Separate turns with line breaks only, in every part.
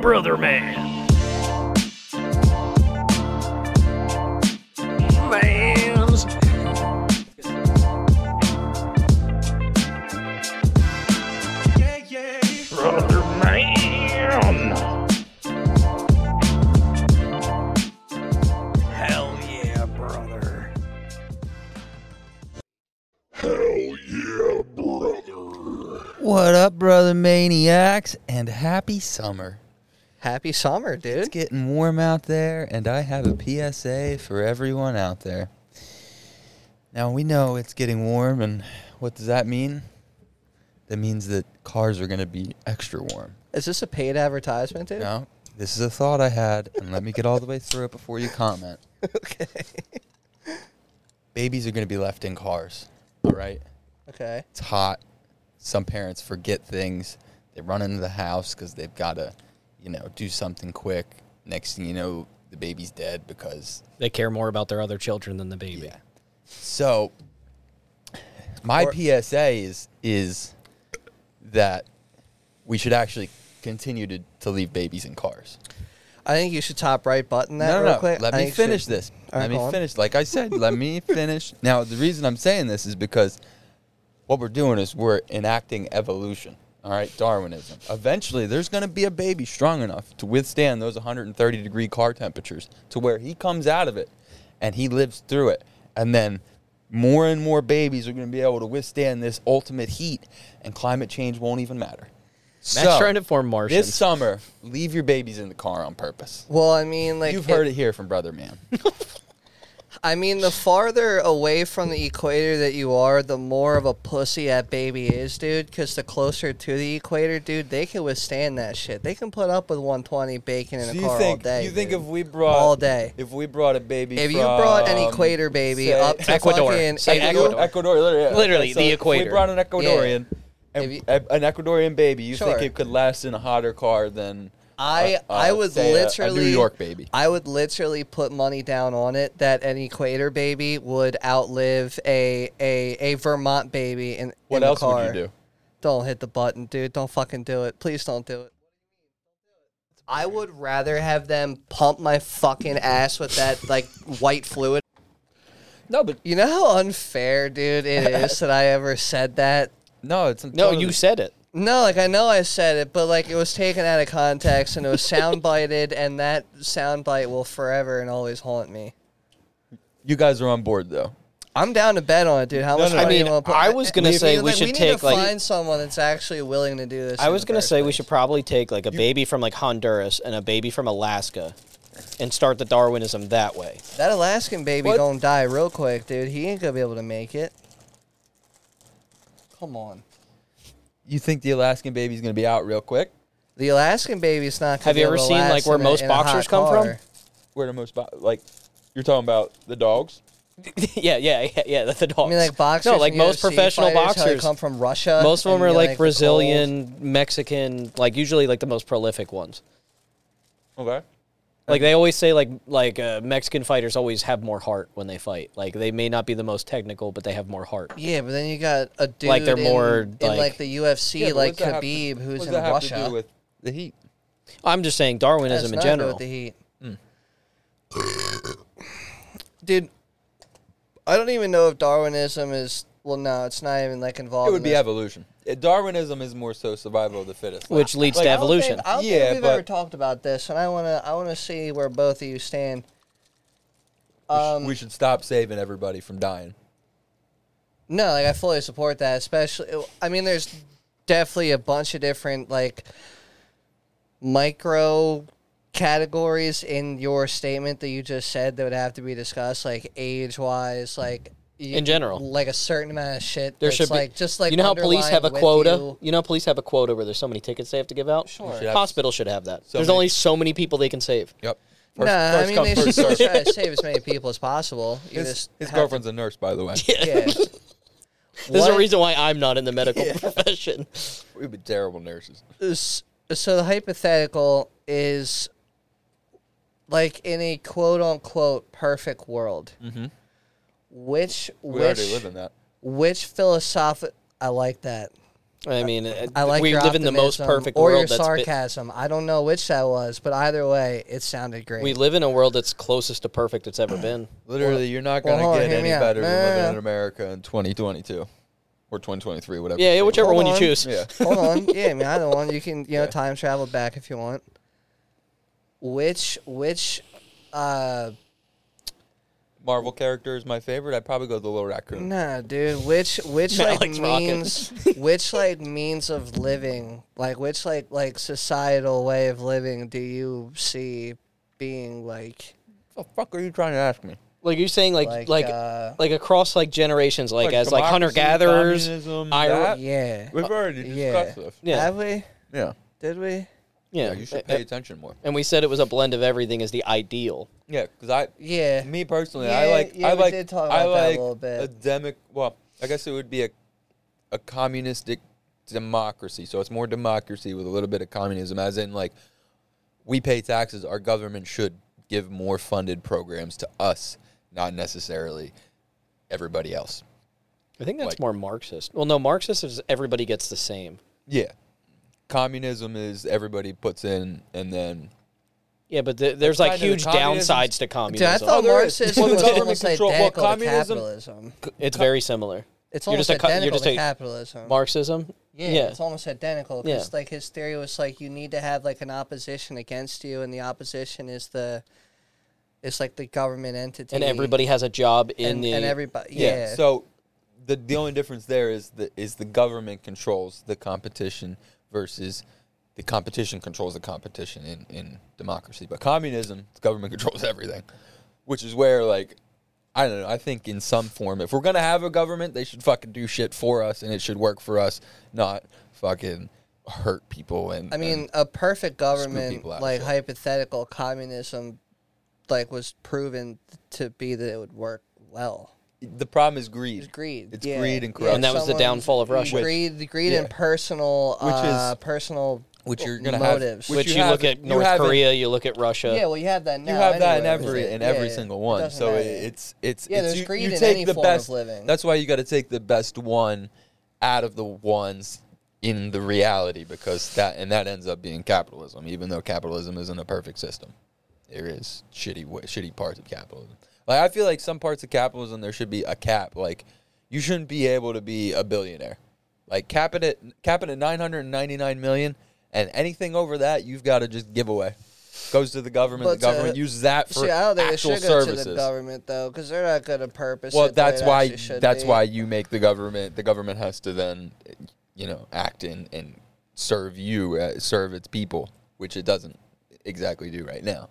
Brother Man. Mans.
Yeah, yeah.
Brother Man. Hell yeah, brother.
What up, brother maniacs, and happy summer.
Happy summer,
It's
dude.
getting warm out there, and I have a PSA for everyone out there. Now, we know it's getting warm, and what does that mean? That means that cars are going to be extra warm.
Is this a paid advertisement, dude?
Now, this is a thought I had, and let me get all the way through it before you comment.
okay.
Babies are going to be left in cars, all right?
Okay.
It's hot. Some parents forget things. They run into the house because they've got to, you know, do something quick. Next thing you know, the baby's dead because
They care more about their other children than the baby.
Yeah. So my
Or-
PSA is is that we should actually continue to, to leave babies in cars.
I think you should top right button that
no, no,
real
no.
quick.
Let
I
me
think you
finish
should-
this.
All right,
let me
go on.
finish. Like I said, let me finish. Now, the reason I'm saying this is because what we're doing is we're enacting evolution. All right, Darwinism. Eventually, there's going to be a baby strong enough to withstand those 130 degree car temperatures to where he comes out of it and he lives through it. And then more and more babies are going to be able to withstand this ultimate heat, and climate change won't even matter.
Matt's trying to form Martians.
This summer, leave your babies in the car on purpose.
Well, I mean, like
You've heard it here from Brother Man.
I mean, the farther away from the equator that you are, the more of a pussy that baby is, dude. Because the closer to the equator, dude, they can withstand that shit. They can put up with 120 bacon in a car all day.
you think
dude.
if we brought
all day.
if we brought a baby,
If you brought an
from,
equator baby
say,
up to
Ecuador.
fucking
Say
Ecuador,
Ecuador-
Ecuador, literally, yeah.
Literally,
Okay, so
the
if
equator.
We brought an Ecuadorian,
If
and
you-
a- an Ecuadorian baby. You
Sure.
think it could last in a hotter car than
I
uh,
I would
say, a- a
literally
New York baby?
I would literally put money down on it that an Equator baby would outlive a a, a Vermont baby in
What
in the
else
car.
would you do?
Don't hit the button, dude. Don't fucking do it. Please don't do it. I would rather have them pump my fucking ass with that like white fluid.
No, but
You know how unfair, dude, it is that I ever said that.
no, it's
No,
totally-
you said it.
No, like I know I said it, but like it was taken out of context and it was soundbited, and that soundbite will forever and always haunt me.
you guys are on board though.
I'm down to bet on it, dude. How much
no, no.
money
I
do
mean,
you want to put?
I was gonna
we-
say
we,
we should
need
take,
to
like-
find someone that's actually willing to do this.
I
in
was
the
gonna
first
say we
place.
should probably take like a baby from like Honduras and a baby from Alaska, and start the Darwinism that way.
That Alaskan baby
What?
gonna die real quick, dude. He ain't gonna be able to make it. Come on,
You think the Alaskan baby's gonna be out real quick?
the Alaskan baby's not. Gonna
Have
be
you ever
able to
seen,
last
like, where
in a-
most
in a hot
boxers come from?
car.
Where the most bo- like you're talking about the dogs?
yeah, yeah, yeah, yeah. The, the dogs.
I mean, like boxers.
No, like
and UFC
most professional
fighters, how they
boxers.
come from Russia.
Most of them
and,
are
you know,
like,
the cold-
Brazilian, Mexican, like usually like the most prolific ones.
Okay.
Like they always say, like like uh, Mexican fighters always have more heart when they fight. Like they may not be the most technical, but they have more heart.
Yeah, but then you got a dude
Like, they're
in,
more,
in like,
like-
the UFC,
Yeah, but
like
what's that have to-
Khabib, who's
what's
in
that have
Russia.
to do with the heat?
I'm just saying Darwinism in
That's nothing
general.
With the heat.
Hmm.
Dude, I don't even know if Darwinism is. Well, no, it's not even like involved.
It would
in
be
this.
evolution. Uh, Darwinism is more so survival of the fittest.
Which leads
Like,
to
I don't
evolution.
I don't
Yeah,
think we've
but-
ever talked about this, and I wanna, I wanna see where both of you stand.
We sh-
Um,
we should stop saving everybody from dying.
No, like I fully support that. Especially, I mean, there's definitely a bunch of different like micro categories in your statement that you just said that would have to be discussed, like age wise, like you,
In general.
like a certain amount of shit.
There
that's,
should be
like just like
you know how police have a
underlined with
quota. You.
you.
know how police have a quota where there's so many tickets they have to give out.
Sure.
should have
Hospitals should have that.
so
there's
many-
only so many people they can save.
Yep.
No,
First, first
I mean
come,
they should
first
still
serve.
try to save as many people as possible. You
His,
just
his
have
girlfriend's a nurse, by the way.
to- yeah.
There's
What?
a reason why I'm not in the medical profession.
We'd be terrible nurses.
s- so the hypothetical is like in a quote unquote perfect world. Mm-hmm. Which
We
which
already live in that.
which philosophic I like that.
I mean, uh,
I like
we
your
live in the most
optimism
perfect
or
world.
your
that's been-
sarcasm. I don't know which that was, but either way, it sounded great.
we live in a world that's closest to perfect it's ever been.
Literally, you're not
well,
going to
hold on,
get
hear
any
me out.
better
No, no,
than living
no.
in America in 2022 or 2023, whatever.
Yeah, yeah, whichever
Hold
one
on.
you choose.
Yeah.
Hold on. Yeah, I mean, either one. You can, you know,
Yeah.
time travel back if you want. Which, which, uh,
Marvel character is my favorite. I'd probably go the Little Raccoon.
nah, dude. Which, which like
Alex Rocket.
means, which like means of living, like which like like societal way of living do you see being like,
What the fuck are you trying to ask me?
Like you're saying, like
like,
like
uh,
like across like generations, like, as like hunter
democracy,
gatherers.
communism,
I-
that?
yeah.
We've already
Uh, yeah.
discussed this.
uh, Yeah,
Have we?
Yeah.
Did we?
yeah.
Yeah, you
Uh,
should pay attention more.
And we said it was a blend of everything is the ideal.
Yeah, because I,
Yeah.
me personally,
Yeah,
I like,
yeah,
I
we
like,
did talk
I
about that a
like
little bit.
demic. Well, I guess it would be a, a communistic democracy. So it's more democracy with a little bit of communism, as in like, we pay taxes. Our government should give more funded programs to us, not necessarily everybody else.
I think that's
Like-
more Marxist. Well, no, Marxist is everybody gets the same.
Yeah, communism is everybody puts in, and then
Yeah, but th- there's like
kind of the
huge
communism's-
downsides to
Dude, I
communism.
thought
there is.
Marxism
Well, the
was
government
almost
control- well,
identical to
communism-
capitalism.
it's very similar.
It's
You're
almost
just a co- you're
identical
just
to
a-
capitalism.
Marxism.
Yeah, it's almost identical
Yeah.
because like his theory was like you need to have like an opposition against you, and the opposition is the it's like the government entity,
and everybody has a job in
and,
the
and everybody.
Yeah.
Yeah.
So the the only difference there is the is the government controls the competition versus the competition controls the competition in, in democracy. But communism, the government controls everything. Which is where like I don't know, I think in some form if we're gonna have a government, they should fucking do shit for us and it should work for us, not fucking hurt people and
I mean,
and-
a perfect government,
people out of
like
shit.
hypothetical communism, like was proven to be that it would work well.
the problem is greed.
It's greed.
It's
yeah,
greed and
yeah,
corruption.
And that was the
someone-
downfall of Russia. Which-
Greed, the greed, and
yeah.
personal,
Which is-
uh, personal,
which you're gonna have-
motives.
which
which
you
you, look
haven't-
at
you
North
haven't-
Korea, you look at Russia.
yeah, well, you have that now.
you have that in
anyway, with
every
it.
in
Yeah,
every
yeah.
single
It
one.
doesn't
So it,
matter.
it's it's
Yeah,
it's
there's
you,
greed
you
in
take
any
the
form of
best.
living.
That's why you got to take the best one out of the ones in the reality because that and that ends up being capitalism. Even though capitalism isn't a perfect system, there is shitty wa- shitty parts of capitalism. Like I feel like some parts of capitalism there should be a cap. Like you shouldn't be able to be a billionaire. Like cap it at cap it at nine hundred and ninety nine million, and anything over that you've got to just give away. Goes to the government.
But,
the government
uh,
uses that for
See, I don't think it
actual
should go
services.
to the government though, because they're not going to purpose.
well,
it the way
that's
it
why
actually should
that's
be.
why you make the government. The government has to then, you know, act in and serve you, uh, serve its people, which it doesn't exactly do right now.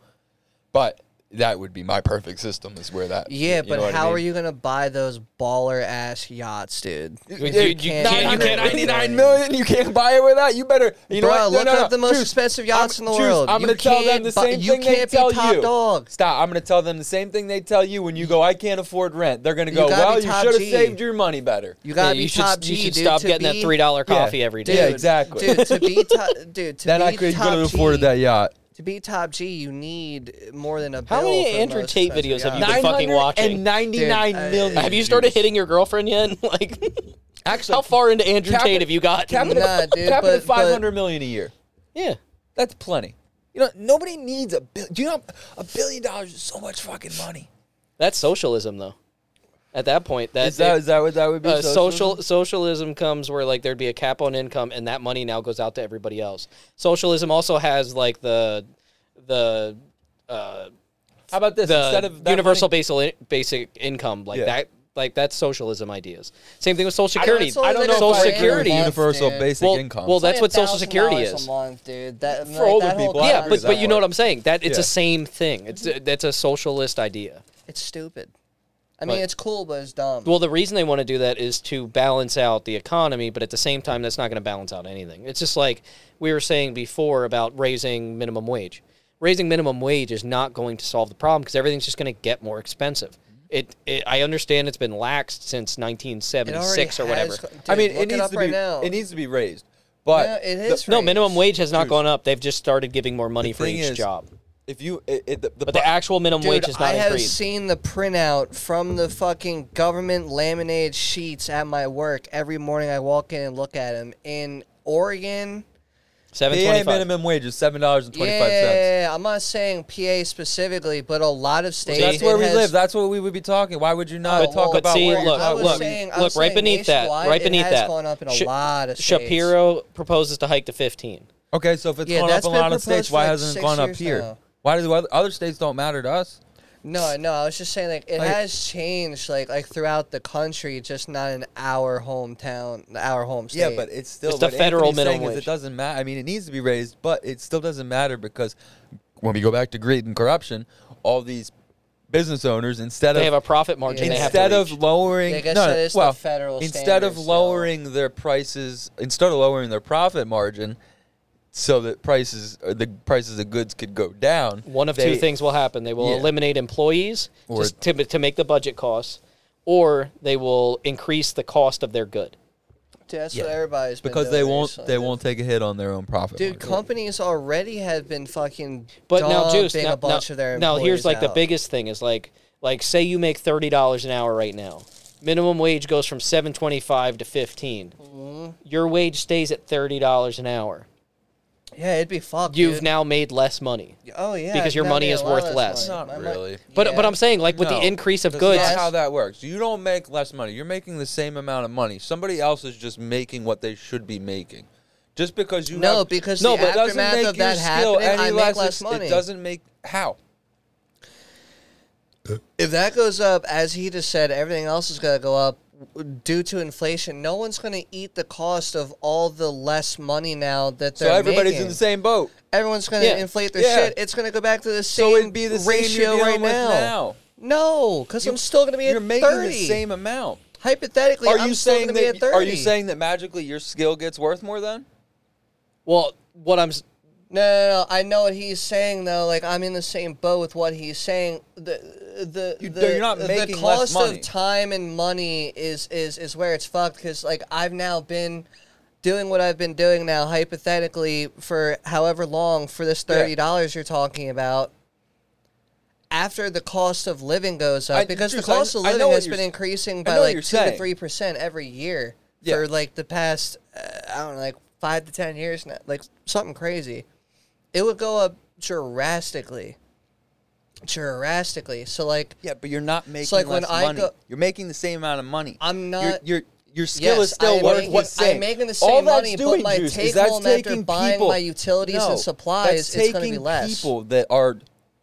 But that would be my perfect system. Is where that.
Yeah,
you know
but
what I
how
mean?
are you going to buy those baller ass yachts, dude?
You, you- you
can't-
can't, you can't-
999 million. You can't buy it without. You better. You know
Bro,
what? No,
look
no, no.
up the most
Juice,
expensive yachts
I'm-
in the
Juice,
world.
I'm
You
gonna tell them
can't
the
bu-
same
you
thing they
can't be
tell
top
you.
dog.
Stop. I'm gonna tell them the same thing they tell you when you go. I can't afford rent. They're gonna
You
go.
gotta
well,
be
you
top
should have
G.
saved your money better.
You gotta
you
be
should-
top G,
you should
dude,
stop
to
getting that
be-
$3 coffee every day.
Dude,
Yeah, exactly.
Dude, to be top, dude, to
Then
be
I could
top
could have
G,
afforded that yacht.
To be top G, you need more than a.
How
bill
many
for the
Andrew
most
Tate
expensive
videos have you
yacht.
been fucking watching?
Dude,
ninety-nine
I-
million.
have you started hitting your girlfriend yet? like,
Actually,
how far into Andrew
Cap-
Tate have you got?
Cap it
Nah,
at-
dude,
cap it
but-
at
but-
500 million a year.
yeah.
That's plenty. You know, nobody needs a bill. Do you know a billion dollars is so much fucking money?
That's socialism, though. At that point, that,
Is that is that what that would be?
uh,
socialism?
social socialism comes where like there'd be a cap on income, and that money now goes out to everybody else. Socialism also has like the the uh,
How about this?
the
Instead of that
universal
money-
basic basic income, like
Yeah.
that, like that's socialism ideas. Same thing with Social
I know
Security.
it's only
I don't
like
know.
a
if I
Social
agree with
Security.
grand a month,
universal
dude.
basic
Well-
income.
well, that's
Only
what Social Security
$1,000
is.
a month, dude. That,
For
like,
older
that whole
people, I agree
yeah,
with
but
concept-
but you know
one.
what I'm saying. That it's
Yeah.
the same thing. It's a, that's a socialist idea.
It's stupid. I mean,
Like-
it's cool, but it's dumb.
Well, the reason they want to do that is to balance out the economy, but at the same time, that's not going to balance out anything. It's just like we were saying before about raising minimum wage. Raising minimum wage is not going to solve the problem because everything's just going to get more expensive. It, it, I understand it's been laxed since
It
1976 or
already
whatever.
has co-
I mean,
dude, look
it needs
up
to
right
be
now.
it needs to be raised, but
Yeah, it
the-
is
no,
raised.
minimum wage has not
Dude.
gone up. They've just started giving more money for
thing
each
is-
job.
If you, it, it, the, the
But
pro-
the actual minimum wage
Dude,
is
I
not
have
increased.
seen the printout from the fucking government laminated sheets at my work every morning. I walk in and look at them in Oregon.
Seven
PA
twenty-five.
minimum wage is seven dollars and twenty
Yeah,
five cents.
I'm not saying PA specifically, but a lot of states.
That's where
it
we
has-
live. That's what we would be talking. Why would you not
But-
talk
but
about
see,
where
look,
I
you're
was
look,
saying, I
look,
was
right
saying
beneath that,
nationwide,
right
it
beneath
has
that.
gone up in a
Sha-
lot of states.
Shapiro proposes to hike to fifteen.
Okay, so if it's
Yeah,
gone up
that's
in a
been
lot of
proposed
states,
for
why
like
hasn't it
six
gone up
years
here?
now.
Why do other, other states don't matter to us?
No, no, I was just saying like it
Like-
has changed like like throughout the country, just not in our hometown, our home state.
Yeah, but it's still
It's the
what
federal
Anthony's saying
minimum
is
wage.
It doesn't matter. I mean, it needs to be raised, but it still doesn't matter because when we go back to greed and corruption, all these business owners instead
They
of
have a profit margin.
Yeah.
They have
instead
to
of
reach.
lowering
Like I
no,
said, it's the
well,
federal
instead of
standards, so-
lowering their prices instead of lowering their profit margin so that prices or the prices of goods could go down
one of
they-
two things will happen: they will
Yeah.
eliminate employees
Or-
just to to make the budget costs, or they will increase the cost of their good.
that's
yeah.
what everybody's been
because
doing
they won't
recently.
they won't take a hit on their own profit
Dude,
margin.
companies already have been fucking
But now, Juice,
dumping
now,
a bunch
now,
of their
now here's
employees
like the
out.
biggest thing is like like say you make thirty dollars an hour right now. Minimum wage goes from seven twenty five to 15
Mm-hmm.
Your wage stays at thirty dollars an hour.
Yeah, it'd be fucked.
You've
dude.
now made less money.
oh yeah
because
I've
your
now
money
made
is
a lot less
worth less.
money.
Not
My mon-
really.
But
Yeah.
but I'm saying like with
No.
the increase of
That's
goods,
not how that works. You don't make less money. You're making the same amount of money. Somebody else is just making what they should be making. Just because you
No,
have-
because
No,
the
but it
doesn't
aftermath
make
of
your
that
skill
happening,
any
I
less.
make
It's-
less money.
It doesn't make how.
If that goes up, as he just said, everything else is going to go up due to inflation. No one's going to eat the cost of all the less money now that
So
they're
everybody's
making.
in the same boat.
Everyone's going to
Yeah.
inflate their
Yeah.
shit. It's going to go back to the same
So it'd be the same
ratio
you're dealing
right
with
now.
now.
No, because I'm still going to be
You're
at
making
30.
the same amount.
Hypothetically,
Are
I'm
you
still
saying
going to be at
that?
30.
Are you saying that magically your skill gets worth more then?
well, what I'm s-
No, no, no. I know what he's saying though. Like I'm in the same boat with what he's saying. The the
You-
the,
you're not
the
making less
cost
money.
of time and money is is is where it's fucked because like I've now been doing what I've been doing now hypothetically for however long for this
Yeah.
thirty dollars you're talking about. After the cost of living goes up,
I-
because the
Drews, I-
cost of
I know
living
what
has
you're
been
s-
increasing
I
by
know what
like
you're
two
saying.
to three percent every year
Yeah.
for like the past uh, I don't know, like five to ten years now, like something crazy it would go up drastically, drastically. So like,
Yeah, but you're not making
like when
less
I
money.
go-
you're making the same amount of money.
I'm
Your-
not-
Your your skill
Yes,
is still
I'm
worth
making-
what same.
I'm making the
All
same
that's
money, but
doing,
my
Juice, is
take
that's
home after
taking
buying
people-
my utilities and
No,
supplies,
that's
it's gonna be
taking
less.
people that are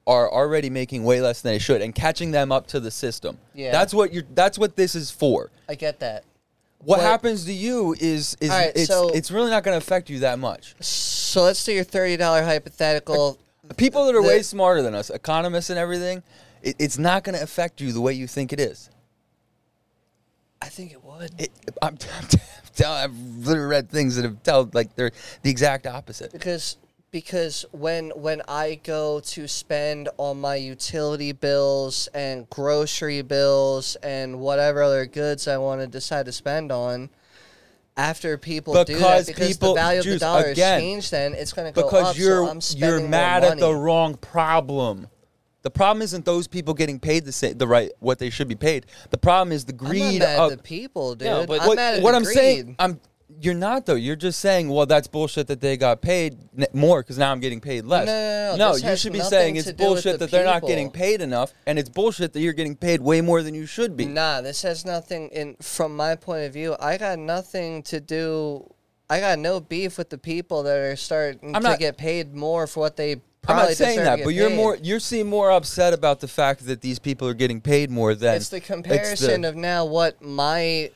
are already making way less than they should and catching them up to the system.
Yeah.
that's what you're. That's what this is for.
I get that.
What
But-
happens to you is is
All right,
it's
so-
it's really not going to affect you that much.
So let's do your thirty dollar hypothetical.
People that are
the-
way smarter than us, economists and everything, it, it's not going to affect you the way you think it is.
I think it would.
It, I'm, I'm, tell- I've literally read things that have told like they're the exact opposite.
because because when when I go to spend on my utility bills and grocery bills and whatever other goods I want to decide to spend on, after people do that,
Because
because
people-
the value of
Juice,
the dollar
again,
has changed, then it's going to go
because
up. so
you're
I'm spending
you're
more
mad at the
money.
wrong problem. The problem isn't those people getting paid the sa- the right what they should be paid. The problem is the
I'm
greed
not mad
of
at the people, dude.
No, but
I'm
what,
mad at
what
the
I'm saying.
greed.
I'm you're not though. You're just saying, well, that's bullshit that they got paid n- more because now I'm getting paid less.
No, no, no, no. This
you
has
should be
nothing
saying
to
it's
do with
bullshit
the
that they're not
people.
getting paid enough, and it's bullshit that you're getting paid way more than you should be.
Nah, this has nothing in from my point of view. I got nothing to do. I got no beef with the people that are starting
I'm
to
not-
get paid more for what they
I'm
probably
not saying
deserve to
that,
get
but you're
paid.
more you seem more upset about the fact that these people are getting paid more than
It's the comparison of now what my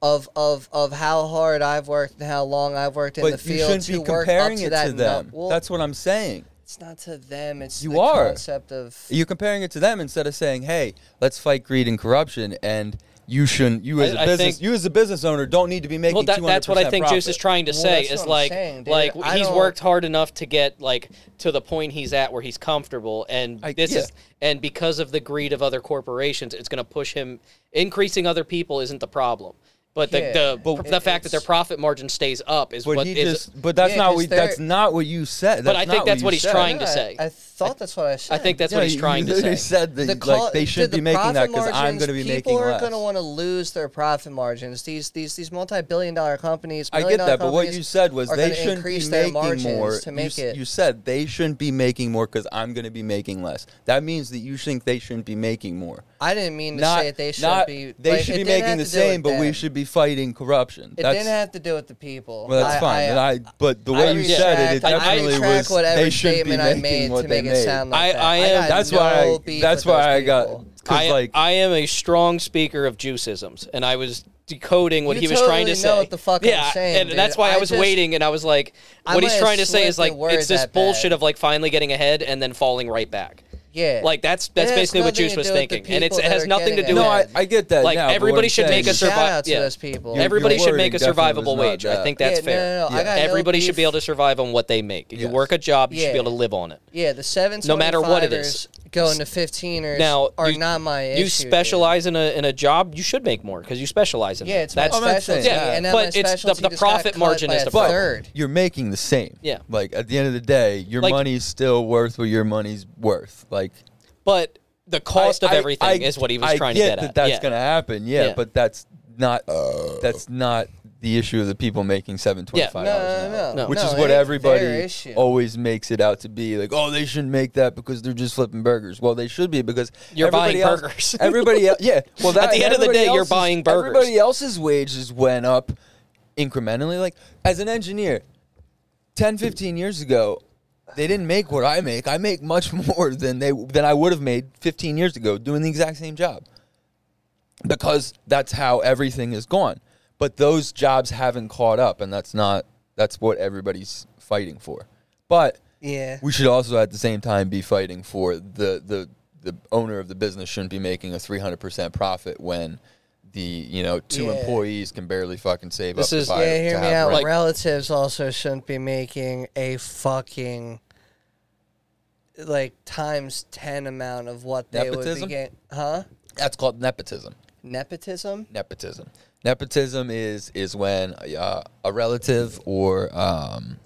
of of of how hard I've worked and how long I've worked in
but
the
you
field
shouldn't
to
be
work
comparing it
up to that.
to
nu-
them.
well,
That's what I'm saying.
it's not to them. It's
You
the
are.
concept of
You're comparing it to them instead of saying, "Hey, let's fight greed and corruption," and you shouldn't. You as a
I
business,
think-
you as a business owner, don't need to be making.
well, that,
200%
that's what I think
profit.
Juice is trying to
Well,
say
that's
is
what I'm
like
saying, dude.
like
I
he's
don't-
worked hard enough to get like to the point he's at where he's comfortable, and
I-
this
yeah.
is and because of the greed of other corporations, it's going to push him. Increasing other people isn't the problem. But the,
Yeah.
the,
But-
the fact that their
It's-
profit margin stays up is
But
what
he
is.
just. But that's
Yeah,
not
'cause
what.
they're-
That's not what you said.
But I think
not
that's
you
what he's
said.
trying
No,
to
I-
say.
I, thought that's what I said.
I think that's
Yeah,
what he's
you
trying to
literally
say.
said that
The co-
like they should
the
be making that
profit
because I'm
margins,
going to be making
People are
less.
going to want to lose their profit margins. These these these multi-billion-dollar companies.
I get
million-dollar
that, but what
companies
you said was
are
they
gonna
shouldn't be
increase their
making
margins
more.
to
You
make
s-
it.
You said they shouldn't be making more because I'm going to be making less. That means that you think they shouldn't be making more.
I didn't mean to say that they should
not-
be.
They
like,
should
it
be
didn't
making
have
the
to do with
same, but we
them.
should be fighting corruption.
It
that's,
didn't have to do with the people.
well, that's
I-
fine.
I-
but I, but the way you said it, it
retract-
definitely
I retract
was.
whatever
They should be
statement I
making
made
what
to
they
make
made.
it sound like
I-
that.
I am-
got
that's
no
why. I,
beef
that's
with those
why I got.
people.
I,
Because like
I am a strong speaker of Juicisms, and I was decoding what
You
he was trying to
totally
say.
know what the fuck I'm
yeah,
saying,
and
dude.
that's why I,
I
was
just-
waiting, and I was like,
I
what he's
might have
trying to say
slipped
is like
the word
it's this
that
bullshit
bad.
of like finally getting ahead and then falling right back.
Yeah.
Like that's that's
It has
basically what
nothing
Juice
to
was
do with the
thinking, and it's,
people
it
that
has
are
nothing to
getting
do
it.
with
no, I,
that.
I get that
like
now. but what
everybody
I'm
should make
saying
a
is-
Shout
survival.
out to those people. Your-
Everybody
your
should make a
wording definitely
survivable
was not
wage.
that.
I think that's
yeah,
fair.
No, no, no, I
Yeah.
got no
Everybody should be
beef.
able to survive on what they make. If
Yes.
you work a job, you should be
Yeah.
able to live on it.
Yeah, the seven.
No matter what it is.
going to fifteen
Now
are
you,
not my issue.
You specialize in a in a job, you should make more because you specialize in
Dude. Yeah,
it.
it's my
That's-
I'm not
specialty.
saying that.
and then
But
my
it's the-
specialty
the
just got
profit
cut
margin
by
is
a
the
But
problem.
third.
you're making the same.
Yeah.
Like at the end of the day, your
Like-
money's still worth what your money's worth. Like
But the cost
I-
of
I-
everything
I-
is what he was
I
trying
get
to get
that
at.
That's
yeah.
gonna happen. Yeah,
Yeah.
but that's not
Oh.
that's not the issue of the people making seven twenty five
No,
dollars an
no,
hour,
no.
which
No,
is
it
what
ain't their
everybody
issue.
always makes it out to be. Like, oh, they shouldn't make that because they're just flipping burgers. Well, they should be because
You're
everybody
buying
else-
burgers.
everybody, el- yeah. Well, that,
At the end of the
everybody
day, you're
else's-
buying burgers.
Everybody else's wages went up incrementally. Like as an engineer, 10 15 years ago they didn't make what i make i make much more than they than i would have made 15 years ago doing the exact same job because that's how everything is gone but those jobs haven't caught up and that's not that's what everybody's fighting for but
Yeah.
we should also at the same time be fighting for the the the owner of the business shouldn't be making a 300% profit when the you know two
Yeah.
employees can barely fucking save
This
up
is-
to buy
Yeah,
to
hear
have
me out.
rent.
Like-
Relatives also shouldn't be making a fucking like times ten amount of what they would
Nepotism?
be getting. Huh?
that's called nepotism
Nepotism?
nepotism. Nepotism is is when uh, a relative or um,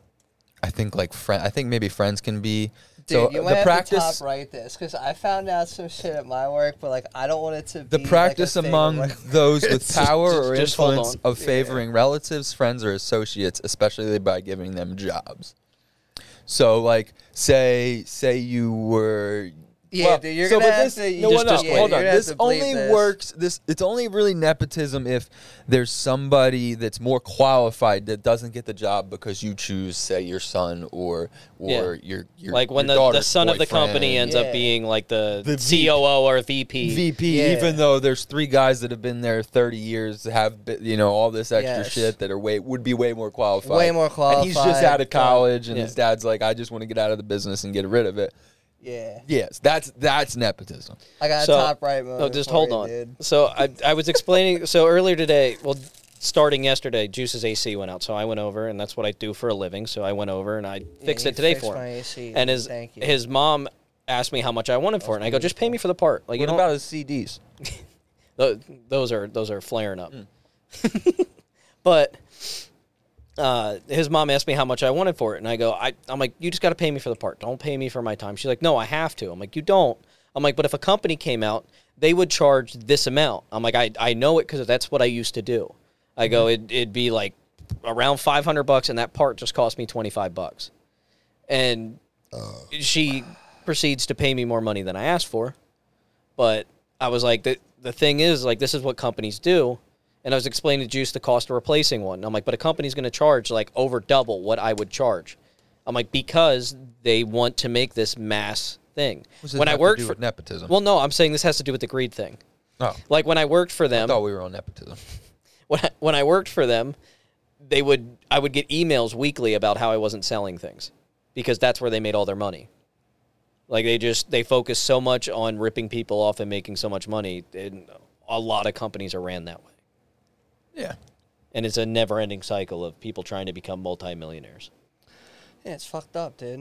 I think like friend. I think maybe friends can be.
Dude,
so
you might
the
have
practice
to top right this because I found out some shit at my work, but like I don't want it to.
the
be
practice
like, a thing
among
where-
those with power
just-
or
just hold
influence
on.
of favoring relatives, friends, or associates, especially by giving them jobs. So like say say you were
Yeah,
well,
dude, you're
so,
gonna
but
have
this,
to- you
no,
just-
no,
just
no,
wait.
hold
You're
on.
gonna have
This
to bleep
only
this.
works. This it's only really nepotism if there's somebody that's more qualified that doesn't get the job because you choose, say, your son or or
Yeah.
your, your
like when
your
the, the
daughter's
son of the company
boyfriend.
ends
Yeah.
up being like the,
The V-
COO or VP.
VP,
Yeah.
even though there's three guys that have been there 30 years, have been, you know all this extra
Yes.
shit that are way would be way more qualified.
Way more
And he's just
qualified,
out of college, and
yeah.
his dad's like, I just want to get out of the business and get rid of it.
Yeah,
Yes, that's that's nepotism.
I got a
So-
top right mode.
No, Oh, just hold on.
dude.
So I, I was explaining. so earlier today, well, starting yesterday, Juice's AC went out. So I went over, and that's what I do for a living. So I went over and I fixed
you
it today
fixed
for him.
my AC.
And his
Thank you.
his mom asked me how much I wanted for it, and I go, just pay me for the part. Like you
What
don't.
about his CDs?
Tho- those are those are flaring up. but uh, his mom asked me how much I wanted for it, and I go, I, I'm like, you just got to pay me for the part. Don't pay me for my time. She's like, no, I have to. I'm like, you don't. I'm like, but if a company came out, they would charge this amount. I'm like, I, I know it because that's what I used to do. I go, it, it'd be like around 500 bucks, and that part just cost me 25 bucks. And she proceeds to pay me more money than I asked for but I was like, the, the thing is, like, this is what companies do. And I was explaining to Juice the cost of replacing one. And I'm like, but a company's going to charge like over double what I would charge. I'm like, because they want to make this mass thing.
does this
When I
have to
worked
do
for
with nepotism?
well, no, I'm saying this has to do with the greed thing.
Oh,
Like when I worked for
I
them,
thought we were on nepotism.
when I, when I worked for them, they would I would get emails weekly about how I wasn't selling things because that's where they made all their money. Like they just they focus so much on ripping people off and making so much money, and a lot of companies are ran that way.
Yeah.
And it's a never-ending cycle of people trying to become multimillionaires.
Yeah, it's fucked up, dude.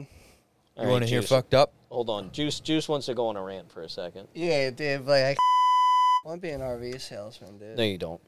You
All right,
want to hear
Juice.
fucked up?
Hold on, Juice. Juice wants to go on a rant for a second.
Yeah, dude. Like I want to be an RV salesman, dude.
No, you don't.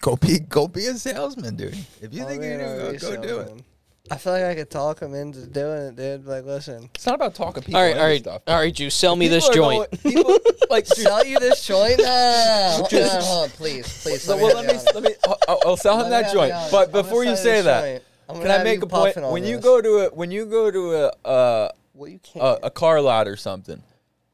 Go be go be a salesman, dude. If you think you're gonna
I'll
go,
be
go do it.
something. I feel like I could talk him into doing it, dude. Like, listen,
It's not about talking people.
All right,
into
all right,
stuff.
all right, you sell me this
People are
joint.
going- people, like, dude,
sell you this joint? Nah, hold on, hold on, please, please.
so,
Let me
well,
have
let
you
me
on it.
let me. I'll- I'll, I'll sell him
Let me
that
have you
joint.
on it.
But
I'm gonna
before you
sell you
say
this
that,
joint. I'm
can
gonna
I
have
make
you
a point?
puffing on
When you
this.
go to a when you go to a uh,
Well, you can't.
a, a car lot or something,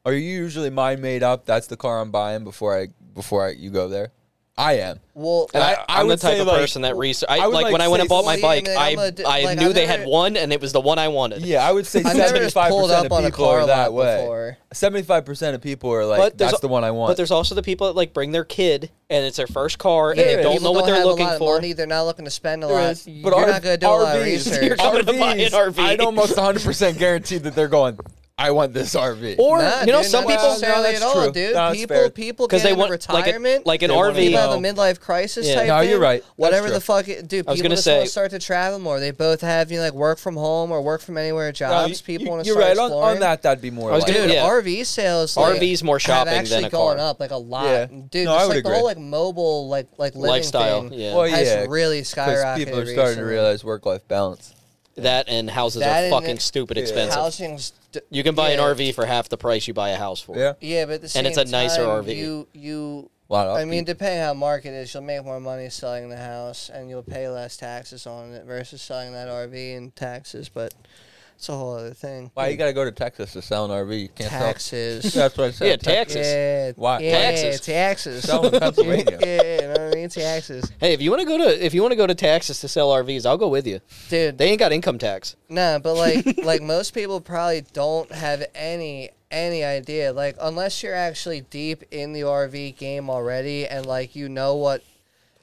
are you usually mind made up? That's the car I'm buying before I before I, you go there. I am.
well,
And I-
am
would
the type
say,
of
like-
person that research. I,
I would,
like,
like,
when I went
say
and bought my
something-
bike,
Well, yeah, I
I
mean, I'm a d-
I
like,
knew
I've
they had
never-
one and it was the one I wanted.
Yeah, I would say
I've never
seventy
just
five
pulled
percent
up
of
on a
people are
car
that
lot
way.
before.
Seventy five percent of people are like,
But there's
"That's
al-
the one I want."
But there's also the people that like bring their kid and it's their first car and
Yeah,
they don't
people
know what
don't
they're
have
looking
a lot
for.
Of money. They're not looking to spend a
There
lot.
is,
You're not going to do a lot of research.
You're not gonna buy an RV.
I'd almost 100 percent guarantee that they're going. I want this RV.
Or
Nah,
you know,
dude,
some
not
people
necessarily
No, that's
at all,
true.
dude.
No, that's
people,
fair.
people
because
get
they
into
want like a,
retirement.
like an
They wanna
RV.
be
people have a
know.
midlife crisis
Yeah.
type.
No, you're
thing,
right. That's
Whatever
true.
the fuck, it, dude.
I was
people
gonna
just want
say-
to start to travel more. They both have you know, like work from home or work from anywhere
No,
jobs.
you-
people
you-
want to
You're
start
right on,
exploring.
on that. That'd be more.
I was
like
gonna-
it.
Dude,
Yeah.
RV sales. Like,
RV's more shopping
have
than
actually
a
gone
car.
up like a lot.
Yeah.
Dude,
No, I
just
would
like the
agree.
whole like mobile like like living
Lifestyle,
thing
yeah.
Well,
has
yeah,
really skyrocketed.
because people are starting to
recently.
realize work-life balance.
That and houses
That
are
and
fucking
it-
stupid
Yeah.
expensive.
housing's. d-
You can buy an
yeah.
RV for half the price you buy a house for.
Yeah,
Yeah, but at the same
And it's a nicer
time,
RV.
You you.
Lot of
I mean,
upbeat.
depending how market is, you'll make more money selling the house, and you'll pay less taxes on it versus selling that RV and taxes. But it's a whole other thing.
Why you gotta go to Texas to sell an RV? You can't sell-
Taxes.
That's what I said.
Yeah,
Texas.
tax- Taxes.
Yeah.
Why?
Yeah,
Taxes.
Taxes.
Sell in Pennsylvania.
yeah, you know what I mean? Taxes.
Hey, if you want to go to if you want to go to taxes to sell RVs, I'll go with you.
Dude,
They ain't got income tax.
No, but like like most people probably don't have any any idea. Like unless you're actually deep in the RV game already and like you know what.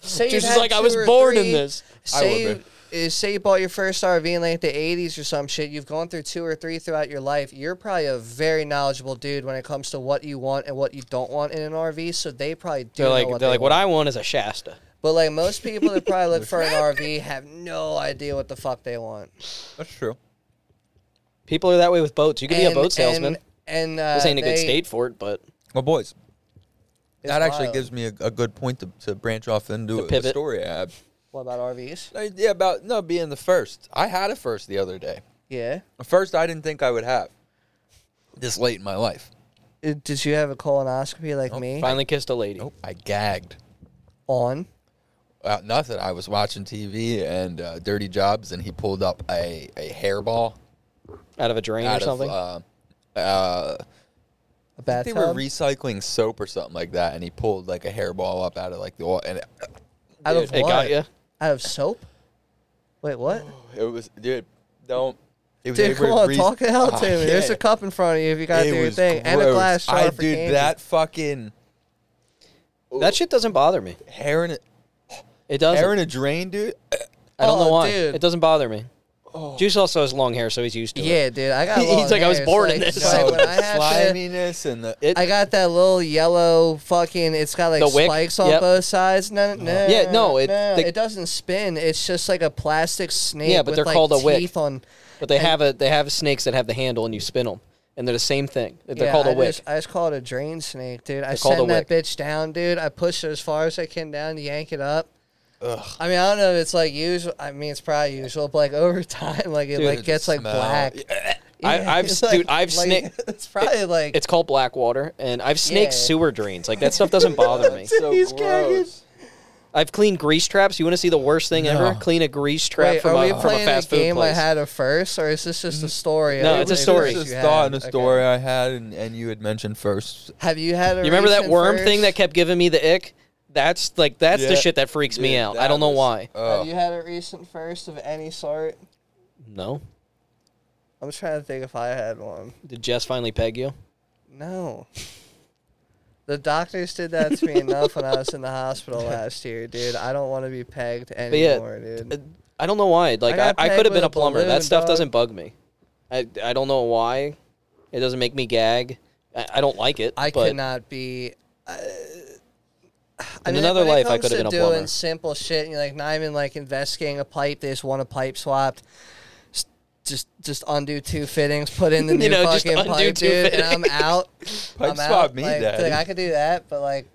Say
Just
you've
is
had
like I
two
was
or
born in
three-
this.
I
Say
would
you, uh, say you bought your first RV in like the '80s or some shit. You've gone through two or three throughout your life. You're probably a very knowledgeable dude when it comes to what you want and what you don't want in an RV. So they probably do.
They're
know
like
what
they're
they
like what
want.
I want is a Shasta.
But like most people that probably look for an RV have no idea what the fuck they want.
That's true.
People are that way with boats. You can be a
And-
boat salesman.
And, and uh,
this ain't a good
they-
state for it, but
Well, boys, that actually
wild.
gives me a, a good point to, to branch off into a, a
pivot.
story I have.
What about RVs?
Uh, Yeah, about no being the first. I had a first the other day.
Yeah.
A first I didn't think I would have this late in my life.
Uh, Did you have a colonoscopy like me?
finally kissed a lady.
Nope, I gagged.
On.
Uh, nothing. I was watching TV and uh, Dirty Jobs, and he pulled up a, a hairball
Out of a drain
out
or something.
of uh, uh,
A
I think they were
bathtub.
recycling soap or something like that, and he pulled like a hairball up out of like the oil, and it,
out of
it
what?
got you.
Out of soap? Wait, what?
it was dude, don't. It was, they
Dude, come
were
on,
re-
talk it out to
Oh,
me. There's
yeah.
a cup in front of you if you got to
It
do your
was
thing. And a
gross.
glass jar
I
for
dude,
candy.
that fucking
That shit doesn't bother me.
hair in a,
It doesn't.
hair in a drain, dude.
I don't know
Oh,
why.
dude. Oh.
It doesn't bother me. Juice also has long hair, so he's used to it.
Yeah, dude, I got.
He's
long
like, I was
hair. It's
born in
like,
this.
it's like
No,
when I
the
have to-
uh, sliminess and the it,
I got that little yellow fucking. It's got like
The wick,
spikes on
yep. Oh.
both sides. No, no,
Yeah, no, it-
no,
the-
it doesn't spin. It's just like a plastic snake.
Yeah, but
with,
they're
like,
called a wick.
teeth on.
But they have a they have snakes that have the handle and you spin them, and they're the same thing. They're
yeah,
called a
I
wick.
Just, I just call it a drain snake, dude. I
called a
send that
wick.
bitch down, dude. I push it as far as I can down to yank it up. I mean, I don't know if it's like usual. I mean, it's probably usual, but like over time, like it
Dude,
like
the
gets like
smell.
black.
I-
Yeah,
I've
it's
s- dude, I've
like,
snake-
It's probably like
It's called black water, and I've snaked
Yeah.
sewer drains. Like that stuff doesn't bother me.
so
He's
gross.
I've cleaned grease traps. You want to see the worst thing ever?
No.
Clean a grease trap
Wait,
from,
are
a,
we
from a
playing
fast
the
food
game I
place.
had at first, or is this just a story?
No,
of
it's a
the
story.
experience
Just
you
thought
had?
and a
Okay.
story I had, and, and you had mentioned first.
Have you had a?
You remember that
recent
worm
first?
thing that kept giving me the ick? That's like that's the
Yeah.
shit that freaks me
Dude,
out. I
that
don't know
was-
why.
Oh.
Have you had a recent first of any sort?
No.
I'm trying to think if I had one.
Did Jess finally peg you?
No. The doctors did that to me enough when I was in the hospital last year, dude. I don't want to be pegged
yeah,
anymore,
Uh,
dude.
I don't know why. Like I,
got
I
pegged
could have been
with
a
a
plumber.
balloon,
that stuff
dog.
doesn't bug me. I I don't know why. It doesn't make me gag. I, I don't like it.
I
but
could not be. I
In
mean,
another
when it
life, I
comes
could have
to
been a
doing
plumber.
simple shit, and you're like not even like investigating a pipe. They just want a pipe swapped. S- Just, just undo two fittings, put in the
You
new
know, just
fucking
undo
pipe,
two
dude, and I'm
fittings.
out.
Pipe
I'm out.
swap me,
like,
Daddy.
like, I could do that, but like,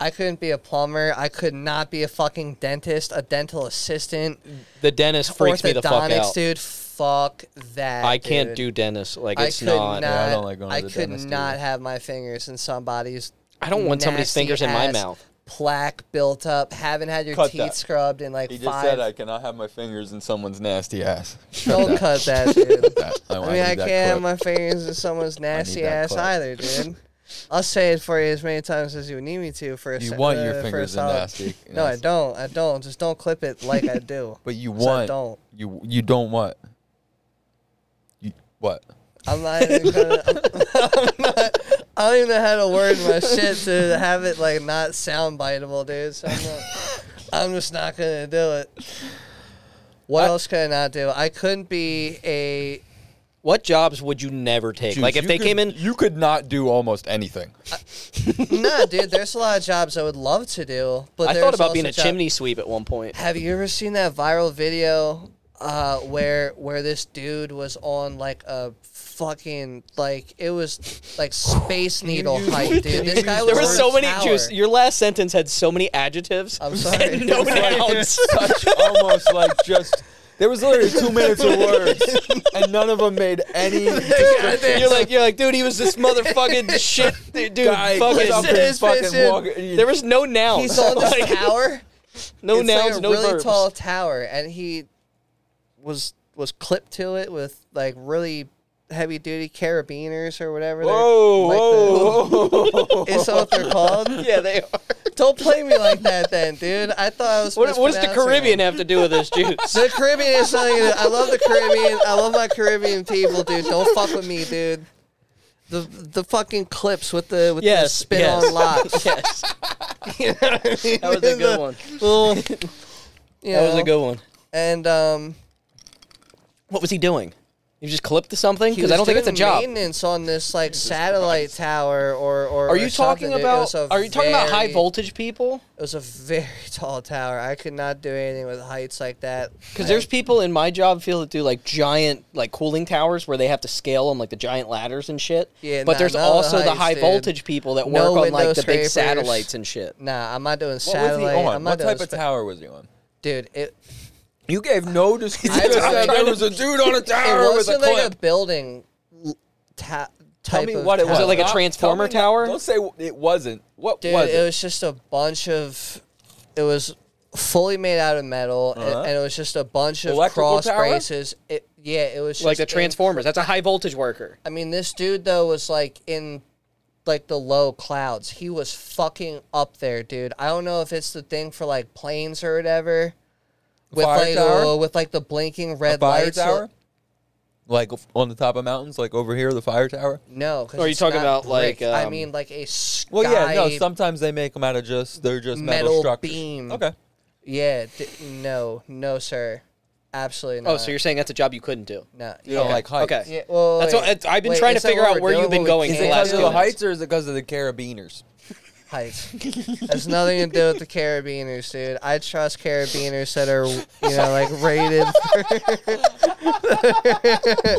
I couldn't be a plumber. I could not be a fucking dentist, a dental assistant,
The dentist freaks me the fuck
orthodontics,
out.
dude. Fuck that.
I can't
dude.
do dentist. Like
I
it's
could
not.
not.
Yeah, I don't like going to
I
the
could
dentist
not
either.
have my fingers in somebody's.
I don't want somebody's
nasty
fingers in my
ass
mouth.
Plaque built up. Haven't had your
Cut
teeth
that.
scrubbed in like
He just
five.
said I cannot have my fingers in someone's nasty ass.
don't cut that, dude.
I,
I mean, I can't have my fingers in someone's nasty
that
ass
clip.
either, dude. I'll say it for you as many times as you need me to for a
You
se-
want your
uh, for a
fingers in
solid-
nasty-
No, I
nasty.
don't. I don't. Just don't clip it like I do.
But you
'Cause I
want.
don't.
You you don't what? You what?
I'm not even gonna. I'm, I'm not, I don't even know how to word my shit to have it like not sound biteable, dude. So I'm, not, I'm just not gonna do it. What
I-
else could I not do? I couldn't be a.
What jobs would you never take?
Juice,
like if
you
they
could-
came in,
you could not do almost anything.
Nah, dude. There's a lot of jobs I would love to do, but
I
there's
thought about being
also
a
job-
chimney sweep at one point.
Have you ever seen that viral video uh, where where this dude was on like a fucking like it was like space needle height, dude? This guy was
There
on
were
a
so many
tower.
juice. Your last sentence had so many adjectives.
I'm sorry.
And no nouns.
Such almost like just. There was literally two minutes of words, and none of them made any.
you're like you're like, dude, he was this motherfucking shit dude
Guy
fucking
comes up
Listen to
and
his
fucking
vision.
walk-
There was no nouns.
He's on this
Like,
tower.
No
it's
nouns,
like a
no
really
verbs.
tall tower, and he was was clipped to it with like really heavy duty carabiners or whatever. they're-
Whoa,
like
whoa, whoa.
The, is that what they're called?
Yeah, they are.
Don't play me like that, then, dude. I thought I was.
What, what does the
mispronouncing
Caribbean
it.
have to do with this juice?
The Caribbean is something. that- I love the Caribbean. I love my Caribbean people, dude. Don't fuck with me, dude. The the fucking clips with the with the
Yes,
spit
yes.
on locks.
yes, that was a good one.
Little, you
That was
know,
a good one.
And um,
What was he doing? He just clipped to something
he
because I
was
don't think it's a
doing
job.
Maintenance on this like satellite tower or or.
Are
or
you talking
something. It
about?
was a
Are you talking about high
very-
voltage people?
It was a very tall tower. I could not do anything with heights like that.
Because there's people in my job field that do like giant like cooling towers where they have to scale them like the giant ladders and shit.
Yeah,
but
nah,
there's
none of the
also the
heights,
high
dude.
voltage people that
No
work on like
window
the big
scrapers.
satellites and shit.
Nah, I'm not doing
What was he
satellite.
on?
I'm not
What
doing
type of
spa-
tower was he on?
Dude, it
You gave no description. You
I-
just said
I-
there was a dude on a
it
tower with a
wasn't like
clip.
a building l- ta-
Tell
type
me
of
what it
tower.
was.
it like a
Not-
transformer
tell me-
tower?
Don't say w- it wasn't. What
dude
was
it?
it?
was just a bunch of it was fully made out of metal and,
Uh-huh.
and it was just a bunch of
Electrical
cross
tower?
braces it, yeah it was just
Like the
in-
transformers. That's a high voltage worker.
i mean this dude though was like in like the low clouds he was fucking up there dude i don't know if it's the thing for like planes or whatever with
Fire
like
tower?
uh, with like the blinking
a
red
fire
lights
tower? Like f- on the top of mountains, like over here, the fire tower.
no 'cause
Or are you
it's
talking
not
about, like,
brick. i
um,
mean like a sky
Well, yeah, no. Sometimes they make them out of just they're just metal,
Metal
structures.
beam.
Okay,
Yeah, d- no, no, sir, absolutely not.
Oh, so you're saying that's a job you couldn't do?
no,
you don't
yeah.
like heights.
Okay.
Yeah, well,
That's
wait,
what- it's- I've been
wait,
trying to
is that
figure
what
out
we're
where you've
doing?
been
What we
going for
Is
the
it
can't
last
because
do?
of the
minutes.
heights or is it because of the carabiners?
heights? That's nothing to do with the carabiners, dude. I trust carabiners that are you know like rated. for-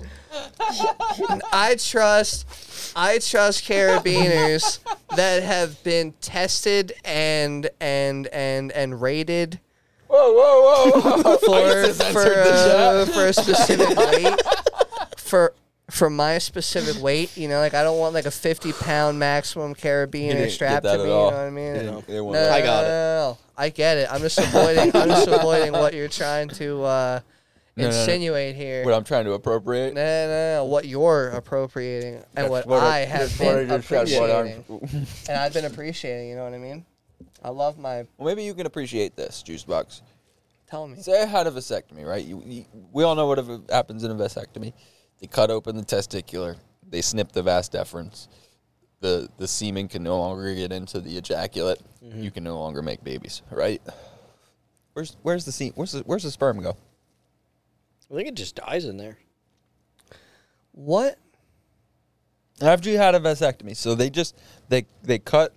I trust, I trust carabiners that have been tested and and and and rated.
Whoa, whoa, whoa!
for
censored
for, uh, for a specific weight for for my specific weight you know like i don't want like a 50 pound maximum carabiner strapped to me you know what i mean No,
I got
no,
it.
no, no. i get it i'm just avoiding i'm just avoiding what you're trying to uh
no, no.
insinuate here
What I'm trying to appropriate.
no, no, no, no, what you're appropriating and what, I have
that's what
been
I just said, what I'm-
appreciating, and I've been appreciating. You know what I mean? I love my.
Well, maybe you can appreciate this, juice box.
Tell me.
Say I had a vasectomy, right? You, you, we all know what a- happens in a vasectomy. They cut open the testicular. They snip the vas deferens. The the semen can no longer get into the ejaculate.
Mm-hmm.
You can no longer make babies, right? Where's where's the semen? Where's the, where's the sperm go?
I think it just dies in there.
What?
After you had a vasectomy, so they just they they cut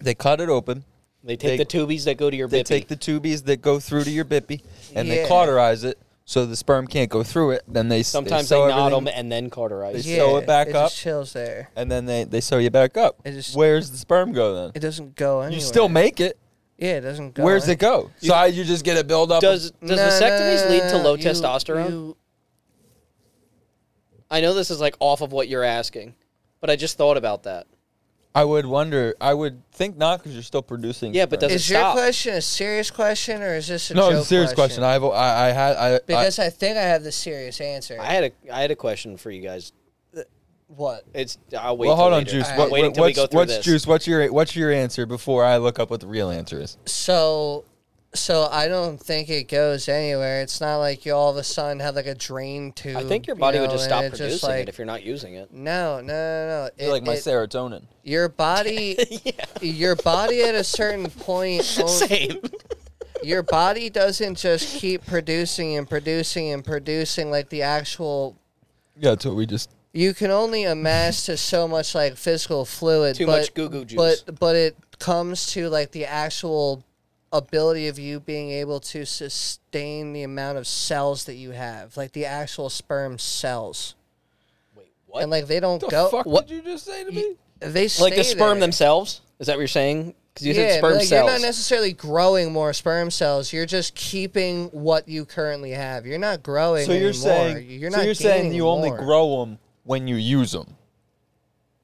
they cut it open.
They
They-
take the tubies that go to your
They
bippy.
take the tubies that go through to your bippy and they
Yeah.
cauterize it so the sperm can't go through it. Then they s-
Sometimes
they,
they,
sew
knot
everything,
them and then
They
cauterize.
Yeah. sew it back
it
up.
Just chills there.
and then they they sew you back up.
It just-
Where's the sperm go then?
It doesn't go anywhere.
you still make it.
Yeah, it doesn't go.
Where's
any-
it go? so I, you just get a buildup. of-
Does does
No, no,
vasectomies
no,
lead to
no,
low
you-
testosterone?
you-
I know this is like off of what you're asking, but I just thought about that.
I would wonder. I would think not because you're still producing.
Yeah,
sperm.
but does it
is your
stop?
question a serious question or is this a
no,
joke
it's a serious question. I've I, I had I,
because I, think I have the serious answer.
I had a I had a question for you guys.
what?
It's I'll
I well,
wait. till
hold on,
later.
Juice.
I'm
What,
waiting
what-
till we
what's,
go through
what's
this.
Juice? What's your what's your answer before I look up what the real answer is?
So, so I don't think it goes anywhere. It's not like you all of a sudden have like a drain tube.
I think your
you
body
know,
would just
and
stop
it's
producing
like-
it if you're not using it.
no, no, no, no. It,
like my
it-
serotonin.
your body, your body at a certain point, own-
Same.
your body doesn't just keep producing and producing and producing like the actual
Yeah, that's what we just.
you can only amass to so much like physical fluid.
Too
but,
much goo-goo juice.
But but it comes to like the actual ability of you being able to sustain the amount of cells that you have, like the actual sperm cells,
Wait, what?
and like they don't go.
What-
did you just say to me?
They stay
like the sperm
there.
themselves? Is that what you're saying? Because you
Yeah,
said
but,
sperm
like,
cells.
you're not necessarily growing more sperm cells. You're just keeping what you currently have. You're not growing.
So you're
anymore.
saying
you're
so
not.
you're saying
gaining
you only
more.
grow them when you use them.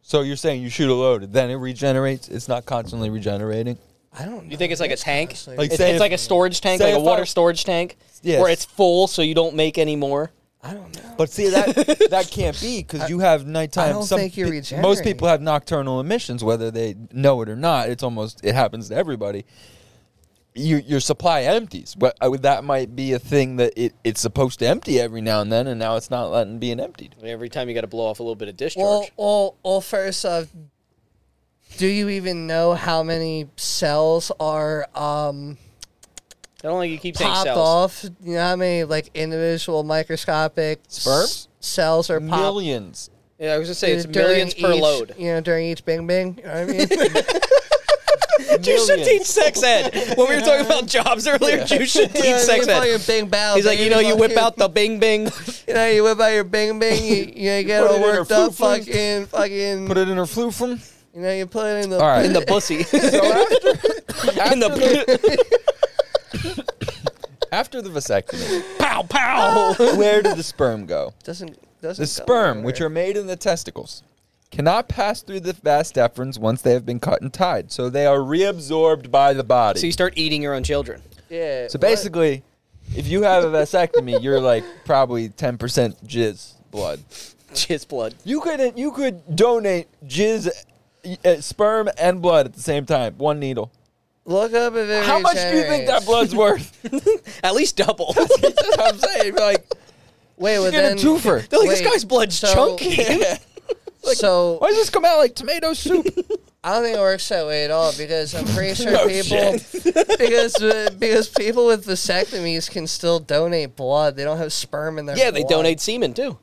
So you're saying you shoot a load, then it regenerates. It's not constantly regenerating.
I don't. Know
you think it's like a tank?
honestly.
Like,
it's
say
it's
if-
like a storage tank,
say
like a
if I-
water storage tank,
Yes.
where it's full, so you don't make any more.
I don't know.
But see that that can't be because you have nighttime.
I don't
some
think you
pe- most
regenerate.
people have nocturnal emissions, whether they know it or not. It's almost it happens to everybody. You, your supply empties, but I would, that might be a thing that it, it's supposed to empty every now and then, and now it's not letting being emptied.
Every time you got to blow off a little bit of discharge.
Well, well, well, first off, do you even know how many cells are um,
I don't think you keep saying
popped
cells.
off? You know how many like individual microscopic
Sperm?
s- cells are popped
Millions.
Yeah, I was gonna say it's
during
millions per
each-
load.
You know, during each bing bing. You know what I mean?
You should
Millions.
teach sex ed. When we were talking about jobs earlier, you should teach
You
sex
whip out
ed.
your bing bang.
He's like,
bing,
you know, you
fuck
whip out the bing bing.
You know, you whip out your bing bing. You, you know, you get
Put it
all
in her
worked up,
foo-foo.
fucking, fucking.
Put it in her flu from.
you know, you put it in the.
All right.
in the pussy. in the
After the vasectomy,
pow pow.
where did the sperm go?
Doesn't doesn't.
The sperm, which are made in the testicles, cannot pass through the vas deferens once they have been cut and tied, so they are reabsorbed by the body.
so you start eating your own children.
yeah.
So
what-
basically, if you have a vasectomy, you're like probably ten percent jizz blood.
Jizz blood.
You could you could donate jizz, uh, sperm and blood at the same time, one needle.
Look up if it
How much do you think that
regenerates.
blood's worth?
At least double.
That's what I'm saying. Like,
Wait, well
get a
then.
twofer.
They're like, this
Wait,
guy's blood's
so-
chunky.
so
Why does this come out like tomato soup?
I don't think it works that way at all because I'm pretty sure
No
people because uh, because people with vasectomies can still donate blood. They don't have sperm in their
yeah, they
blood.
donate semen too.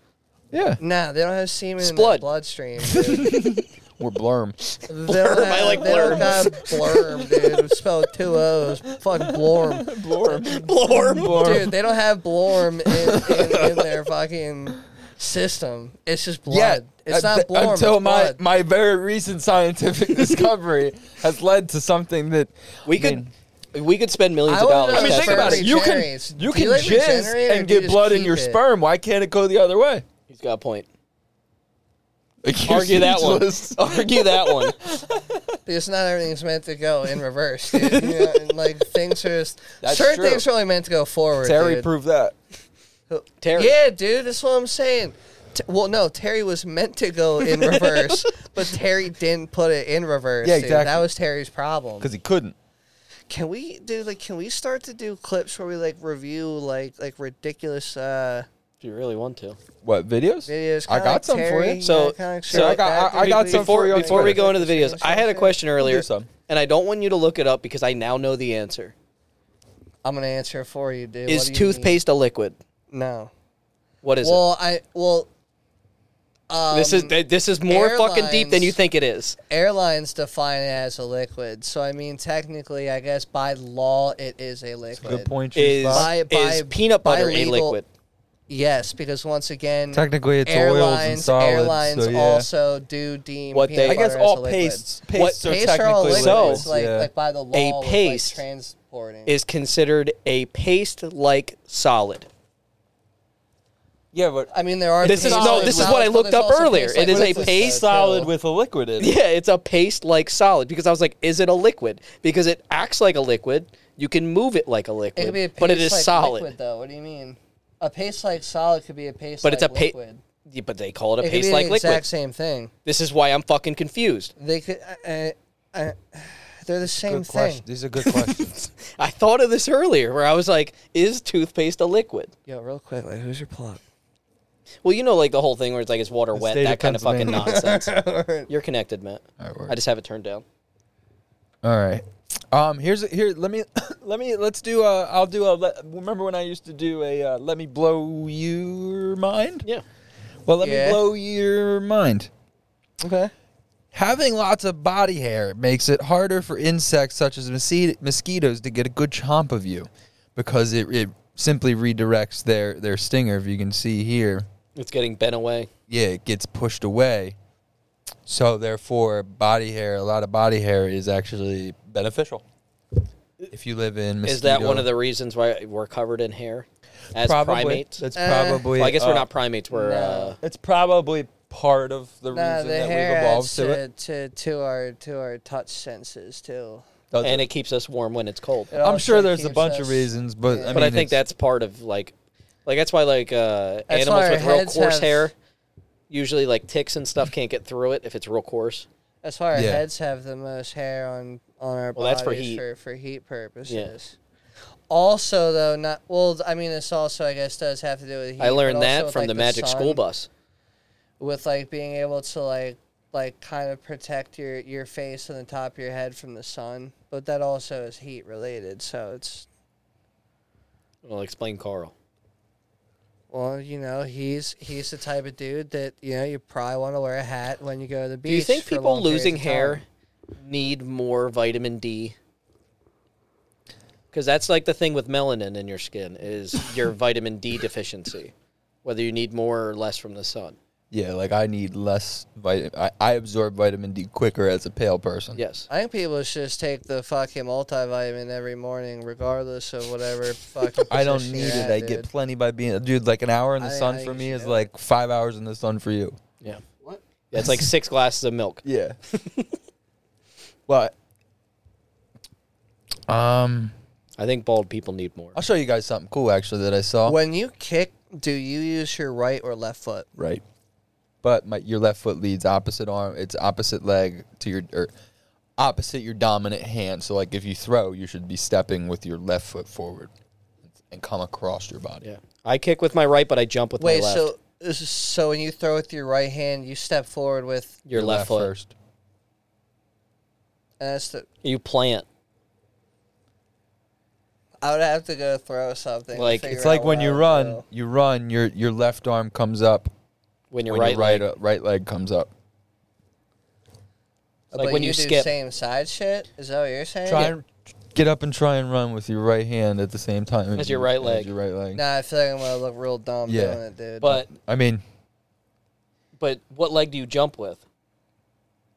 yeah,
Nah, they don't have semen in their
Splud.
bloodstream. Dude.
we're blurm.
They don't
Blurb, I
have-
like
they don't
blurb.
have blurb, dude. Spelled two O's. Fuck blorm,
Blorm.
Blorm.
dude. They don't have blorm in, in, in their fucking system. It's just blood.
Yeah,
uh,
it's
un-
not blorm.
until
it's
my
blood.
my very recent scientific discovery has led to something that
We
I
could
mean-
we could spend millions
I
of
wanna
dollars.
know
I mean,
Yeah,
think
sperm
about it. You can
regenerates.
you
Do you
can
like
jizz
regenerate or
and
do you
get
just
blood in
keep
your
it?
sperm. Why can't it go the other way?
He's got a point.
Like, you're
Argue that one.
speechless.
Argue that one.
Because not everything's meant to go in reverse, dude. You know, and, like things are just
That's
certain
true.
things are only meant to go forward.
Terry
dude.
proved that.
Terry.
Yeah, dude, that's what I'm saying. T- well, no, Terry was meant to go in reverse, but Terry didn't put it in reverse.
Yeah,
dude. That
exactly.
was Terry's problem.
Because he couldn't.
Can we, dude? Like, can we start to do clips where we like review like like ridiculous uh
If you really want to.
What videos?
videos?
I
kinda
got
like
some for
Terry,
you.
So-
know, kinda like
so
shit
I
like
got-
that,
I- I
dude.
got
We-
some
before
for you on
before we
Twitter.
go into the videos, I had a question earlier,
some.
and I don't want you to look it up because I now know the answer.
I'm gonna answer it for you, dude.
Is
What do you need?
toothpaste a liquid?
No.
What is
Well, I well. um,
it? This
um,
is th- this is more fucking deep than you
airlines-
think it is.
airlines define it as a liquid. So I mean, technically, I guess by law, it is a liquid.
Good point.
Is
Bob.
By- by-
is peanut
by
butter a
legal-
liquid?
Yes, because once again,
Technically, it's oils and
airlines,
solids,
Airlines
so yeah.
also do deem
What
peanut
they-
I guess
butter as a
all
liquid.
pastes,
What-
pastes are
Pastes are
technically
all liquids,
So-
liquids,
like,
yeah.
like by the law,
A
with,
paste
like transporting.
is considered a paste-like solid.
yeah, but
I mean, there are.
This is
pastes
no.
with
This is
solids,
what I
but
looked
there's
up
also
earlier.
pastes
It
like
is a
liquids,
paste
though,
solid
too.
with a liquid in it.
Yeah, it's a paste-like solid because I was like, is it a liquid? Because it acts like a liquid. You can move it like a liquid,
It could be a paste
but it is
like
solid.
liquid, though. What do you mean? A paste like solid could be a paste.
But it's a
like
pa-
liquid.
Yeah, but they call it a
It could be
paste-like
the exact
liquid.
same thing.
This is why I'm fucking confused.
They could. Uh, uh, they're the same
Good
thing.
question. These are good questions.
I thought of this earlier, where I was like, is toothpaste a liquid?
Yo, real quick, like, who's your plug?
Well, you know, like the whole thing where it's like, is water wet?
state
That
of
kind of fucking
Pennsylvania.
nonsense. You're connected, Matt.
Alright, word.
I just have it turned down.
All right.
Um, here's a, here. Let me let me let's do.
uh,
A, I'll do a. Let, remember when I used to do a uh, let me blow your mind?
Yeah.
Well, let
Yeah.
me blow your mind.
Okay.
Having lots of body hair makes it harder for insects such as mosqui- mosquitoes to get a good chomp of you because it, it simply redirects their, their stinger. If you can see here,
It's getting bent away.
yeah, it gets pushed away. So, therefore, body hair, a lot of body hair is actually beneficial. If you live in mosquito,
Is that one of the reasons why we're covered in hair as
probably,
primates?
That's
Uh,
probably.
Well, I guess
uh,
we're not primates. We're
no.
uh,
It's probably part of the
Nah,
reason
the
that
hair
we've evolved
adds
to
to,
it.
to to our to our touch senses too.
Does
uh, and
it-
it keeps us warm when it's cold.
It
I'm
also
sure there's a
keeps
bunch
us-
of reasons, but I
yeah.
mean,
but I think
it's-
that's part of like, like that's why like uh,
why
animals
our
with real
heads
coarse
have-
hair, usually like ticks and stuff can't get through it if it's real coarse.
That's why our
Yeah.
heads have the most hair on on our
Well,
bodies
that's for heat.
For, for heat purposes. Also, though, not well. I mean, this also, I guess, does have to do with heat.
I
but
learned
also
that
with,
from
like,
the Magic
sun,
School Bus.
with like being able to like like kind of protect your your face and the top of your head from the sun. But that also is heat related, so it's
Well, explain Carl.
Well, you know, he's he's the type of dude that you know you probably want to wear a hat when you go to the beach.
Do you think
for
people
long periods
losing
of
hair
time.
need more vitamin D? Because that's like the thing with melanin in your skin is your vitamin D deficiency, whether you need more or less from the sun.
Yeah, like I need less vitamin. I, I absorb vitamin D quicker as a pale person.
Yes.
I think people should just take the fucking multivitamin every morning, regardless of whatever fucking.
I don't
position
need
you're
it.
at,
I get
dude.
plenty by being dude. Like an hour in the
I-
sun
I
for me
should
is
do it.
like five hours in the sun for you.
Yeah. What? Yeah, it's like six glasses of milk.
Yeah. but um,
I think bald people need more.
I'll show you guys something cool actually that I saw.
When you kick, do you use your right or left foot?
Right. But my your left foot leads opposite arm. It's opposite leg to your or opposite your dominant hand. So like if you throw, you should be stepping with your left foot forward and come across your body.
Yeah. I kick with my right, but I jump with
Wait,
my left.
so this is- so when you throw with your right hand, you step forward with,
your, left, foot.
first.
and that's the.
You plant.
I would have to go throw something. to
Like,
figure
It's like
out
when
what
you
I would
run,
throw.
you run, your your left arm comes up
When you're
when
right,
your right
leg.
uh, right leg comes up.
like
But
when
you,
you
do
skip.
same side shit. Is that what you're saying?
Try and get up and try and run with your right hand at the same time
As your right leg.
your right leg.
Nah, I feel like I'm gonna look real dumb
Yeah.
doing it, dude.
But
I mean,
but what leg do you jump with?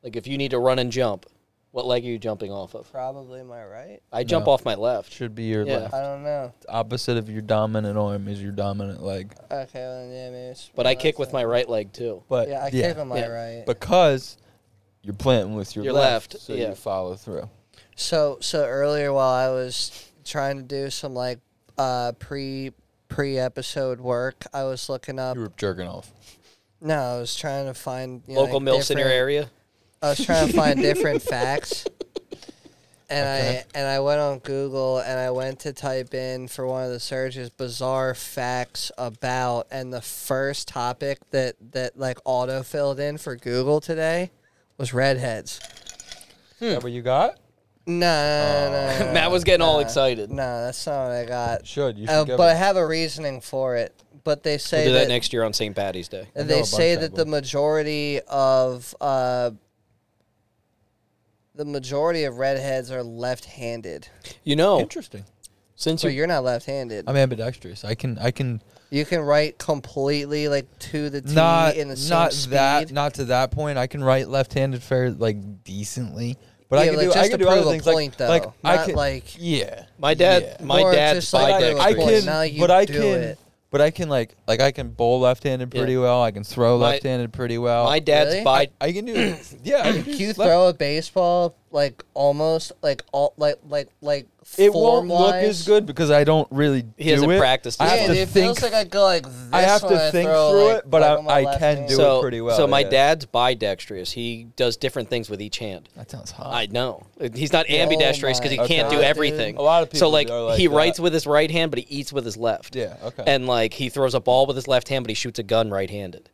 Like if you need to run and jump, what leg are you jumping off of?
probably my right.
I jump
No.
off my left.
should be your
Yeah.
left.
I don't know.
Opposite of your dominant arm is your dominant leg.
Okay, well, then, yeah, maybe. It's
But I kick with my right leg too.
Oh, But
Yeah, I kick with my
yeah.
right.
because you're planting with your,
Your
left,
left,
so
yeah.
you follow through.
so so earlier while I was trying to do some like uh pre pre episode work, I was looking up.
You were jerking off.
Hmm.
No, I was trying to find you know,
Local
like,
mills in your
different-
area.
I was trying to find different facts. And I and I went on Google and I went to type in for one of the searches bizarre facts about and the first topic that that like auto filled in for Google today was redheads.
Is that what you got?
No, no, no, no, no,
Matt was getting all
nah.
excited.
no, that's not what I got.
Should you should
Uh,
give
but I
it.
have a reasoning for it. But they say
We'll do that
that
next year on St. Patty's Day.
And
know a
they
bunch
say
that
that the
will.
majority of uh, the majority of redheads are left-handed.
You know,
Interesting. Since
So
you,
you're not left-handed.
I'm ambidextrous. I can I can
you can write completely like to the T
not
in the same
not
speed.
that not to that point. I can write left-handed fair like decently, but I
Yeah,
can
like,
do I
just
can
to
do other
prove a
things like-
point, though,
like, I
not
can,
like-
yeah.
My dad,
yeah.
my
Or
dad's
just like
I,
prove a
I
bidextrous.
point.
can,
Now you
but I
do
can,
it.
but I can like like I can bowl left-handed pretty
Yeah.
well. I can throw
My-
left-handed pretty well.
My dad's
Really?
bi-
I can do yeah. I can do
Can you
left-
throw a baseball like almost like all like like like
It
form
won't look
wise?
as good because I don't really.
He
do
hasn't
it.
practiced
I
it.
Yeah,
have
Yeah,
to
dude, it
think.
feels like I go like this
I have to
when I
think
throw,
through
like,
it, but
like
I-
with my
I
left
can
hand.
do it
so
pretty well,
So my
yeah.
dad's bidextrous. He does different things with each hand.
That sounds hot.
I know he's
Oh
not ambidextrous because he
my
can't
God,
do everything.
dude.
A lot of
So
people
like,
are like
he
that.
writes with his right hand, but he eats with his left.
Yeah, okay.
And like he throws a ball with his left hand, but he shoots a gun right-handed.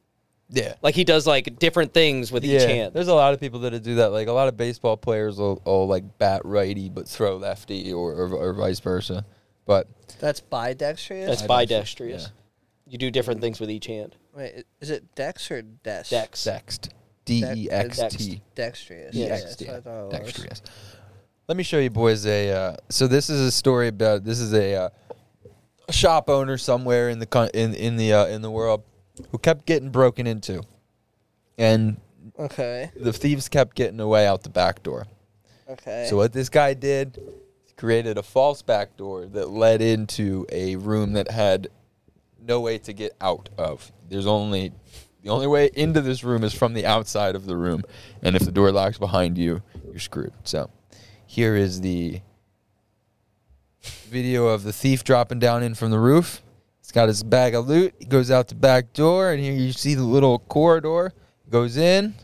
yeah.
Like he does like different things with each hand.
There's a lot of people that do that. Like a lot of baseball players will, will like bat righty but throw lefty or, or, or vice versa. But
That's bidextrous.
That's bidextrous. You do different things with each hand.
Wait, is it dex or dex?
Dex.
sext. D E X T.
Dextrous.
E
Yeah,
X
that's
T.
what I thought it was.
Dexterous. Let me show you boys a. Uh, so this is a story about this is a uh, shop owner somewhere in the con- in in the uh, in the world who kept getting broken into, and
Okay.
the thieves kept getting away out the back door.
Okay.
So what this guy did, he created a false back door that led into a room that had no way to get out of. There's only the only way into this room is from the outside of the room, and if the door locks behind you, you're screwed. So here is the video of the thief dropping down in from the roof. He's got his bag of loot. He goes out the back door, and here you see the little corridor. Goes in,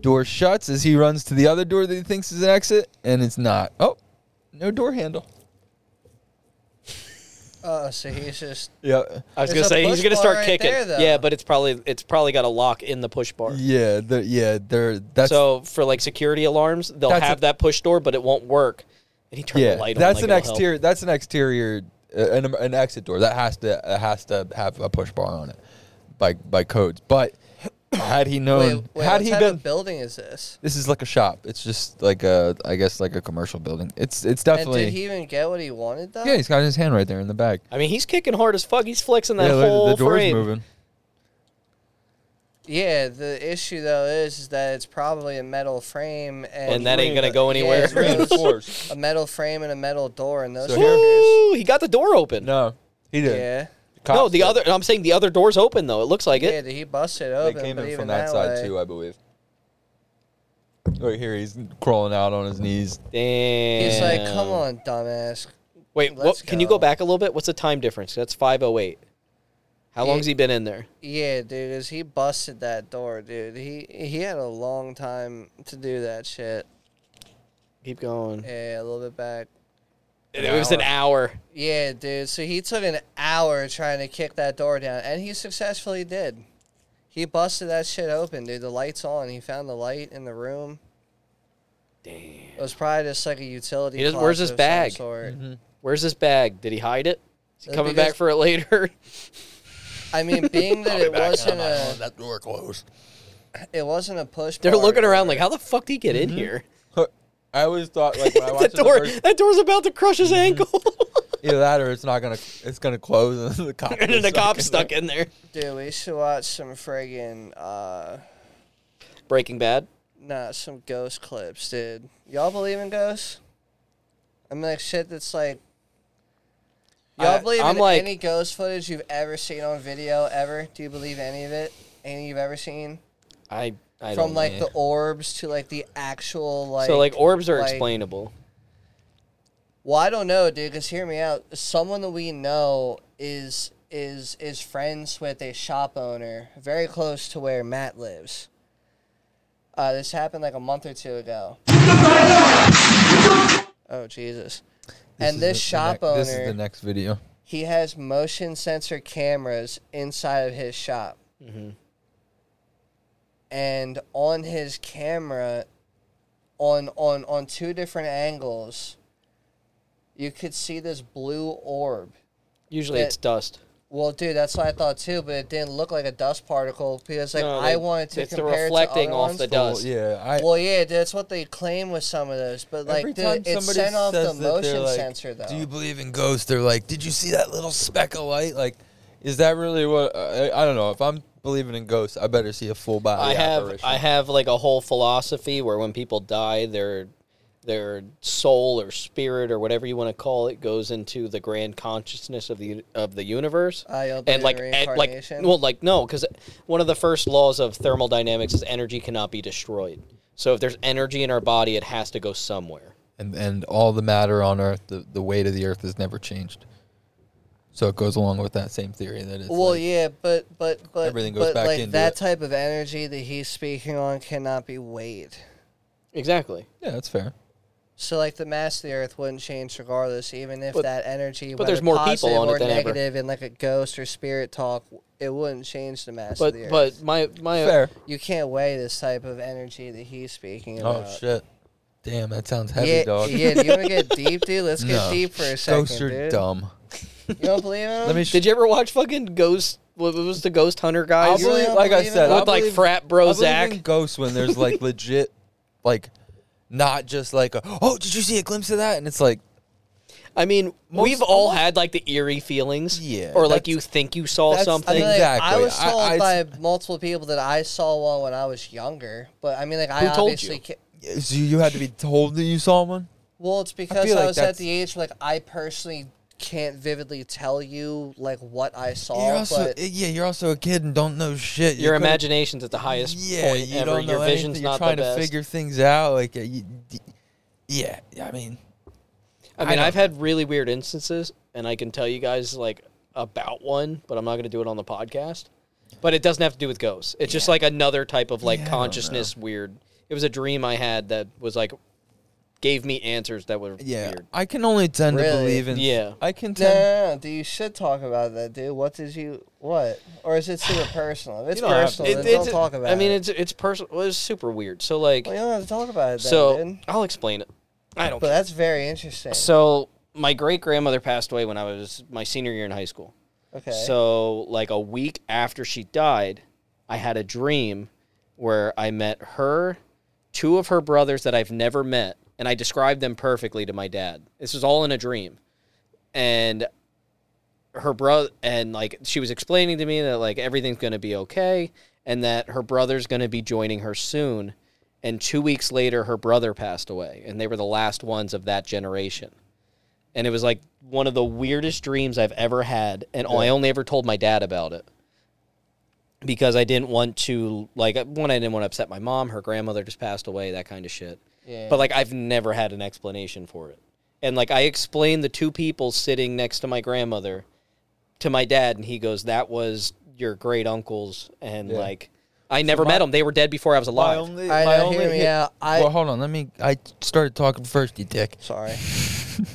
Door shuts as he runs to the other door that he thinks is an exit, and it's not. Oh, no door handle.
oh, so he's just
Yeah,
I was
There's
gonna
a
say he's
push
gonna
bar
start
right
kicking.
there, though.
yeah, but it's probably it's probably got a lock in the push bar.
yeah, they're, yeah. They're that's
so for like security alarms, they'll
That's
have
a-
that push door, but it won't work. And he turned
yeah.
the light
that's
on.
an
like it'll help.
exterior. That's an exterior, uh, an, an exit door that has to uh, has to have a push bar on it by by codes. But had he
wait,
known,
wait,
had
what
Oh, he
type
been,
of building is this?
this is like a shop. It's just like a, I guess like a commercial building. It's it's definitely.
And did he even get what he wanted though?
yeah, he's got his hand right there in the bag.
I mean, he's kicking hard as fuck. He's flexing that
yeah, look,
whole
the door's
frame.
moving.
Yeah, the issue though is, is that it's probably a metal frame and,
And that ain't gonna go
Yeah,
anywhere.
it's reinforced. a metal frame and a metal door and those
So here-
fuckers-
Ooh, he got the door open. No,
No, he did.
Yeah.
the other. I'm saying the other door's open though. It looks like
Yeah,
it.
dude, he busted
They
open.
came
but
in
even
from that side
way,
too, I believe. Right here, he's crawling out on his knees.
Damn.
He's like, "Come on, dumbass."
Wait, what,
let's
can you go
go."
back a little bit? What's the time difference? That's 508. How long's he been in there?
Yeah, dude, 'cause he busted that door, dude. He he had a long time to do that shit.
Keep going.
Yeah, a little bit back.
it was an hour.
Yeah, dude. So he took an hour trying to kick that door down, and he successfully did. He busted that shit open, dude. The light's on. He found the light in the room. Damn. It was probably just like a utility.
He doesn't- where's
closet
his
of some
bag?
sort.
Where's this bag? Did he hide it? Is he
Uh,
coming
because-
back for it later?
I mean, being that it wasn't a
That door closed.
it wasn't a push.
They're
bar,
looking around like, how the fuck did he get in here?
I always thought like when I
That
watched the
door,
first-
that door's about to crush his ankle,
either that or it's not gonna it's gonna close and the cop
and then
is
the
stuck
cop's
in
stuck
there.
in there.
Dude, we should watch some friggin' uh,
Breaking Bad.
nah, some ghost clips, dude. Y'all believe in ghosts? I'm like shit. That's like. Y'all
I-
believe
I'm
in
like-
any ghost footage you've ever seen on video ever? Do you believe any of it? Any you've ever seen?
I, I
From
don't
like
know.
the orbs to like the actual like.
so like orbs are
like-
explainable.
Well, I don't know, dude. Cause hear me out. Someone that we know is is is friends with a shop owner very close to where Matt lives. Uh, this happened like a month or two ago. Oh Jesus! and
is
this
the-
shop
the ne-
owner,
This is the next video.
he has motion sensor cameras inside of his shop.
Mm-hmm.
And on his camera, on on on two different angles, you could see this blue orb
Usually
that-
it's dust.
Well, dude, that's what I thought too, but it didn't look like a dust particle because like
No,
I
they-
wanted to
it's the
compare it
reflecting
to other
off
ones.
the dust.
yeah, I
Well, yeah, that's what they claim with some of those, but like
Every
the,
time
it
somebody
sent off the
says that they're
motion
like,
sensor though.
Do you believe in ghosts? They're like, did you see that little speck of light? Like, is that really what? I, I don't know. If I'm believing in ghosts, I better see a full body
I have
apparition.
I have like a whole philosophy where when people die, their their soul or spirit or whatever you want to call it goes into the grand consciousness of the of the universe.
Ah, you'll be
and
the
like and like
reincarnation?
well like no because one of the first laws of thermodynamics is energy cannot be destroyed. So if there's energy in our body, it has to go somewhere.
and and all the matter on Earth, the, the weight of the Earth has never changed. So it goes along with that same theory that it's
well,
like-
yeah, but but but
Everything goes
but,
back
like
into
that
it.
type of energy that he's speaking on cannot be weighed.
Exactly.
yeah, that's fair.
So like the mass of the earth wouldn't change regardless, even if
But-
that energy.
but there's
whether
more people
positive
on it
or
than ever.
negative, in like a ghost or spirit talk, it wouldn't change the mass of
But
the earth.
but my my
Fair.
you can't weigh this type of energy that he's speaking
Oh
about.
shit! Damn, that sounds heavy,
yeah,
dog.
yeah. Do you want to get deep, dude? Let's get
No.
deep for a second,
Ghosts are
dude.
dumb.
You don't believe him?
Let me.
did you ever watch fucking Ghost? What was the Ghost Hunter
I
guys?
really
believe,
don't
like I
believe in
said,
it?
I
with like
believe-
frat
I
bro
believe
Zach.
in ghosts when there's like legit, like, not just like, a, oh, did you see a glimpse of that? And it's like,
I mean,
Most-
we've all had like the eerie feelings,
Yeah,
or like
that's-
you think you saw
that's-
I mean,
something.
like, I
Exactly.
was
I-
told
I-
by multiple people that I saw one when I was younger, but I mean, like I
Who told
obviously
you?
ca-
so you had to be told that you saw one.
Well, it's because I,
feel like
was at
that's-
the age where, like I personally can't vividly tell you like what I saw,
you're also,
but
yeah, you're also a kid and don't know shit. You
Your
could've-
imagination's at the highest
yeah,
point
you
ever.
don't know
Your vision's
anything. You're
not
trying
the
to
best.
figure things out. Like, uh, you, d- yeah, I mean,
I mean, I've had really weird instances, and I can tell you guys like about one, but I'm not going to do it on the podcast. But it doesn't have to do with ghosts. It's just like another type of like
Yeah, I don't know.
consciousness weird. It was a dream I had that was like gave me answers that were
yeah,
weird.
I can only tend
Really?
to believe in.
Yeah.
I can
no, no,
tend.
no, no, dude, you should talk about that, dude. What did you what, or is it super personal? If it's
don't have
personal,
to.
then
It-
don't
it's-
talk about.
I mean,
it.
it's it's personal. Well, it's super weird. So like,
well, you don't have to talk about it. Then,
so
dude.
I'll explain it. I don't.
but that's very interesting.
So my great grandmother passed away when I was my senior year in high school.
okay,
So like a week after she died, I had a dream where I met her, two of her brothers that I've never met, and I described them perfectly to my dad. This was all in a dream. And her brother and like she was explaining to me that like everything's going to be okay and that her brother's going to be joining her soon and 2 weeks later her brother passed away and they were the last ones of that generation and it was like one of the weirdest dreams I've ever had, and I only ever told my dad about it because I didn't want to like one I didn't want to upset my mom. Her grandmother just passed away, that kind of shit.
Yeah.
But like I've never had an explanation for it, and like I explained the two people sitting next to my grandmother to my dad, and he goes, "That was your great uncles," and like I never met them; they were dead before I was
My
alive.
only,
I
my
know,
only
hear me
hit-
out. I-
well, hold on. Let me. I started talking first, you dick.
sorry.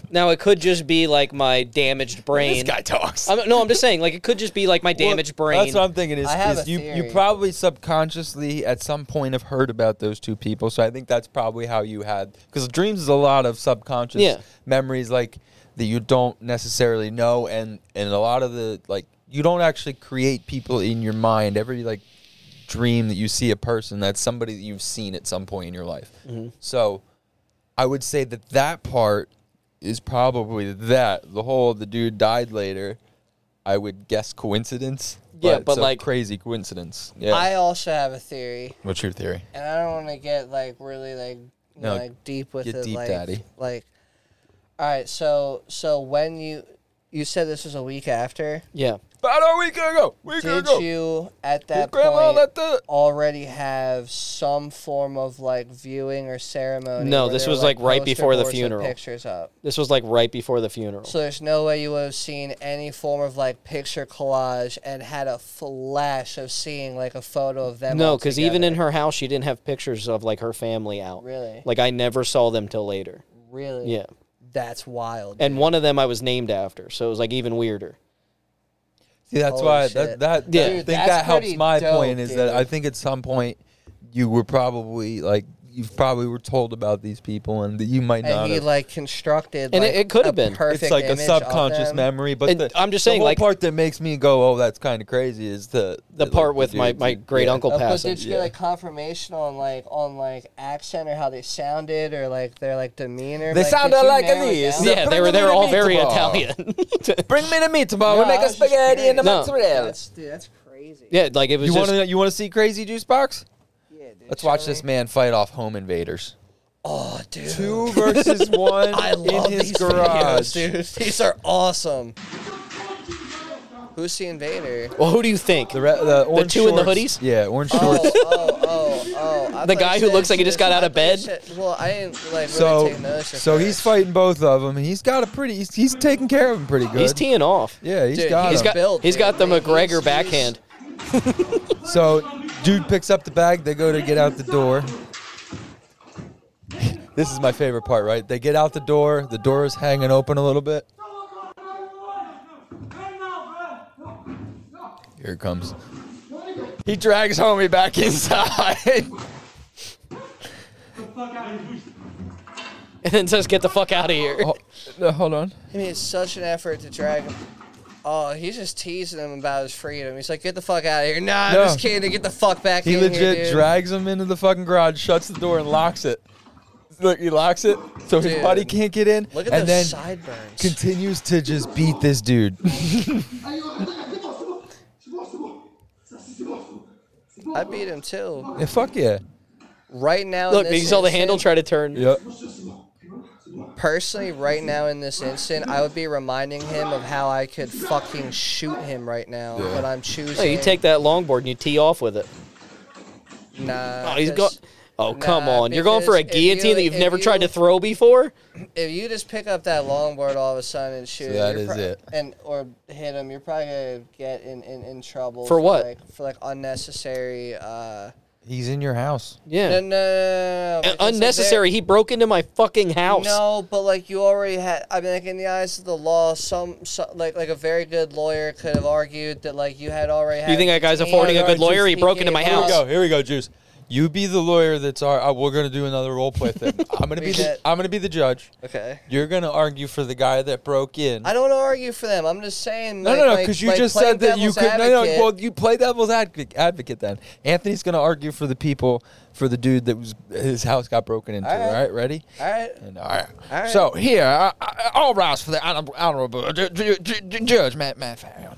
now it could just be like my damaged brain.
This guy talks.
I'm, no, I'm just saying, like it could just be like my
Well,
damaged brain.
That's what I'm thinking. Is,
I have
is
a
you
theory.
you probably subconsciously at some point have heard about those two people, so I think that's probably how you had because dreams is a lot of subconscious
Yeah.
memories like that you don't necessarily know, and and a lot of the like you don't actually create people in your mind. Every like dream that you see a person that's somebody that you've seen at some point in your life.
Mm-hmm.
So I would say that that part is probably that the whole the dude died later. I would guess coincidence.
Yeah, but
it's a
like-
crazy coincidence. Yeah.
I also have a theory,
What's your theory?
and I don't want to get like really like you
No,
know, like deep with
get
it,
deep,
like
daddy.
like. All right, so so when you you said this was a week after.
yeah.
About a week ago. Week
did
ago.
you at
His
that
grandma
point
let the
already have some form of like viewing or ceremony?
No,
where
this
there
was,
were,
like, right
poster
before the
boards with
funeral.
Pictures up.
This was like right before the funeral.
So there's no way you would have seen any form of like picture collage and had a flash of seeing like a photo of them.
no,
because
because even in her house, she didn't have pictures of like her family out.
Really?
Like I never saw them till later.
really,
Yeah.
that's wild.
And one of them I was named after, so it was like even weirder.
See, that's
Holy
why that
shit.
that,
Yeah.
I
Dude,
think
that's
that helps
pretty
my
dope,
point is that
dude.
I think at some point you were probably like you probably were told about these people and that you might not
and he
have.
like constructed.
And it-
like,
it could
a
have been. It's
Perfect
it's like a
image of
subconscious
them.
memory, but
And
the,
I'm just saying,
the whole
like-
part that makes me go, "Oh, that's kind of crazy," is the
The
like,
part with my,
dudes
my
who-
great
yeah.
uncle
Uh, but
passing.
did you get like confirmation on like on like accent or how they sounded or like their like demeanor?
They
like, did
sounded
you
like
narrow it
this.
down?
Yeah,
Yeah, they were they were all very Italian.
Bring me the meat tomorrow.
No, I was just curious.
No.
That's dude, that's crazy.
yeah, like it was
You want
just
to you want to see Crazy Juice Box?
Yeah, dude,
Let's watch
show me.
this man fight off home invaders.
Oh, dude.
Two versus one
I love
in his
these
garage.
videos, dude. These are awesome. Who's the invader?
Well, who do you think?
The, re- the, orange
two in the
shorts-
hoodies?
Yeah, orange
Oh,
shorts.
oh, oh, oh. I thought you
guy who
said
looks like he
she
just got
was-
out
I
of
thought you
bed?
said- well, I didn't like really
So,
take notice. at
so he's
first.
fighting both of them. He's got a pretty. He's, he's taking care of him pretty good.
He's teeing off.
yeah, he's
Dude,
got.
He's
him.
got
built,
he's got the
dude. Like, he's-
McGregor
he's-
backhand.
So, dude picks up the bag. They go to get out the door. This is my favorite part, right? They get out the door. The door is hanging open a little bit. Here it comes. He drags homie back inside.
and then says, "Get the fuck out of here."
Oh, no, hold on.
He made such an effort to drag him. Oh, he's just teasing him about his freedom. He's like, "Get the fuck out of here!" Nah, I'm
No.
just kidding. Get the fuck back
He
in
legit
here, dude.
drags him into the fucking garage, shuts the door, and locks it. Look, he locks it so his
Dude.
buddy can't get in.
Look at
and
those
then
sideburns.
continues to just beat this dude.
I beat him too.
yeah, fuck yeah.
Right now,
Look,
in this
you saw the
instant-
handle try to turn.
Yep.
Personally, right now in this instant, I would be reminding him of how I could fucking shoot him right now, but I'm choosing.
Hey, you take that longboard and you tee off with it.
Nah.
Oh, he's
because
got. Oh, come
Nah,
on. You're going for a
because if you-
guillotine that you've
if
never tried
you-
to throw before?
If you just pick up that longboard all of a sudden and shoot,
that
you're
is it.
and or hit him, you're probably gonna get in in, in trouble
For what?
Like, for like unnecessary. Uh,
He's in your house.
No,
Yeah.
no, no, no, no,
And
because, like,
unnecessary. He broke into my fucking
there-
house.
No, but like you already had. I mean, like in the eyes of the law, some, some like like a very good lawyer could have argued that like you had already. Had
You think that guy's affording a
detained-
good lawyer? He
he
broke into
gave
my
up.
Here we
house.
go. Here we go, Juice. You be the lawyer. That's our. uh, we're gonna do another role play thing. I'm gonna
We
be.
get-
The, I'm gonna be the judge.
Okay.
You're gonna argue for the guy that broke in.
I don't argue for them. I'm just saying.
no,
like,
no, no,
like-
because you
like
just
playing
said that you
devil's
could. No, no,
advocate-
well, you play devil's advocate, advocate then. Anthony's going to argue for the people, for the dude that was his house got broken into. All
Alright.
right, ready?
All right.
And, all right.
Alright.
So here, uh, uh, all rise for the honorable, honorable ju- ju- ju- ju- judge, Matt, Matt Farrell.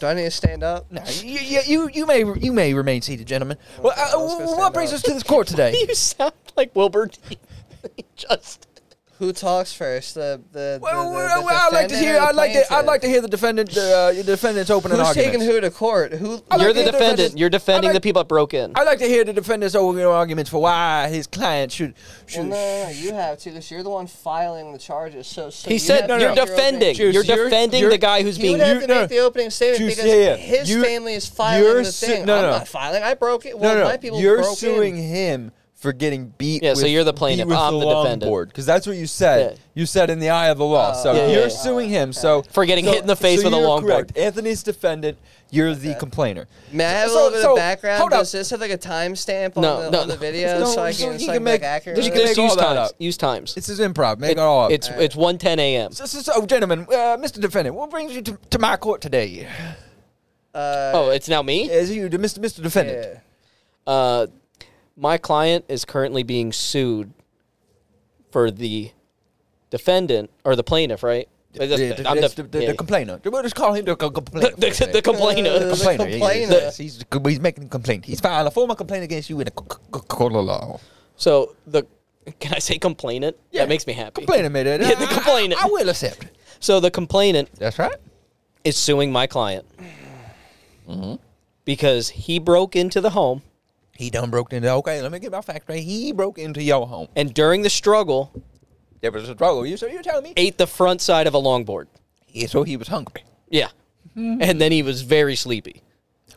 Do I need to stand up?
Now, you, you, you, you may you may remain seated, gentlemen. Well,
I was gonna
uh,
stand
what brings
up.
us to this court today?
You sound like Wilbur. Dean. Just.
Who talks first? The the. the,
Well,
the-
well,
the
well, I'd like to
defendant
hear.
or the
I'd like to. I'd
plaintiff?
like to hear the defendant. Uh, the defendant's opening
Who's
argument.
taking who to court? Who?
I like
You're
to
the
hear
defendant.
defendant's-
You're defending
I like-
the people that broke in.
I'd like to hear the defendant's opening arguments for why his client should
Well,
should.
no, no, no, you have to because you're the one filing the charges. So, so
He
you
said
have to
you're
make your opening-
defending.
Juice,
You're
you're-
defending
you're-
the guy who's
You
being.
would have
you-
to
no,
make the opening statement
Juice,
because
yeah, yeah.
his
You're-
family is filing
you're
the
su-
thing.
no,
I'm
no.
not filing. I broke it. Well,
no, no,
my people
you're
broke
suing
in.
him for getting beat.
Yeah, so
with-
you're the
beat
plaintiff.
with
I'm the defendant.
because that's what you said.
Yeah.
You said in the eye of the law.
Uh,
so
Yeah,
you're
yeah, yeah.
suing him. So
For getting
so-
hit in the face
so
with a
you're
longboard.
correct. Anthony's defendant. You're the complainer.
May I have
So-
a little bit
so,
of background?
hold up.
Does this have like a timestamp on,
No,
the,
no,
on the
no.
video
No,
so I
so
can,
he
so
can
I can make
make-
accurate?
Just
Just,
You can
just
make all
use
that
times.
up.
Use times.
This is improv. Make it, all up.
It's it's 1:10 a.m.
so, so, so, gentlemen, uh, Mr. Defendant, what brings you to, to my court today?
Oh, it's now me.
As you, Mr. Mr. Defendant.
Yeah.
Uh, my client is currently being sued for the defendant or the plaintiff, right? But that's-
The, the,
I'm
the,
def-
the-
yeah.
the complainer. We'll just call him the co- complainer.
The- the- the complainer.
Uh,
complainer. yeah, yeah,
complainer.
yes, he's, he's making a complaint. He's filing a formal complaint against you in a c- c- court of law.
So the can I say complainant?
Yeah.
That makes me happy.
Complainer made it.
Yeah, the
I- I-
complainer.
I, will accept. it.
So the complainant
That's right.
is suing my client because he broke into the home
He done broke into. Okay, let me get my facts right. He broke into your home.
and during the struggle
There was a struggle. You so you telling me?
ate the front side of a longboard.
Yeah, so he was hungry.
Yeah,
Mm-hmm.
and then he was very sleepy.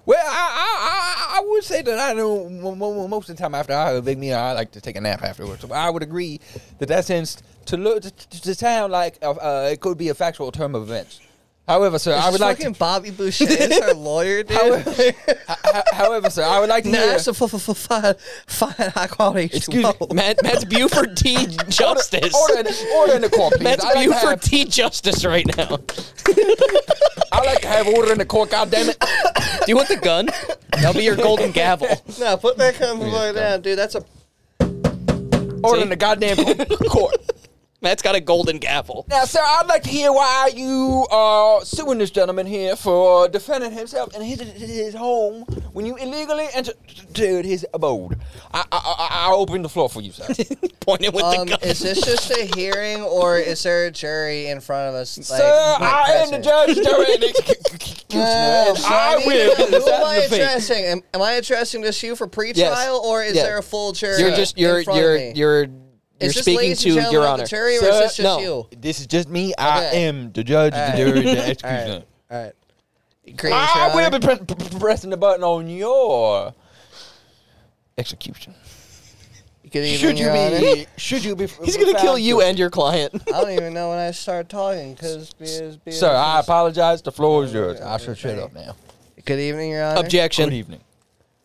Well, I, I I I would say that I know mo- mo- most of the time after I have a big meal, I like to take a nap afterwards. So I would agree that that tends to look to, to sound like uh, uh, it could be a factual term of events. However, sir, I would like
fucking
to,
Bobby Boucher is our lawyer, dude.
however, however, sir, I would like to
Nah,
hear.
it's a f- f- f- fine, fine, high quality.
Excuse me,
H2O.
Matt, Matt's Buford T. Justice.
Order, in- order in the court, please.
Matt's
I like, to
Buford
have,
T. Justice right now. Do
I like to have order in the court. God damn it!
you want the gun? That'll be your golden gavel.
No, put that convoy down, dude. That's a.
Order
See?
in the goddamn co- court.
Matt's got a golden gavel.
Now, sir, I'd like to hear why you are suing this gentleman here for defending himself and his, his home when you illegally entered his abode. I, I, I, I open the floor for you, sir.
Pointing with
Um,
the gun.
is this just a hearing or is there a jury in front of us? Like,
Sir, I am the
present?
judge, jury, and executioner,
Oh,
and
so
I
need
will
to
be
know, Who am I
the defendant.
addressing? Am, am I addressing just you for pretrial, or is
Yes.
there a full jury?
You're just you're
in front of
you're
me?
you're you're
Is this
speaking
ladies
to
and gentlemen
your
of
honor.
The jury, or is
Sir,
this just
no.
you?
This is just me. I
Okay.
am the judge, the jury, the executioner.
All right. Great,
I
Your
will be pre- pre- pre- pressing the button on your execution.
Good evening,
Should you
Your Honor.
be? Should you be?
He's gonna kill you and your client.
I don't even know when I start talking because.
Sir, I apologize. The floor is yours. I should shut up now.
Good evening, Your Honor.
Good
Objection.
evening.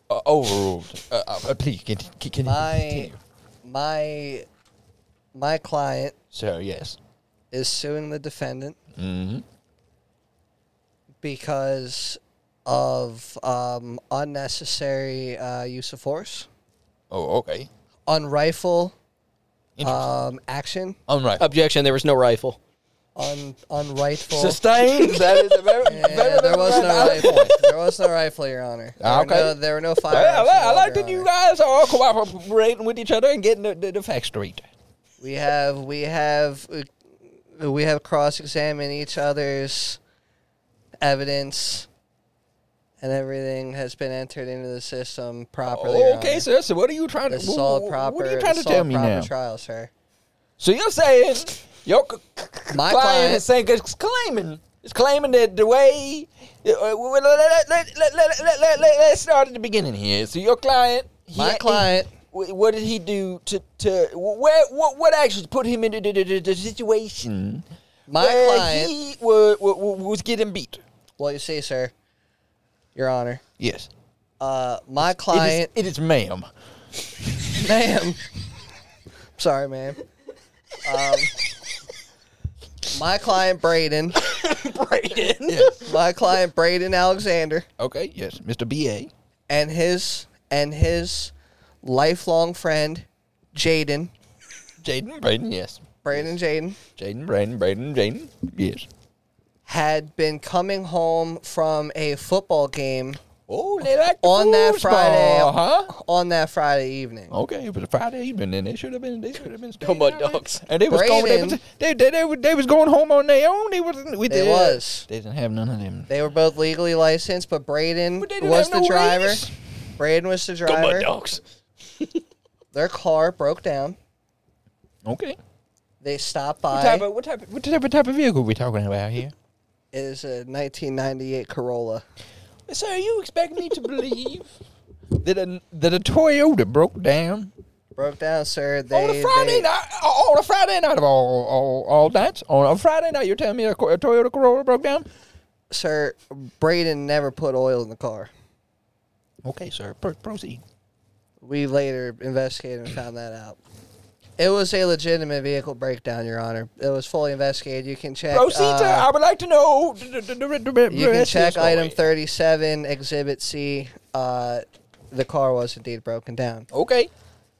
Uh, overruled. Uh, uh, please, can, can, can
My
continue.
my my client
Sir, yes.
is suing the defendant
Mm-hmm.
because of um, unnecessary uh, use of force,
Oh, okay.
unrightful
Interesting.
um, action,
All right.
Objection. There was no rifle.
un unrightful.
Sustained. that is a very,
Yeah,
very, very
there was no
valid
rifle. There was no rifle, Your Honor. There
Ah,
were
okay.
no- there were no firearms.
Well, I, li- I
involved,
like
Your
that you
Honor.
guys are all cooperating with each other and getting the, the, the facts straight.
We have we have uh, we have cross examined each other's evidence, and everything has been entered into the system properly. Your
okay,
Honor.
sir. So what are you trying to?
This
wh-
is all
wh-
proper.
What are you trying
this
to
is
tell
all
me
proper
now?
Trial, sir.
So you're saying your c- c-
My
client,
client-
is saying it's claiming it's claiming that the way. uh, well, Let, let, let, let, let, let, let, us start at the beginning here. So your client, he-
My client.
he- wh- what did he do to to where what what actually put him into the, the, the, the situation?
My
where
client.
he was, was getting beat.
well, you see, sir, Your Honor.
Yes,
Uh, my
It is-
client,
it is ma'am.
ma'am. Sorry, ma'am. Um, my client, Braden.
Braden.
Yes.
My client, Braden Alexander,
Okay. Yes, Mr. B A.
and his and his lifelong friend, Jaden.
Jaden Braden. Yes.
Braden Jaden
Jaden Braden Braden Jaden. Yes.
had been coming home from a football game
Oh, they like the
on that
foosball,
Friday
huh? Oh,
on that Friday evening.
Okay, it was a Friday evening, and they should have been. They should have been. staying
Mud
out there.
Dogs.
And they was going. They, was,
Braden.
they, they, they, was- they was going home on their own. They was. We
They was.
They didn't have none of them.
They were both legally licensed, but Braden
But they didn't
was
have
the
no
driver.
race.
Braden was the
Go Mud
driver.
Dogs.
Their car broke down.
Okay.
They stopped
What type
by.
of what type of, what type of, type of vehicle we talking about here?
It is a 1998 Corolla.
Sir, you expect me to believe that a that a Toyota broke down
Broke down, sir. They,
on a Friday
they-
night? On a Friday night of all all, all nights. On a Friday night, you're telling me a, Co- a Toyota Corolla broke down?
sir, Braden never put oil in the car.
Okay, sir. Pro- proceed.
We later investigated and found that out. It was a legitimate vehicle breakdown, Your Honor. It was fully investigated. You can check.
Proceed, sir.
uh,
I would like to know. The, the, the, the, the
You can
rest of the
check item
story.
37, Exhibit C. Uh, the car was indeed broken down.
Okay.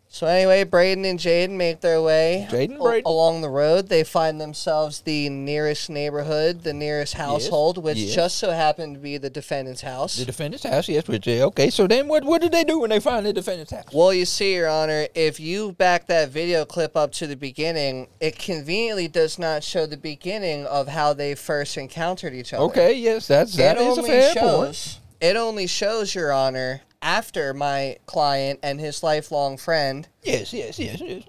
So anyway, Braden and Jaden make their way
Jaden,
al-
Braden.
along the road. They find themselves the nearest neighborhood, the nearest household, which
yes.
just so happened to be the defendant's house.
The defendant's house, yes, which uh, okay. So then, what what did they do when they find the defendant's house?
well, you see, Your Honor, if you back that video clip up to the beginning, it conveniently does not show the beginning of how they first encountered each other.
Okay, yes, that's that
it
is
only
a fair point.
shows, It only shows, Your Honor, after my client and his lifelong friend
Yes, yes, yes, yes.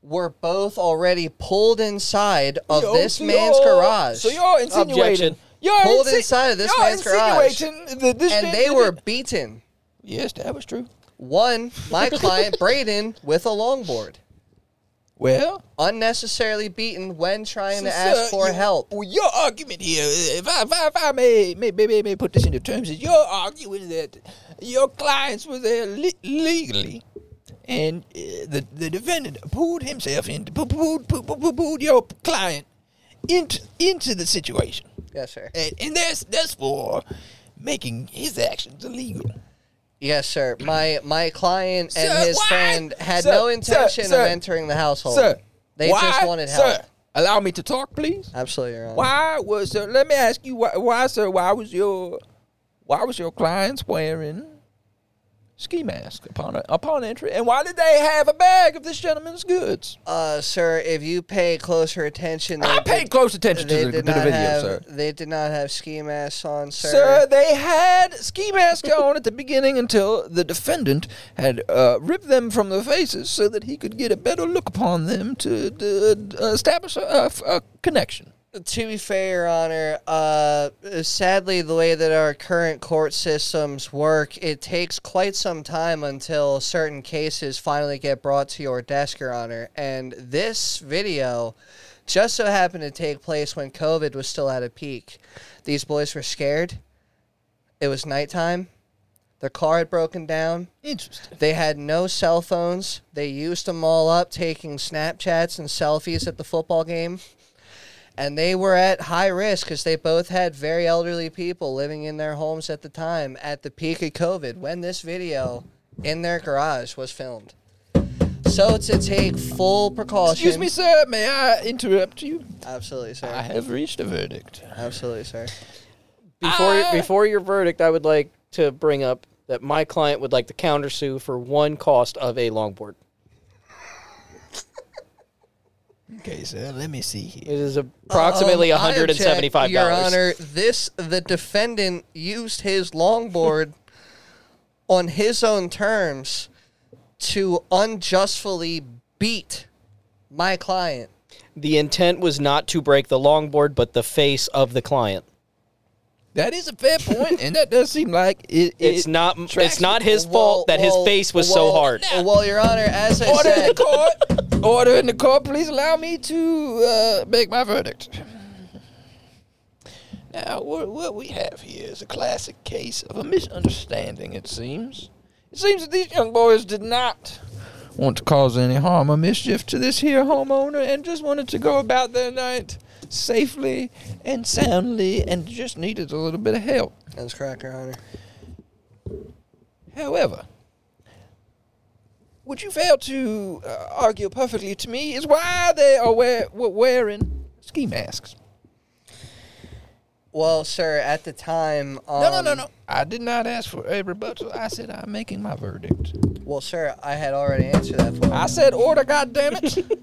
were both already pulled inside of
Yo,
this
so
man's
you're-
garage.
So you're insinuating.
Objection.
You're
Pulled inside of this
you're
man's garage.
insinuating That this
and
man-
they were beaten.
Yes, that was true.
One, my client Braden with a longboard.
Well,
Unnecessarily beaten when trying to
Sir,
ask for
you-
help.
Well, your argument here, if I, if I, if I may, may, may, may, may put this into terms, is you're arguing that your clients were there le- legally, and uh, the the defendant pulled himself into pu- pulled, pu- pu- pu- pulled your client into into the situation,
Yes, sir.
and and that's that's for making his actions illegal.
Yes, sir. My my client and
Sir,
his
what?
friend had
Sir,
no
sir,
intention
sir.
of entering the household.
Sir,
Oh, they
why,
just wanted help.
Sir, allow me to talk, please.
Absolutely, Your Honor.
Why was sir? Let me ask you why, why, sir? Why was your why was your clients wearing ski mask upon upon entry, and why did they have a bag of this gentleman's goods?
Uh, sir, if you pay closer attention, they
I
did-
paid close attention to
They
the, to
did
the
not
video,
have.
sir.
They did not have ski masks on, sir.
Sir, they had ski masks on at the beginning until the defendant had uh, ripped them from their faces so that he could get a better look upon them to, to uh, establish a, a, a connection.
to be fair, Your Honor, uh, sadly, the way that our current court systems work, it takes quite some time until certain cases finally get brought to your desk, Your Honor. And this video just so happened to take place when COVID was still at a peak. These boys were scared. It was nighttime. Their car had broken down.
Interesting.
They had no cell phones. They used them all up taking Snapchats and selfies at the football game. And they were at high risk because they both had very elderly people living in their homes at the time at the peak of COVID when this video in their garage was filmed. So to take full precaution.
Excuse me, sir. May I interrupt you?
Absolutely, sir.
I have reached a verdict.
Absolutely, sir.
Before
Ah!
before your verdict, I would like to bring up that my client would like to countersue for one cost of a longboard.
Okay, sir. Let me see here.
It is approximately
Um, I
hundred and seventy-five
object, Your
dollars.
Honor, this the defendant used his longboard on his own terms to unjustfully beat my client.
The intent was not to break the longboard, but the face of the client.
That is a fair point, and that does seem like it,
It's
it-
not. It's
tracks-
not his
Well,
fault that his
well,
face was so
well,
hard.
Well, Your Honor, as I
Order in the
said,
court. Order in the court. Please allow me to uh, make my verdict. Now, what, what we have here is a classic case of a misunderstanding, it seems. It seems that these young boys did not want to cause any harm or mischief to this here homeowner and just wanted to go about their night safely and soundly and just needed a little bit of help.
that's correct, Your Honor.
However, would you fail to uh, argue perfectly to me is why they are wear, were wearing ski masks?
Well, sir, at the time, um,
no, no, no, no. I did not ask for a rebuttal. I said I'm making my verdict.
Well, sir, I had already answered that for you.
I said order, goddammit.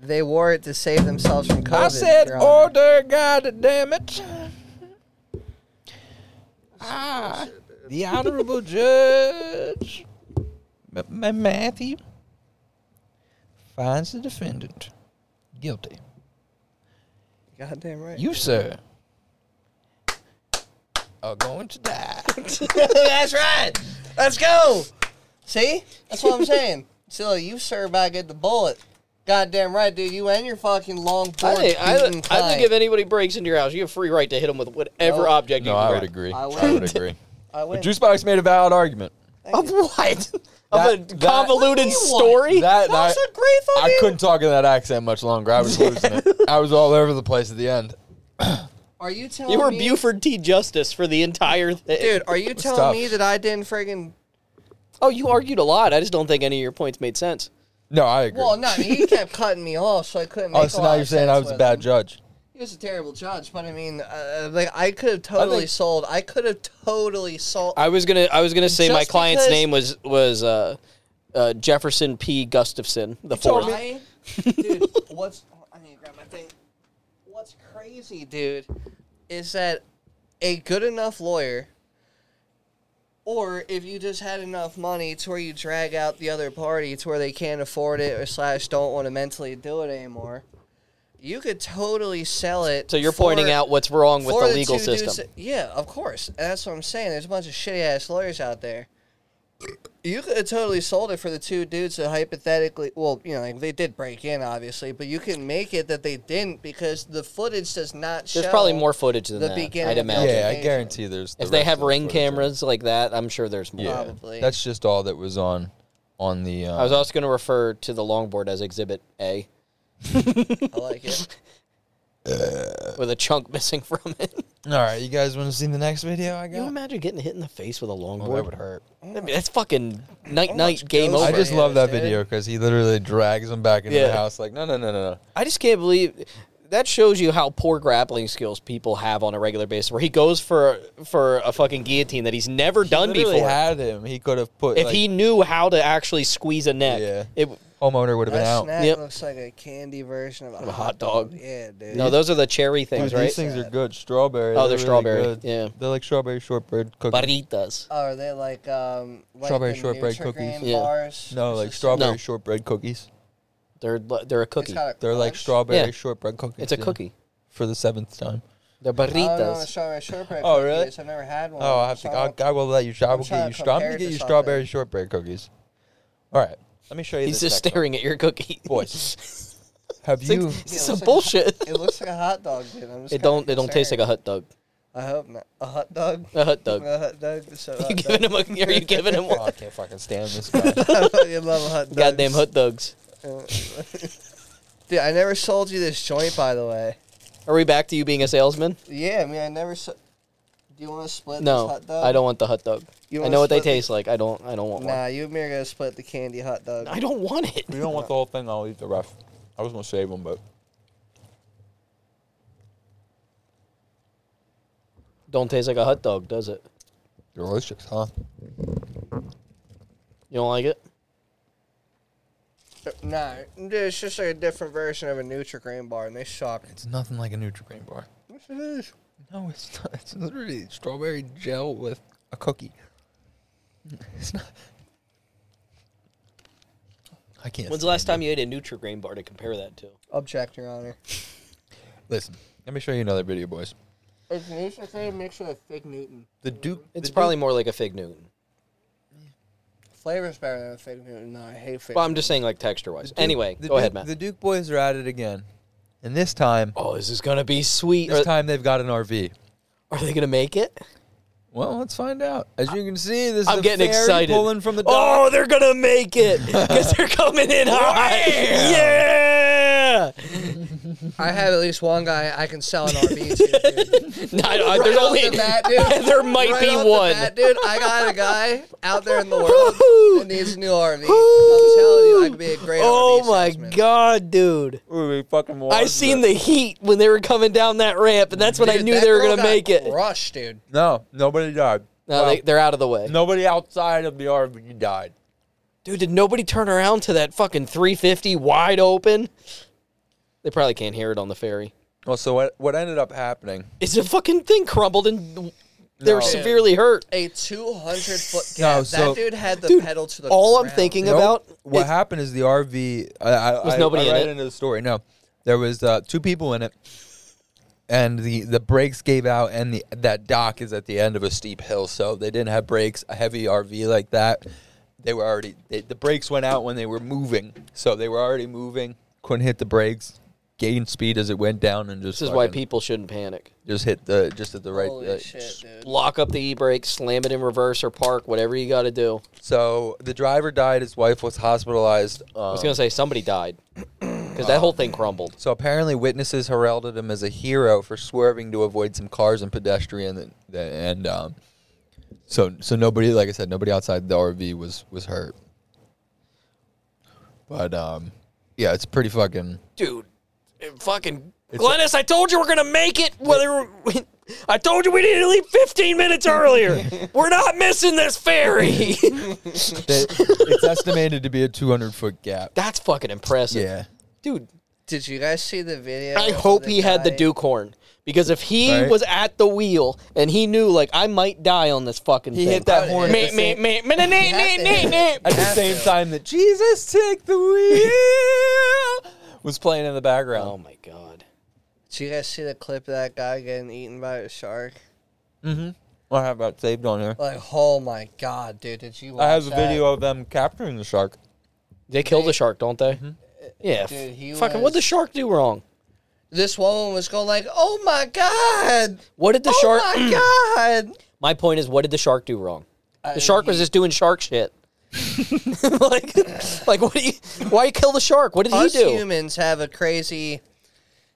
They wore it to save themselves from COVID.
I said
Your Honor.
order, goddammit. I, Ah, the Honorable Judge M- M- Matthew, finds the defendant guilty.
Goddamn right.
You, sir, Uh, are going to die.
That's right. Let's go. See? That's what I'm saying. Silly, you serve I get the bullet. Goddamn right, dude. You and your fucking long
I
board.
think, I,
beating
think- I think if
client.
anybody breaks into your house, you have free right to hit them with whatever
No.
object you can grab.
I would.
agree.
I win.
Juicebox made a valid argument.
Of what?
That-
of a
that-
convoluted
What do you want?
story?
That,
That was a great fucking.
talk in that accent much longer. I was losing it. I was all over the place at the end.
Are you telling
you were
me,
Buford T. Justice for the entire thing.
dude? Are you telling
tough.
me that I didn't friggin'?
Oh, you argued a lot. I just don't think any of your points made sense.
No, I agree.
Well, no, he kept cutting me off, so I couldn't. Make
oh, so now you're saying I was a bad judge.
He was a terrible judge, but I mean, uh, like I could have totally sold. I could have totally sold.
I was gonna I was gonna say my
Just
client's
because-
name was was uh, uh, Jefferson P. Gustafson the
told
fourth.
me-
I, dude, what's oh, I need to grab my thing. What's crazy, dude, is that a good enough lawyer, or if you just had enough money to where you drag out the other party to where they can't afford it or slash don't want to mentally do it anymore, you could totally sell it.
So you're
for-
pointing out what's wrong with
for
the legal
two dudes
system.
that- yeah, of course. And that's what I'm saying. There's a bunch of shitty ass lawyers out there You could have totally sold it for the two dudes that hypothetically, well, you know, like they did break in, obviously, but you can make it that they didn't because the footage does not show.
There's probably more footage than
the
that.
beginning
I'd
of the
imagine.
Yeah,
Yeah,
Asian.
I guarantee there's. the
if they
rest
have
of the
ring
footage.
cameras like that, I'm sure there's more.
Yeah,
Probably.
that's just all that was on, on the. Uh,
I was also going to refer to the longboard as Exhibit A,
I like it.
with a chunk missing from it. Can
all right, you guys want to see the next video? I
you
got.
imagine getting hit in the face with a longboard?
Oh, that would hurt.
I mean, that's fucking
Oh,
night night
much
game
goes
over.
I
Over
just
here,
love that
dude.
video because he literally drags him back into
Yeah.
the house like, no, no, no, no, no.
I just can't believe that shows you how poor grappling skills people have on a regular basis. Where he goes for for a fucking guillotine that he's never done
Literally
before.
had him. He could have put.
if
like,
he knew how to actually squeeze a neck,
Yeah.
it,
homeowner would have been
That
out.
snack
Yep.
looks like a candy version of a,
a
hot,
hot dog.
Yeah, dude.
No, those are the cherry things,
Dude,
right?
These things are good. Strawberry.
Oh, they're
really
strawberry,
good.
yeah.
they're like strawberry shortbread cookies.
Barritas.
Oh, are they like um like
Strawberry
the
shortbread
Nutri-Grain
cookies.
Yeah.
Bars?
no,
It's
like
just-
strawberry
No.
shortbread cookies.
They're they're a
it's
cookie.
got a
They're like
crunch.
strawberry
Yeah.
shortbread cookies.
It's a
yeah.
cookie.
For the seventh time.
They're
I don't know what
barritas.
strawberry shortbread.
Oh,
cookie
really?
is. I've never had one.
Oh, I have to.
So
I'll, I will let you. I will
trying
get you.
to
Stra- I'm
compare
gonna
it to
get you
something.
strawberry shortbread cookies. All right, let me show you.
He's
this
just
next one.
staring at your cookie.
Boys, have
It's like-
you?
this
Yeah,
is
it
some
looks like-
bullshit.
it looks like a hot dog, dude. I'm just
It don't it don't taste
concerned.
like a hot dog.
I hope not. A hot dog.
A hot dog.
A hot dog. So
You
hot
giving him a, are you giving him
Oh,
one?
I can't fucking stand this guy.
I fucking love a hot dog.
Goddamn hot dogs.
Dude, I never sold you this joint, by the way.
Are we back to you being a salesman?
Yeah, I mean, I never. So- Do you want to split this
No,
hot dog?
I don't want the hot dog.
You
I
wanna
know what they
split the-
taste like. I don't. I don't want
Nah, you and me are gonna split the candy hot dog.
one. I don't want it.
you don't want the whole thing. I'll eat the rough. I was gonna save them, but
Don't taste like a hot dog, does it?
delicious, huh?
You don't like it?
Nah, dude, it's just like a different version of a Nutri-Grain bar, and they suck.
It's nothing like a Nutri-Grain bar.
Yes, it is.
No, it's not. It's literally strawberry gel with a cookie. It's not. I can't.
When's the last time you ate a Nutri-Grain bar to compare that to?
Object, Your Honor.
Listen, let me show you another video, boys.
It's Nutri-Grain mixed with a fig Newton.
The Duke.
It's probably more like a fig Newton.
Flavor's better than a fig Newton. No, I hate fig.
Well, I'm just saying like texture wise. Anyway,
the
go
Duke,
ahead, Matt.
The Duke boys are at it again, and this time,
oh, uh, this is gonna be sweet.
this
Are,
time they've got an RV.
are they gonna make it?
Well, let's find out. As you can see, this is
I'm
a
getting
ferry
excited.
pulling from the dock.
oh, they're gonna make it because they're coming in high. Yeah.
I have at least one guy I can sell an RV to. Dude.
No, I don't- there's
Right off
only
the bat, dude.
there might
Right
be
off the
one.
bat, dude, I got a guy out there in the world that needs a new RV. I'm telling you, I could be a great
oh
RV
my
salesman.
god, dude.
Ooh, we fucking
I
lost
seen
it.
the heat when they were coming down that ramp, and that's when I
Dude,
knew
that
they were
girl
gonna
got
make it.
Rush, dude.
No, nobody died.
No, they, they're out of the way.
Nobody outside of the RV died.
Dude, did nobody turn around to that fucking 350 wide open? They probably can't hear it on the ferry.
Well, Oh, so what, what ended up happening?
It's a fucking thing crumbled and they were
No.
severely hurt.
A 200 foot
No,
gap.
so-
that dude had the
Dude,
pedal to the
All I'm
ground.
thinking
Nope.
about
what
is-
happened is the RV. I, I,
Was
I-
nobody
I
in
read
it?
into the story. No, there was uh, two people in it, and the the brakes gave out, and the that dock is at the end of a steep hill, so they didn't have brakes. A heavy RV like that, they were already they, the brakes went out when they were moving, so they were already moving. Couldn't hit the brakes, gained speed as it went down, and just
this is why
fucking
people shouldn't panic.
just hit the just at the right.
Holy
uh,
shit, dude.
Lock up the e-brake, slam it in reverse or park, whatever you got to do.
So the driver died. His wife was hospitalized.
I was
um,
gonna say somebody died because that whole thing crumbled.
So apparently, witnesses heralded him as a hero for swerving to avoid some cars and pedestrians, and, and um, so so nobody, like I said, nobody outside the RV was was hurt. But um, yeah, it's pretty fucking.
dude, it fucking Glennis, I told you we're gonna make it. Whether I told you we needed to leave 15 minutes earlier. we're not missing this ferry.
they- it's estimated to be a 200 foot gap.
That's fucking impressive,
Yeah,
dude.
Did you guys see the video?
I
of
hope he had the
guy-
Duke horn because if he
Right.
was at the wheel and he knew like I might die on this fucking
he
thing.
hit that horn.
Meh,
At the,
meh,
same,
meh, meh, nah, nah,
He had to
nah,
hit
nah,
at
nah.
the same time that Jesus take the wheel was playing in the
Oh
background.
my god.
Did you guys see the clip of that guy getting eaten by a shark?
Mm-hmm. I have that saved on here.
Like, oh my god, dude, did you? Watch
I have a
that?
video of them capturing the shark.
They kill the shark, don't they? Yeah.
Mm-hmm. Dude, he
fucking, what the
was-
shark do wrong?
This woman was going like, "Oh my god,
What did the
oh
shark?
my god!"
My point is, what did the shark do wrong?
Uh,
The shark was
he-
just doing shark shit. like, like what? Do you, why you kill the shark? What did he
Us
do?
humans have a crazy,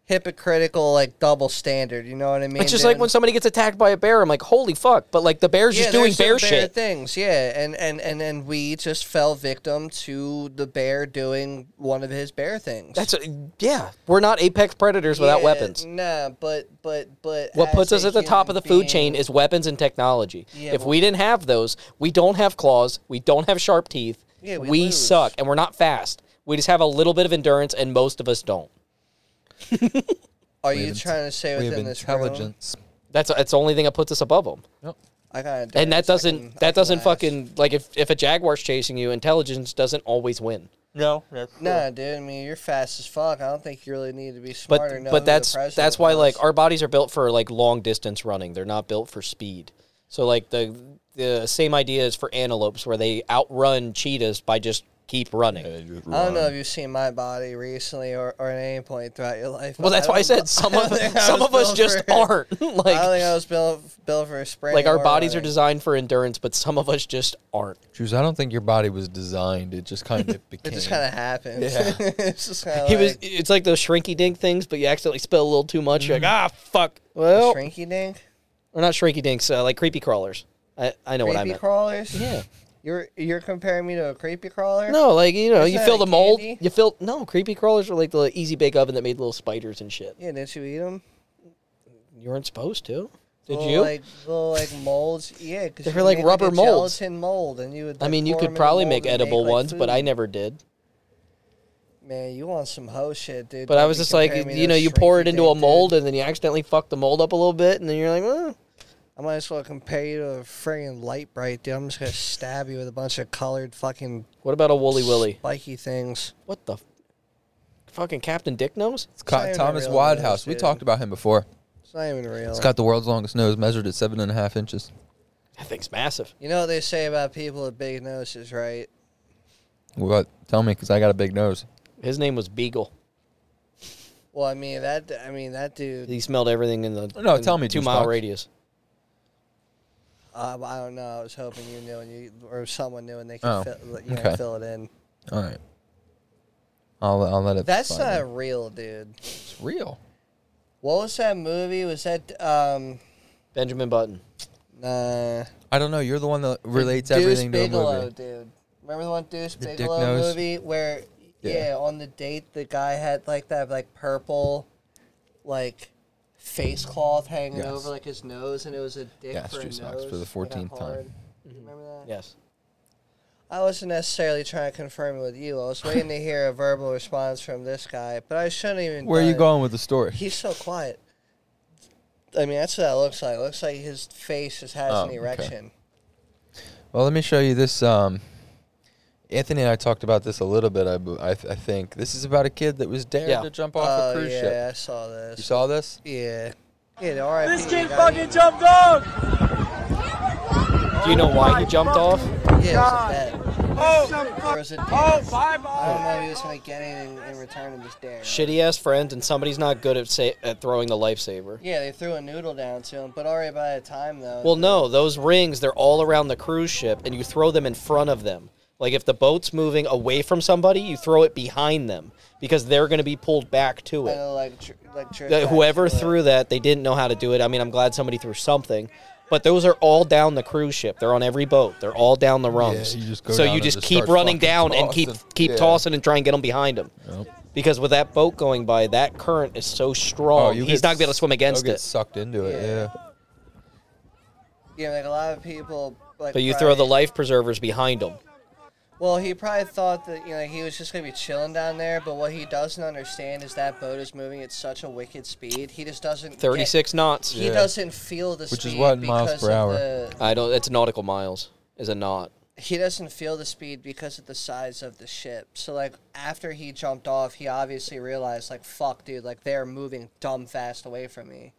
hypocritical like double standard. You know what I mean?
It's just like
dude?
when somebody gets attacked by a bear, I'm like, holy fuck! But like the bear's just doing
there's
bear,
some bear
shit.
things. Yeah, and and and and we just fell victim to the bear doing one of his bear things.
That's yeah. We're not apex predators without
Yeah,
weapons.
Nah, but but but
What
as
puts us
a
at the top of
human
the food
being-
chain is weapons and technology.
Yeah,
if
but-
we didn't have those, we don't have claws, we don't have sharp teeth,
Yeah,
we,
we lose.
suck, and we're not fast. We just have a little bit of endurance, and most of us don't.
Are
We
you
have
trying to say
We have
within this room?
intelligence.
That's that's the only thing that puts us above them.
I got
and that doesn't that doesn't fucking like if if a jaguar's chasing you, intelligence doesn't always win.
No, that's
Nah, dude. I mean, you're fast as fuck. I don't think you really need to be smart or
But
know who
but
the
that's
president
that's why
was.
like our bodies are built for like long distance running. They're not built for speed. So like the the same idea is for antelopes where they outrun cheetahs by just keep running.
I don't know if you've seen my body recently or, or at any point throughout your life. but
Well, that's why I
don't-
said some
don't
of
think I
some
was
of us
built
just
for-
aren't.
I don't
like
think I was built built for a sprint.
like our
or
bodies are
running.
designed for endurance, but some of us just aren't.
Juice, I don't think your body was designed. It just kind of
It
became.
just kind of happened.
Yeah.
it's just kind of.
He was. It's like those shrinky dink things, but you accidentally spill a little too much. You're like,
Mm-hmm.
ah, fuck. Well,
shrinky dink,
or not shrinky dinks, uh, like creepy crawlers. I, I know what I
creepy
meant.
crawlers.
yeah.
You're you're comparing me to a creepy crawler?
No, like you know,
Isn't
you
that
fill
a
the mold.
candy?
You fill no creepy crawlers were like the easy bake oven that made little spiders and shit.
Yeah, didn't you eat them?
You weren't supposed to. Did
little,
you?
Like little like molds. Yeah, because
They were like rubber
a
molds.
Gelatin mold, and you would.
I
like,
mean, you
pour 'em
could
in a
probably
mold
make
and
edible
like,
ones, but I
food.
never did.
Man, you want some hoe shit, dude?
But
Don't
I
be
was just like,
comparing me to
you know,
a
you pour it into a
shrinky-dink, dude.
mold and then you accidentally fuck the mold up a little bit, and then you're like, well,
I might as well compare you to a friggin' light bright, dude. I'm just gonna stab you with a bunch of colored fucking
what about a woolly willy?
spiky things.
What the f- fucking Captain Dick nose?
It's called
not even a
Thomas
real
Wadhouse.
nose,
we
dude.
talked about him before.
It's not even real.
It's got the world's longest nose, measured at seven and a half inches.
That thing's massive.
you know what they say about people with big noses, right?
What? Tell me, because I got a big nose.
His name was Beagle.
Well, I mean that. I mean that dude.
He smelled everything in the
No,
in
tell me,
two mile
douchebag.
radius.
Uh, I don't know. I was hoping you knew, and you or someone knew, and they could
Oh,
fill, you know,
okay.
fill it in.
All right. I'll, I'll let it.
That's uh,
slide
not
in.
real, dude.
It's real.
What was that movie? Was that um?
Benjamin Button.
Nah.
I don't know. You're the one that relates
Deuce
everything to a
Bigelow,
movie.
dude. Remember the one Deuce
The dick
Bigelow
nose?
movie where, yeah.
Yeah.
on the date the guy had like that like purple, like face cloth hanging
Yes.
over like his nose, and it was a dick
Yes,
for a
Juice Box,
nose
for the
like, a
14th time.
hard- You remember that?
Yes.
I wasn't necessarily trying to confirm it with you. I was waiting to hear a verbal response from this guy, but I shouldn't even.
Where are
done
you
it.
going with the story?
He's so quiet. I mean, that's what that looks like. It looks like his face just has
Oh,
an
okay.
erection.
Well, let me show you this. Um, Anthony and I talked about this a little bit. I, b- I- I think this is about a kid that was dared
Yeah.
to jump off
oh
a cruise
yeah,
ship.
I saw this.
You saw this?
Yeah. Yeah, the RIP. This kid
jumped off!
Do you know why he jumped off?
Yeah, it was a bet.
Oh!
There was a
Oh,
dance.
bye
I don't
bye!
know if he was going to get anything in return of this dare.
Shitty ass friends, and somebody's not good at sa- at throwing the lifesaver.
Yeah, they threw a noodle down to him, but already by the time, though.
Well, no, those rings, they're all around the cruise ship, and you throw them in front of them. Like if the boat's moving away from somebody, you throw it behind them because they're going to be pulled back to
I
it.
know, like, tr- like trick
That
back
whoever
to it.
threw that, they didn't know how to do it. I mean, I'm glad somebody threw something. But those are all down the cruise ship. They're on every boat. They're all down the rungs.
you just go
so
down
you
and
just
just
keep
start
running
fucking
down and keep
tossing.
keep
Yeah.
tossing and try and get them behind him. Because with that boat going by, that current is so strong. Oh, he's
Oh, get
not going to be able to
s-
swim against
you'll get
it.
Sucked into it.
Yeah.
Yeah.
Yeah, like a lot of people. Like,
But you throw the
probably-
life preservers behind him.
Well, he probably thought that, you know, he was just going to be chilling down there, but what he doesn't understand is that boat is moving at such a wicked speed. He just doesn't. get-
36 knots.
He doesn't feel the
Which
speed.
is what, miles
because
per
of
hour?
the-
I don't. It's nautical miles. Is a knot.
he doesn't feel the speed because of the size of the ship. So like after he jumped off, he obviously realized like fuck dude, like they're moving dumb fast away from me.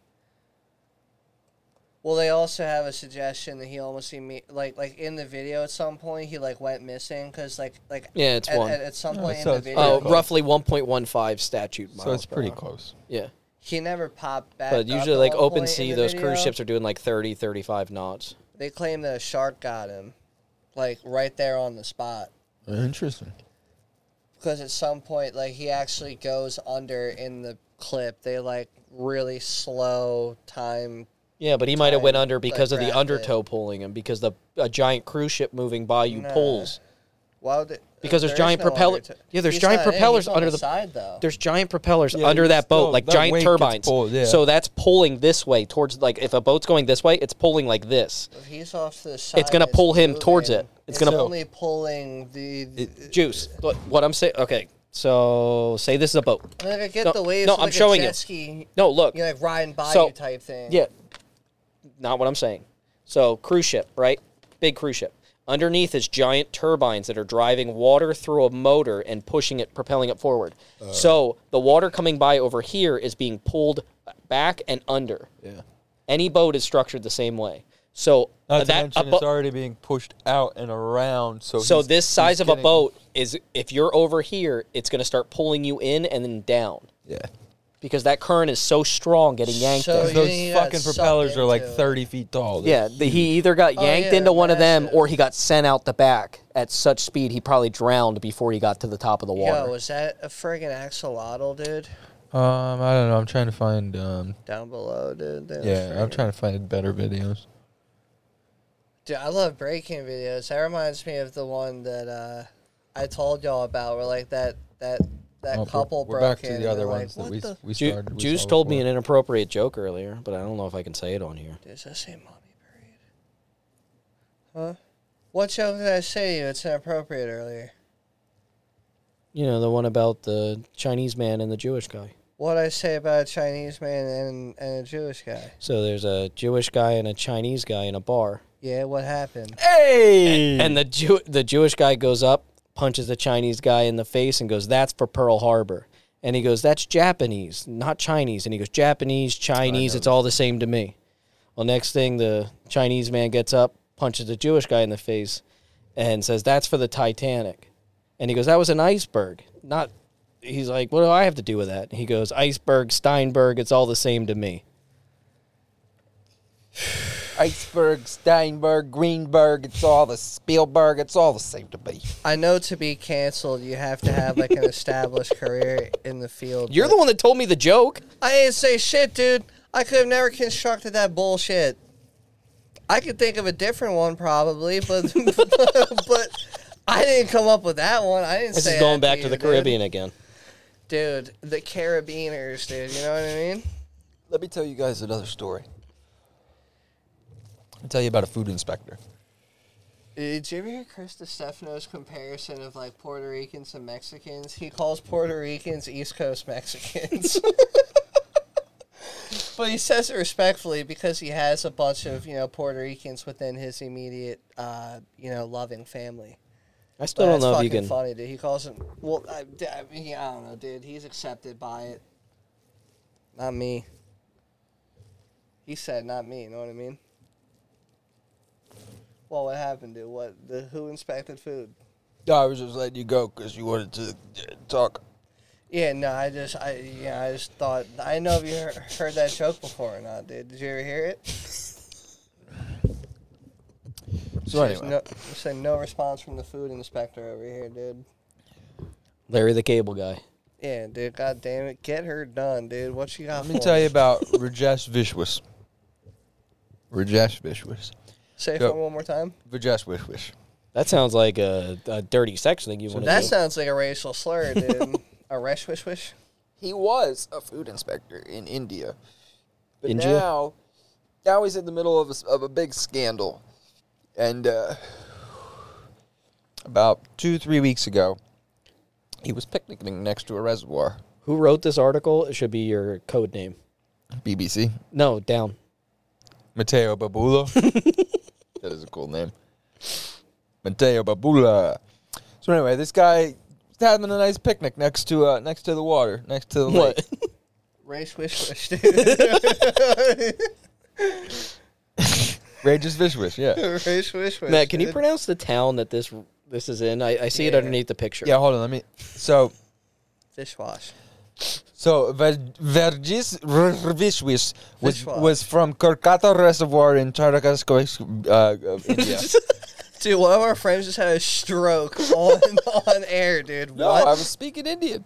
Well, they also have a suggestion that he almost imme- like like in the video at some point he like went missing because like like
Yeah, it's
at,
one.
at, at some point
so
in the
it's
video
Oh,
close.
roughly 1.15 statute miles.
So it's
per
pretty
hour.
close.
Yeah.
he never popped back.
But
up
usually,
at
like
one
open
point in
sea,
the
those
video.
cruise ships are doing like 30, 35 knots.
They claim that a shark got him, like right there on the spot.
Interesting.
Because at some point, like he actually goes under in the clip. They like really slow time.
Yeah, but he might have went
Time,
under
like,
because of the
rapid.
undertow pulling him because the a giant cruise ship moving by you
Nah.
pulls.
Why would it,
Because there's
there is
giant
no
propeller-
undertow-
yeah, there's
He's
giant
not in,
propellers
he's on
under
the,
the-
side though.
There's giant propellers
Yeah,
under
it's
that boat,
still-
like
that
giant
wake gets
turbines.
pulled, yeah.
So that's pulling this way towards like if a boat's going this way, it's pulling like this.
If he's off to the side,
gonna pull him towards
moving,
it. It's gonna-
only pulling the.
Juice. Look, what I'm saying. Okay, so say this is a boat.
I mean, like, I get
No,
the waves.
no,
like
I'm
a
showing
jet
you.
Ski,
No, look.
you know, like riding by
So-
you type thing.
Yeah. Not what I'm saying. So, cruise ship, right? Big cruise ship. Underneath is giant turbines that are driving water through a motor and pushing it, propelling it forward. so, the water coming by over here is being pulled back and under. Yeah. Any boat is structured the same way. So,
Not to
that
mention,
a
it's
bo-
already being pushed out and around. So
so
he's-
this size
he's
of a
getting-
boat is if you're over here, it's going to start pulling you in and then down
Yeah,
because that current is so strong getting yanked.
So
in.
you-
those
he got
fucking
sucked
propellers are like
into it.
thirty feet tall.
Yeah, the, he Oh, either got yanked
yeah,
into one of them
massive.
or he got sent out the back at such speed he probably drowned before he got to the top of the water.
Yo, was that a friggin' axolotl, dude?
Um, I don't know. I'm trying to find. Um,
Down below, dude. That was
yeah, I'm
friggin'-
trying to find better videos.
Dude, I love breaking videos. That reminds me of the one that uh, I told y'all about, where like that that that
Oh, we're-
couple
we're
broke
back to
in
the
and
other
they're like,
ones that
"What
we,
the-
we
Ju-
started. we
Juice
saw
told me
before.
an inappropriate joke earlier, but I don't know if I can say it on here.
Dude, Does that say mommy period? Huh? What joke did I say to you? It's inappropriate earlier.
You know, the one about the Chinese man and the Jewish guy.
What I say about a Chinese man and, and a Jewish guy?
So there's a Jewish guy and a Chinese guy in a bar.
Yeah, what happened?
Hey! And the Jew- the Jewish guy goes up, punches the Chinese guy in the face, and goes, "That's for Pearl Harbor." And he goes, "That's Japanese, not Chinese." And he goes, "Japanese, Chinese, it's all the same to me." Well, next thing, the Chinese man gets up, punches the Jewish guy in the face, and says, "That's for the Titanic." And he goes, "That was an iceberg, not." He's like, "What do I have to do with that?" And he goes, "Iceberg, Steinberg, it's all the same to me."
Iceberg, Steinberg, Greenberg. It's all the Spielberg. It's all the same to me.
I know to be canceled, you have to have like an established career in the field.
You're
but-
the one that told me the joke.
I didn't say shit, dude. I could have never constructed that bullshit. I could think of a different one probably, but but I didn't come up with that one. I didn't
This
say
is going
that
back to
you,
the
dude.
Caribbean again.
Dude, the Carabiners, dude, you know what I mean?
Let me tell you guys another story. I'll tell you about a food inspector.
Did you ever hear Chris DeStefano's comparison of like Puerto Ricans and Mexicans? He calls Puerto Ricans East Coast Mexicans. but he says it respectfully because he has a bunch of, you know, Puerto Ricans within his immediate, uh, you know, loving family.
I still
But
don't
that's
know if
fucking
you can.
funny, dude. He calls him, well, I, I, mean, I don't know, dude. He's accepted by it. Not me. He said, not me, you know what I mean? Well, what happened, dude? What the who inspected food?
No, I was just letting you go because you wanted to uh, talk.
Yeah, no, I just, I, yeah, I just thought, I know if you heard, heard that joke before or not, dude. Did you ever hear it?
So
There's
anyway,
no, there's like no response from the food inspector over here, dude.
Larry the Cable Guy.
Yeah, dude. God damn it, get her done, dude. What she got?
let me
for
tell
me?
you about Rajesh Vishwas. Rajesh Vishwas.
Say it
go.
for me one more time.
Rajesh Vishwas.
That sounds like a, a dirty sex thing you want to
That
do.
sounds like a racial slur, dude. a resh wish wish.
He was a food inspector in India, but
India?
now, now he's in the middle of a, s- of a big scandal, and uh, about two three weeks ago, he was picnicking next to a reservoir.
Who wrote this article? It should be your code name.
BBC.
No, down.
Matteo Babula. that is a cool name. Matteo Babula. So anyway, this guy was having a nice picnic next to uh, next to the water, next to the lake.
Race wish wish, dude.
Rage's Fish Wish, yeah.
Wish, wish, wish.
Matt, can you
It-
pronounce the town that this this is in? I, I see it
Yeah.
underneath the picture.
Yeah, hold on, let me. So,
Dishwash.
so Ver- Vergis Vishwish was,
Vishwas.
was from Kolkata Reservoir in Charakasco, uh, of India.
Dude, one of our friends just had a stroke on on air, dude.
no,
what?
I was speaking Indian.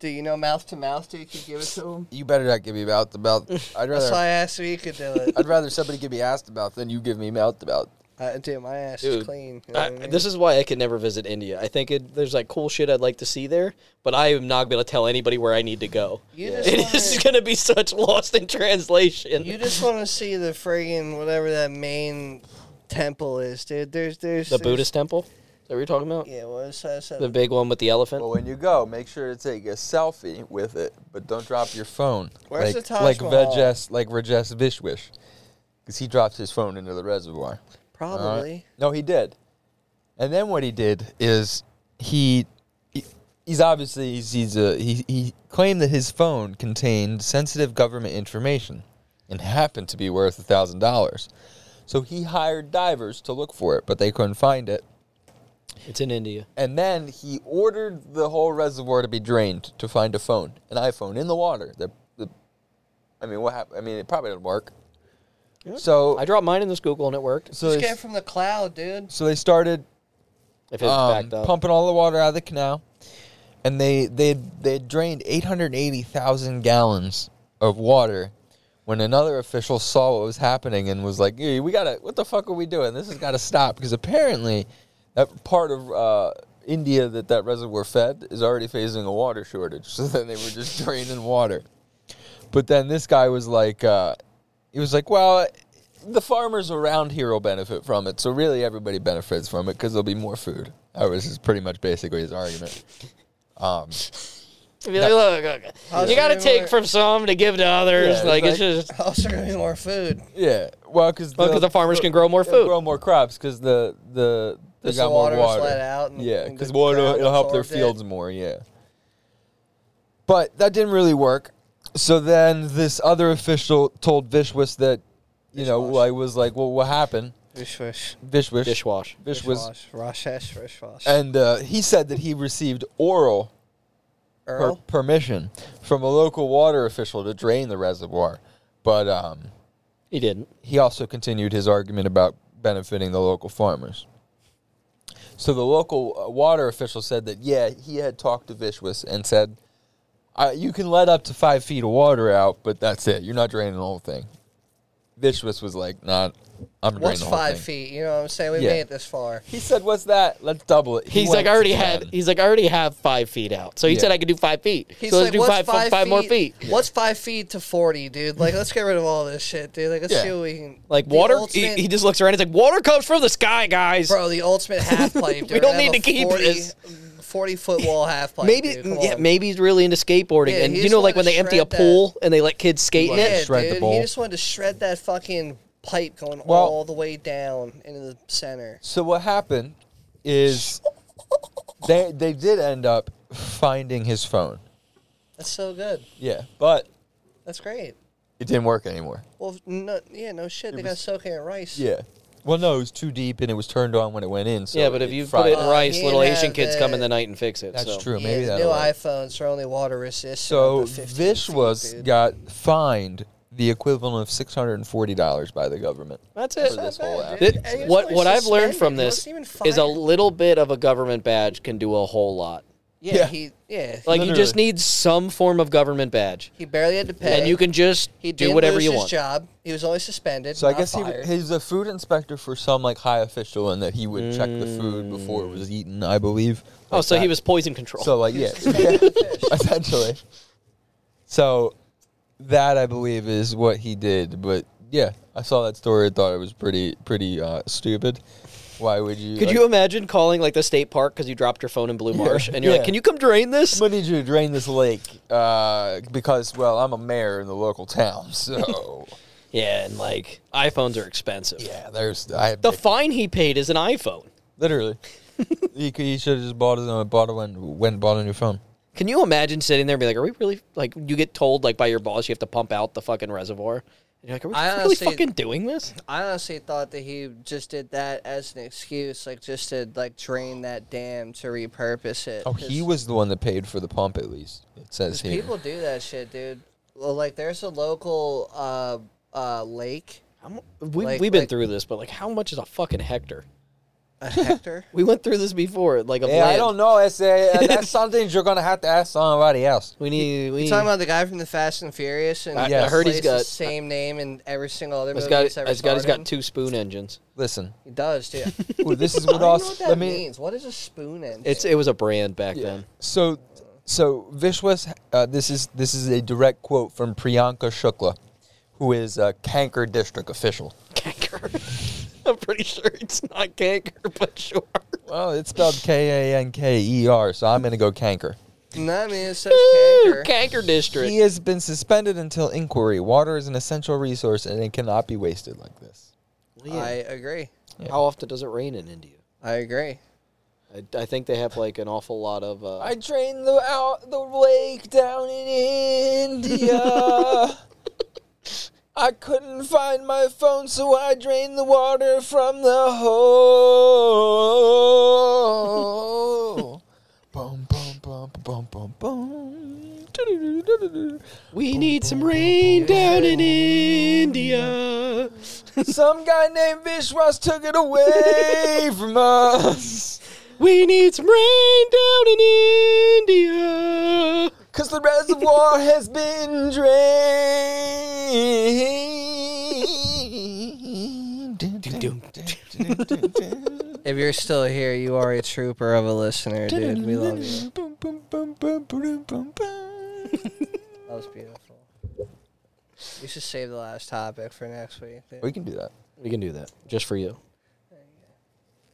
Do you know mouth to mouth, dude? Can you give it to him?
You better not give me mouth to mouth. I'd
That's why I
rather
asked if you could do it.
I'd rather somebody give me ass to mouth than you give me mouth to mouth.
Uh, dude, my ass
Dude,
is clean. you know
I,
what I mean?
this is why I could never visit India. I think it, there's like cool shit I'd like to see there, but I am not going to tell anybody where I need to go.
You
It
just wanna-
is going to be such lost in translation.
you just want to see the friggin' whatever that main temple is, dude. There's there's
the
there's-
Buddhist temple? Is that what you're talking about?
Yeah, Oh. what is that? Is that-
The big one with the elephant?
But when you go, make sure to take a selfie with it, but don't drop your phone.
Where's
like,
the Taj
like
Mahal?
Vajes, like Rajesh Vishwish, because he drops his phone into the reservoir. All right?
Probably.
No, he did. And then what he did is he, he- he's obviously he's, he's a, he he claimed that his phone contained sensitive government information, and happened to be worth a thousand dollars. So he hired divers to look for it, but they couldn't find it.
It's in India.
And then he ordered the whole reservoir to be drained to find a phone, an iPhone in the water. The, the, I mean, what happened? I mean, it probably didn't work. So,
I dropped mine in this Google and it worked.
so,
Just
they,
get it from the cloud, dude.
so they started
If it's
um,
backed up.
pumping all the water out of the canal, and they they they drained eight hundred eighty thousand gallons of water. When another official saw what was happening and was like, hey, "We gotta, what the fuck are we doing? This has got to stop." Because apparently, that part of uh, India that that reservoir fed is already facing a water shortage. So then they were just draining water. But then this guy was like, uh, he was like, well, the farmers around here will benefit from it. So really, everybody benefits from it because there'll be more food. That was just pretty much basically his argument. Um,
Be like, look, look,
How's
you got to
it gonna
take
work?
from some to give to others.
Yeah,
like,
it's
it's just.
Also, gonna be more food.
yeah, well, because
Well, 'cause the farmers can grow more food.
grow more crops because the the they
Just
got
the
more
water
water.
is let out and-
yeah,
and
because
the
water
ground
it'll help their
absorbs it.
fields more. Yeah, but that didn't really work. So then this other official told Vishwas that, you know,
Vishwas.
I was like, well, what happened?
Wish, wish.
Vishwish.
Dishwash.
Vishwas.
Roshesh, Rishwash.
And uh, he said that he received oral per-
Earl?
permission from a local water official to drain the reservoir. But um,
He didn't.
he also continued his argument about benefiting the local farmers. So the local uh, water official said that, yeah, he had talked to Vishwas and said, uh, you can let up to five feet of water out, but that's it. You're not draining the whole thing. Vishwas was like, nah, I'm draining
What's
the whole
five
thing.
feet? You know what I'm saying? We
Yeah.
made it this far.
He said, what's that? Let's double it. He
He's
went
like, I
to
already had.
10.
He's like, I already have five feet out. So he
Yeah.
said I could do five feet.
He's
so
like,
let's do
what's
five, five, five more feet.
What's five feet to forty, dude? Like, let's get rid of all this shit, dude. Like, let's
Yeah.
see what we can.
Like
the
water, he,
ultimate-
he just looks around. He's like, water comes from the sky, guys.
bro, the ultimate half pipe. dude.
We don't
I have
need
a
to keep
40,
this.
Forty foot wall half pipe.
maybe,
dude. Come
yeah,
on.
maybe he's really into skateboarding.
Yeah,
and
he
you
just
know, like
wanted to
when they empty a
shred that.
pool and they let kids skate in
wanted
it.
Yeah,
shred the
dude. He
bowl.
just wanted to shred that fucking pipe going
Well-
all the way down into the center.
So what happened is they they did end up finding his phone.
That's so good.
Yeah, but
That's great.
it didn't work anymore.
Well, no, yeah, no shit. They got soaking in rice.
Yeah. Well, no, it was too deep and it was turned on when it went in. So
yeah, but if you put
fried
it in
Uh,
rice,
he
little
didn't
Asian
have
kids come in
the-
the night and fix it.
That's
so.
true.
Yeah,
Maybe
the
that.
new
will
iPhones are only water resistant.
So
up to 15
Vish
feet,
was
dude.
got fined the equivalent of six hundred and forty dollars by the government.
That's
For
it.
this whole app.
dude.
Thi-
And he was
what
only
what I've learned
suspended.
from
He
this
wasn't even
is a
fired.
little bit of a government badge can do a whole lot.
Yeah,
Yeah.
he yeah.
Like you just
Literally.
need some form of government badge,
he barely had to pay.
and you can just
he
do
didn't
whatever
lose
you
his
want.
job. He was only suspended.
So I
not
guess he,
fired.
he's a food inspector for some like high official, and that he would check the food before it was eaten, I believe.
Mm. Oh,
Like
so he
that.
was poison control.
So like yeah, yeah, essentially. So that I believe is what he did, but yeah, I saw that story and thought it was pretty pretty uh, stupid. Why would you?
Could
like,
you imagine calling like the state park because you dropped your phone in Blue Marsh and you're
yeah.
like, "Can you come drain
I'm
this?"
gonna need you to drain this lake uh, because well, I'm a mayor in the local town, so
Yeah, and like iPhones are expensive.
yeah, there's I have
The fine he paid is an iPhone.
literally. he could, he should have just bought his own bought a when went and bought a new phone.
Can you imagine sitting there and be like, "Are we really like?" You get told like by your boss you have to pump out the fucking reservoir, And you're like, are we
I
really
honestly-
fucking doing this?
I honestly thought that he just did that as an excuse, like just to like drain that dam to repurpose it.
Oh,
'cause-
he was the one that paid for the pump, at least. It says
'cause
here.
People do that shit, dude. Well, like there's a local uh, uh, lake,
How mu- We,
Like-
we've been
like-
through this, but like, how much is a fucking hectare?
a hectare.
We went through this before. Like, of
Hey, I
land.
don't know. It's, uh, that's something you're going to have to ask somebody else.
We need. We
You talking about the guy from the Fast and Furious? And
I- I
he
heard he's
plays
got-
the same name in every single other
It's
movie
got.
he's ever
It's got. It's
starred
got
in?
two spoon engines.
Listen,
He does too.
Ooh, this is what
I don't know
also.
what that
let me.
means. What is a spoon engine?
It's. It was a brand back then.
So, so Vishwas, uh, this is this is a direct quote from Priyanka Shukla, who is a Kanker district official.
Canker. I'm pretty sure it's not canker, but sure.
Well, it's spelled K A N K E R, so I'm gonna go Kanker.
no, I mean it says canker.
Canker district.
He has been suspended until inquiry. Water is an essential resource, and it cannot be wasted like this.
Yeah.
I agree.
How often does it rain in India?
I agree.
I, I think they have like an awful lot of. Uh,
I drained the out the lake down in India. I couldn't find my phone, so I drained the water from the hole. boom, boom, boom, boom, boom, boom.
we need some rain down in India.
Some guy named Vishwas took it away from us.
We need some rain down in India.
Cause the reservoir has been drained.
If you're still here, you are a trooper of a listener, dude. We love you. That was beautiful. We should save the last topic for next week. dude.
We can do that.
We can do that just for you.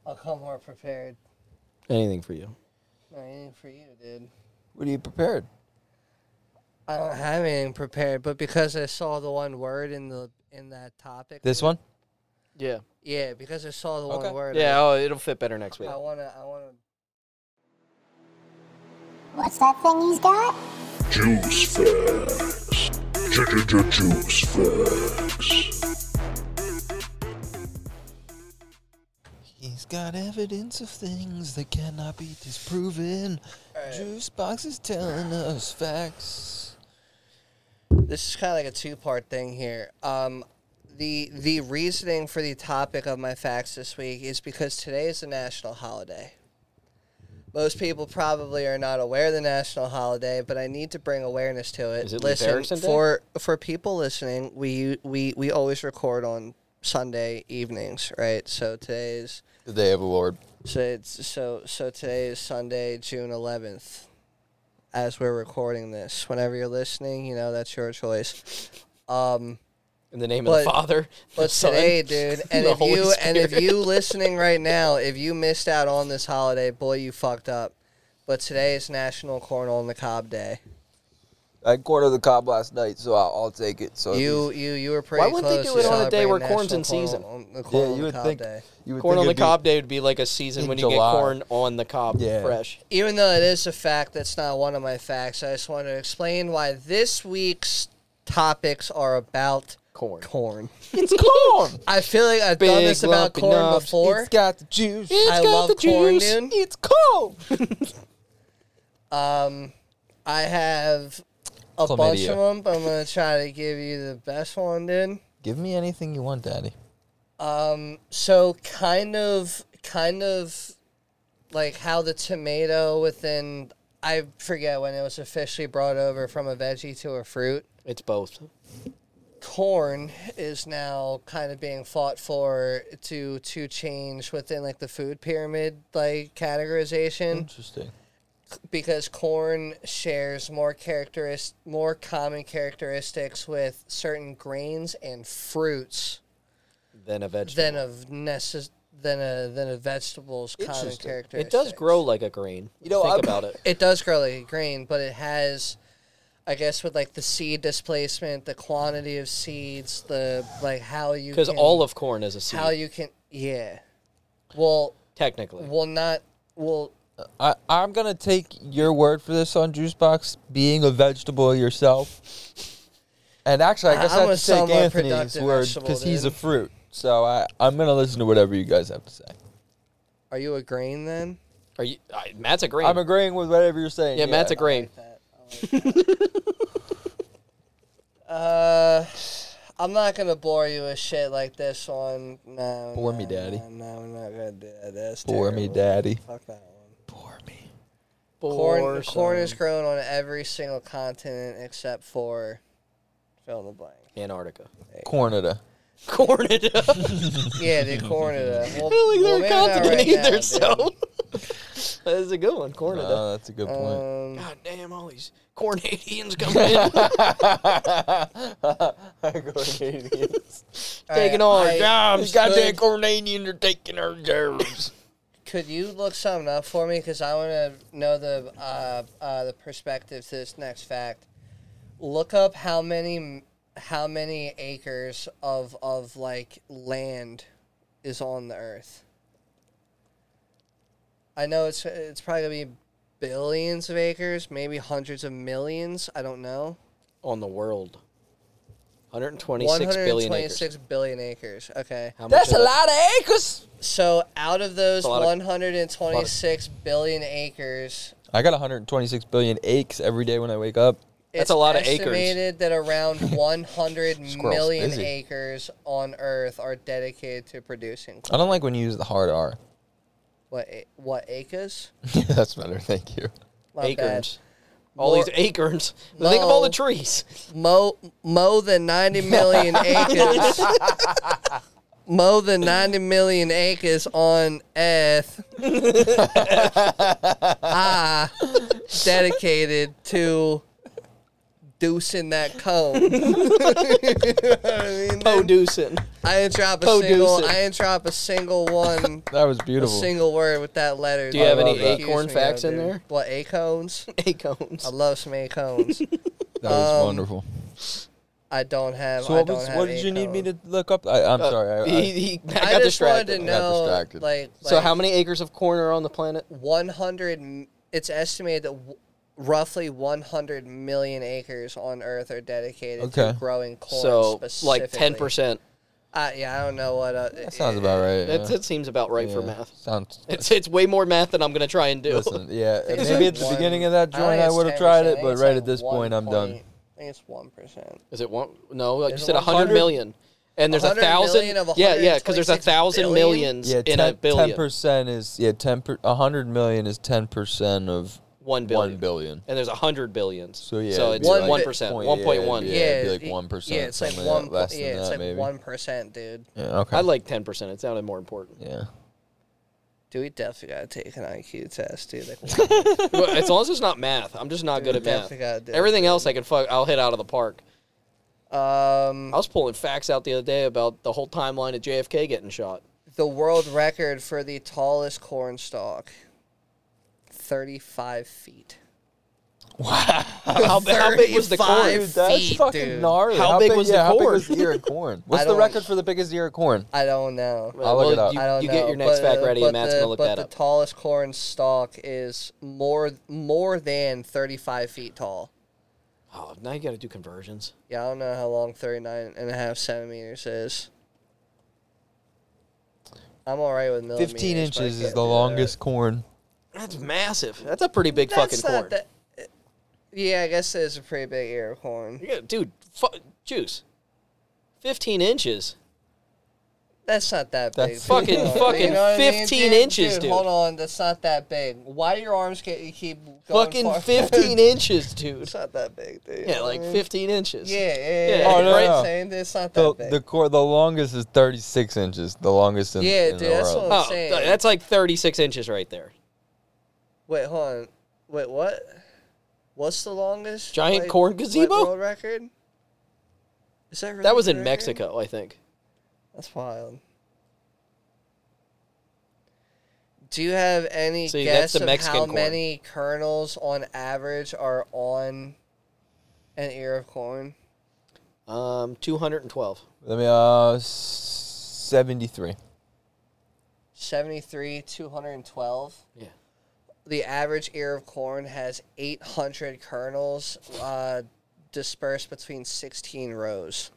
I'll come more prepared.
Anything for you.
No, Anything for you, dude.
What are you prepared?
I don't have anything prepared, but because I saw the one word in the in that topic.
This
dude-
one?
Yeah.
Yeah, because I saw the one
Okay.
word.
Yeah. Oh, it'll fit better next
I,
week.
I wanna. I wanna.
What's that thing he's got?
Juice facts. Juice facts.
He's got evidence of things that cannot be disproven. Juice box is telling us facts.
This is kind of like a two part thing here. Um, the the reasoning for the topic of my facts this week is because today is a national holiday. Most people probably are not aware of the national holiday, but I need to bring awareness to it.
Is it Lou
Listen
Ferrigson Day?
for for people listening, we we we always record on Sunday evenings, right? So today's
The day of award.
so it's so so today is Sunday, June eleventh, as we're recording this. Whenever you're listening, you know that's your choice. Um,
In the name of
But-
the Father. the
but
Son,
today, dude, and
the
if
Holy
you and if
Spirit.
you listening right now, if you missed out on this holiday, boy, you fucked up. But today is National Corn on the Cob Day.
I cornered the cob last night, so I'll, I'll take it. So at least-
You you you were pretty.
wouldn't they
close
do
to
it on a day where
celebrating
corn's in
National
season?
Corn on- the Corn
yeah, you
on the
would
Cob
think
Day.
you would
corn
think
on the
it'd be-
cob day would be like a season
in
when you
July.
get corn on the cob
Yeah.
fresh.
even though it is a fact that's not one of my facts, I just want to explain why this week's topics are about
Corn.
corn.
It's corn.
I feel like I've done
Big
this about
lumpy
corn
knobs.
before.
It's got the juice.
I love corn, dude.
It's cold.
Um, I have a bunch
Chlamydia.
of them, but I'm gonna try to give you the best one, dude.
Give me anything you want, Daddy.
Um, so kind of, kind of, like how the tomato within. I forget when it was officially brought over from a veggie to a fruit.
It's both.
corn is now kind of being fought for to to change within like the food pyramid like categorization
Interesting.
because corn shares more characteris more common characteristics with certain grains and fruits
Then a vegetable.
than of necess- than a than a vegetable's common
Interesting.
characteristics.
it does grow like a grain. You
know,
think
I'm-
about it.
It does grow like a grain, but it has, I guess, with like the seed displacement, the quantity of seeds, the like how you
Because
can-
all of corn is a seed,
how you can yeah well
technically.
well not well
I, I'm gonna take your word for this on juice box being a vegetable yourself. And actually, I guess
I'm
I have
gonna
to take
sound like
Anthony's
productive
word
vegetable,
because he's a
dude.
fruit. So I, I'm going to listen to whatever you guys have to say.
Are you agreeing then?
Are you? I, Matt's agreeing.
I'm agreeing with whatever you're saying.
yeah, Matt's agreeing.
Uh, I'm not gonna bore you with shit like this one. No,
Bore
no,
me, daddy.
No, no, we're not gonna do that. That's
Bore me,
terrible.
daddy.
Fuck that one.
Bore
Corn, corn
some
is grown on every single continent except for fill in the blank.
Antarctica.
Cornada.
Corn it up.
Yeah, the corn of the. Well,
like
well,
they're
maybe not
a continent
right now,
either,
dude.
so that is a good one, Cornada.
Oh, that's a good point.
Um,
God damn, all these Cornadians coming in, taking all our
I-
jobs.
Goddamn Cornadians are taking our germs.
could you look something up for me? Because I want to know the uh, uh, the perspective to this next fact. Look up how many how many acres of of like land is on the Earth. I know it's it's probably gonna be billions of acres, maybe hundreds of millions. I don't know.
on the world. 126 billion acres.
126 billion acres. Okay.
How much of that-
of acres.
So out of those
a lot of-
126 billion acres,
I got 126 billion aches every day when I wake up.
That's
it's
a lot of acres.
estimated that around 100
Squirrel's
million
busy.
acres on Earth are dedicated to producing.
I don't like when you use the hard R.
What a- what acres?
that's better. Thank you.
My
Acorns. All
More-
these acorns. Think of all the
Mo-
trees.
bad. Mo more than 90 million acres. More than 90 million acres on Earth are dedicated to deucing that cone.
Producing.
I didn't drop a
Producing.
single. I didn't drop a single one,
That was
a
beautiful.
single word with that letter.
Do you have
dude.
any
It confused
acorn
me
facts
though,
in
dude.
there?
What acorns?
Acorns.
I love some acorns.
that was
um,
wonderful.
I don't have.
So
I
what,
don't
was,
have
what did you need me
acorn.
to look up? I, I'm
Uh,
sorry. I, I,
he, he, I,
I,
got
just wanted to
distracted.
know,
distracted.
like,
so how many acres of corn are on the planet?
One hundred. It's estimated that w- roughly one hundred million acres on Earth are dedicated
Okay.
to growing corn.
So like ten
specifically.
percent.
Uh, yeah, I don't know what. Uh,
that sounds about right.
That,
yeah.
that seems about right for
Yeah,
math.
Sounds.
It's it's way more math than I'm gonna try and do.
Listen, yeah.
think it's
Maybe
like
at the
one-
beginning of that
I don't
joint,
think
I
it's
would have tried
10%,
it,
I think
but
it's
right
like
at this point, I'm
point-
done.
I think it's one percent.
Is it one? No, like you
Is it
said a
100?
hundred million. And there's a
100
thousand.
million of a
yeah, yeah, because there's a
126
thousand
billion?
millions
Yeah,
in a billion.
percent is yeah, ten per, a hundred million is ten percent of
One billion.
One billion.
And there's a hundred billions.
So yeah,
so
it'd
it's
be like
one percent,
point-
one point one.
yeah, it'd be like
it-
1%,
Yeah, it's like
something like
one.
that, less
po-
than
yeah, it's
that,
like
maybe.
one percent, dude.
Yeah, okay.
I like ten percent. It sounded more important.
yeah.
Dude, we definitely gotta take an IQ test, dude. Like,
Well, as long as it's not math, I'm just not good at
Dude,
math.
definitely gotta do it,
Everything else I can fuck, I'll hit out of the park. I
um,
was pulling facts out the other day about the whole timeline of JFK getting shot.
the world record for the tallest corn stalk, thirty-five feet.
How, bi- how big was the corn?
35. That's Feet, fucking dude.
gnarly.
How How big big- was the yeah, how big corn? was
the ear of corn? What's
I
the
don't-
record for the biggest ear of corn?
I don't know.
Well,
I'll look it up.
You,
I don't
you
know.
get your next
but,
fact
uh,
ready,
but
and Matt's
the,
gonna look
but
that
the
up.
tallest corn stalk is more more than thirty-five feet tall.
oh, now you got to do conversions.
Yeah, I don't know how long 39 and a half centimeters is. I'm all right with millimeters.
Fifteen
but I
inches is
can't
the
do that.
longest corn.
That's massive. That's a pretty big
That's
fucking
not
corn.
that. uh, Yeah, I guess it is a pretty big ear of corn.
Yeah, dude, fu- juice. Fifteen inches.
That's not that big.
That's-
dude.
Fucking-
Come on,
fucking
you know what I mean,
15
dude?
inches, dude.
Hold on, that's not that big. Why do your arms get you keep going
Fucking
far-
fifteen inches, dude.
It's not that big, dude.
Yeah, like
fifty.
fifteen inches.
Yeah, yeah, yeah.
Yeah. Oh, no,
right?
no.
Saying it's not
The
that big.
the cor- the longest is thirty six inches. The longest in,
Yeah,
in
dude,
the
that's
world.
what-
Oh,
saying.
th- that's like thirty-six inches right there.
Wait, hold on. Wait, what? What's the longest
Giant
like,
corn
like,
gazebo?
world record? Is that really
That was
the
in
record?
Mexico, I think.
That's wild. Do you have any
See, that's
guess
the
of
Mexican
how
corn.
many kernels on average are on an ear of corn?
Um, two hundred and twelve.
Let me uh seventy three.
73, 212.
Yeah.
The average ear of corn has 800 kernels. Uh, dispersed between 16 rows.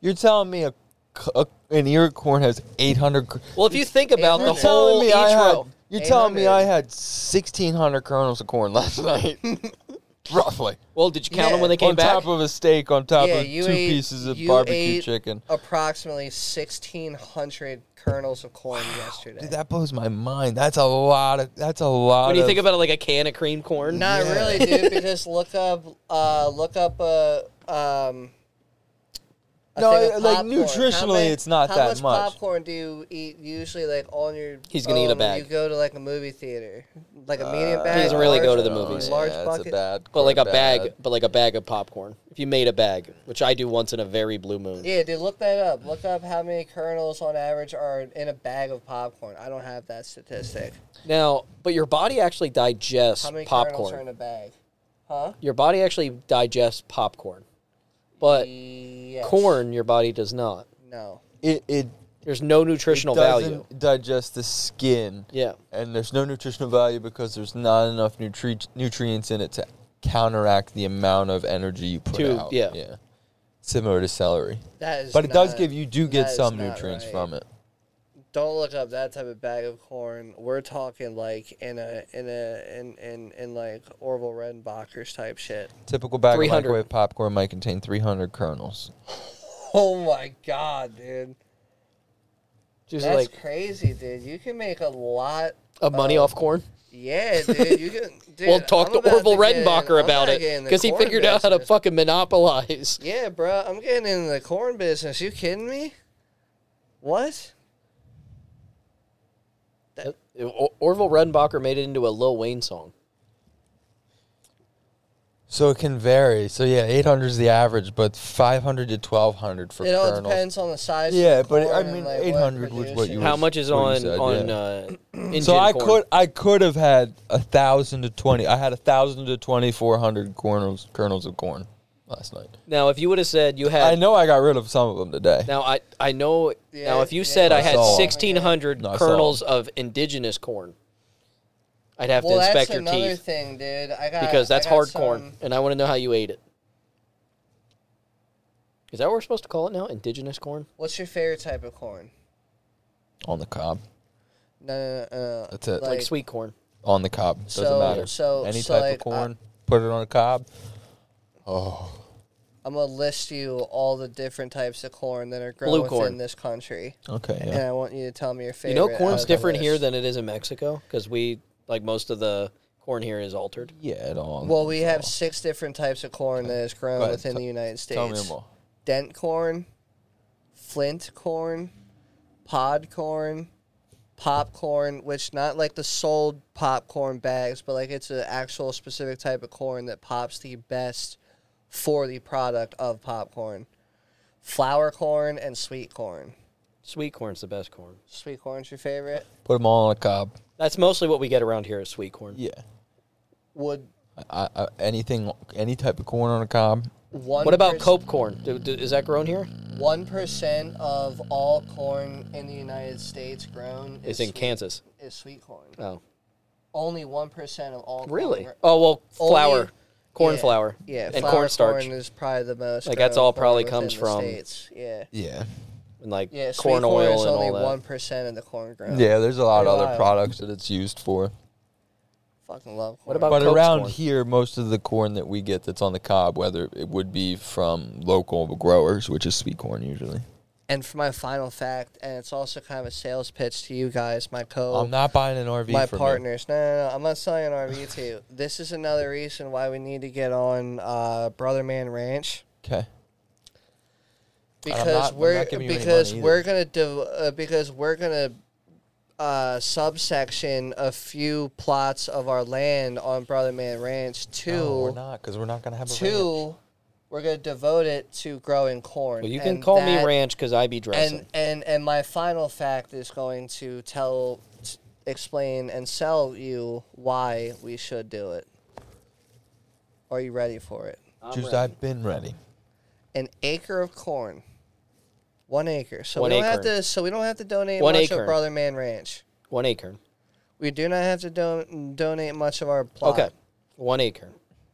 You're telling me a, c- a- an ear of corn has 800. cr-
Well, if you think about the
You're
You're
whole
telling me
each
I had.
row,
You're telling me
800.
I had 1,600 kernels of corn last night, roughly.
well, did you count them when they
Yeah.
came
on
back?
top of a steak, on top
yeah,
of
you
two
ate,
pieces of
you
barbecue
ate
chicken.
Approximately 1,600 kernels of corn yesterday.
Dude, that blows my mind. That's a lot of. That's a lot.
when you
of,
think about it, like a can of cream corn.
Not really, dude. Because look up, uh, look up a. Um, a
No,
thing of
like,
popcorn.
nutritionally,
How many-
it's not
how
that
much.
much.
popcorn do you eat usually, like on your?
He's gonna eat a
own when You
bag. Uh,
go to like a movie theater, like a medium bag.
doesn't really go
large-
to the movies.
Large
yeah,
bucket.
It's a bad,
But like a
bad.
bag, but like a bag of popcorn. If you made a bag, which I do once in a very blue moon.
Yeah, dude, look that up. Look up how many kernels on average are in a bag of popcorn. I don't have that statistic.
Now, but your body actually digests
How many kernels are in
popcorn.
a bag?
Your body actually digests popcorn, but
Yes.
corn, your body does not.
No.
It it
There's no nutritional
doesn't
value.
digest the skin.
Yeah.
and there's no nutritional value because there's not enough nutri- nutrients in it to counteract the amount of energy you put
To-
out.
yeah.
Similar to celery,
That is.
but it does
not-
give you do
that
get
is
some
not
nutrients
right.
from it.
Don't look up that type of bag of corn. We're talking like in a in a in in, in like Orville Redenbacher's type shit.
Typical bag of
300.
microwave popcorn might contain 300 kernels.
Oh my god, dude.
Just
That's
like
crazy, dude. You can make a lot.
of money off corn.
Yeah, dude. You can. uh, Dude,
well, talk
I'm
to
about
Orville
get in-
Redenbacher
I'm about
about
to get in
it
the
because he
corn
figured out how to
business.
fucking monopolize.
Yeah, bro, I'm getting into the corn business. You kidding me? What?
Or- Orville Redenbacher made it into a Lil Wayne song.
So it can vary. So yeah, 800 is the average, but 500 to 1200 for
it all
kernels.
depends on the size. of
Yeah,
the
but it- I
corn and,
mean,
like, what
800 was what
producer-
you
How
was
much is
what you
on
said,
on
yeah.
uh, Indian
So I
corn?
could I could have had a thousand to twenty. I had a thousand to twenty four hundred kernels kernels of corn last night.
Now, if you would have said you had
I know I got rid of some of them today.
Now I I know.
Yeah,
now if you
yeah.
said I
I
had
saw 'em.
sixteen hundred
No, I saw 'em.
kernels of indigenous corn, I'd have
Well,
to
that's
inspect your
another
teeth
thing, dude. I got
because that's
I got
hard
some-
corn, and I want to know how you ate it. Is that what we're supposed to call it now? Indigenous corn?
What's your favorite type of corn?
on the cob.
No, no, no. no.
That's it.
Like, sweet corn.
On the cob. Doesn't
So-
matter.
so-
Any
so,
type
like, uh,
of corn, put it on a cob.
I'm gonna list you all the different types of corn that are grown
Blue
within
corn.
this country,
Okay. Yeah.
and I want you to tell me your
You
favorite.
know,
out
corn's
of the
different here
list.
than it is in Mexico because we like most of the corn here is altered.
Yeah, it all.
Well, we have six different types of corn that is grown
Go ahead,
within
t-
the United States.
tell me more.
Dent corn, flint corn, pod corn, popcorn, which not like the sold popcorn bags, but like it's an actual specific type of corn that pops the best for the product of popcorn. Flour corn and sweet corn.
Sweet corn's the best corn.
Sweet corn's your favorite.
Put them all on a cob.
That's mostly what we get around here is sweet corn.
Yeah.
Would
I, I, anything, any type of corn on a cob.
one
What about
perc-
cope corn? Do, do, is that grown here?
One percent of all corn in the United States grown is
It's in
sweet-
Kansas.
Is sweet corn.
Oh,
Only one percent of all.
really?
Corn,
Oh well, flour,
Only-
corn
yeah,
flour,
Yeah,
and
flour
cornstarch.
Corn is probably the most.
Like, that's
grown
all
corn
probably
within
comes
the
from-
States. Yeah.
Yeah.
and like
Yeah, sweet
corn oil
is
and
only
all that.
one percent of the corn grown.
Yeah. There's a lot of other
Wild.
products that it's used for.
fucking love. Corn.
What about
But
Cope's
around
corn?
here, most of the corn that we get that's on the cob, whether it would be from local growers, which is sweet corn usually.
And for my final fact, and it's also kind of a sales pitch to you guys, my co.
I'm not buying an RV.
my
from you.
partners. No, no, no. I'm not selling an RV to you. This is another reason why we need to get on uh, Brother Man Ranch.
Okay. I'm not-
because
I'm
we're
not giving you any
because
money either.
we're gonna do uh, because we're gonna uh, subsection a few plots of our land on Brother Man Ranch to
No, we're not because we're not gonna have a ranch.
to we're gonna devote it to growing corn.
Well, you can
And
call me
that-
ranch because I be dressing.
And and and my final fact is going to tell, t- explain, and sell you why we should do it. Are you ready for it?
Juice, I've been ready.
an acre of corn. One acre. So
One
we don't have
acorn.
to so we don't have to donate
One
much
acorn.
of Brother Man Ranch.
one acre.
We do not have to don- donate much of our plot.
Okay, one acre.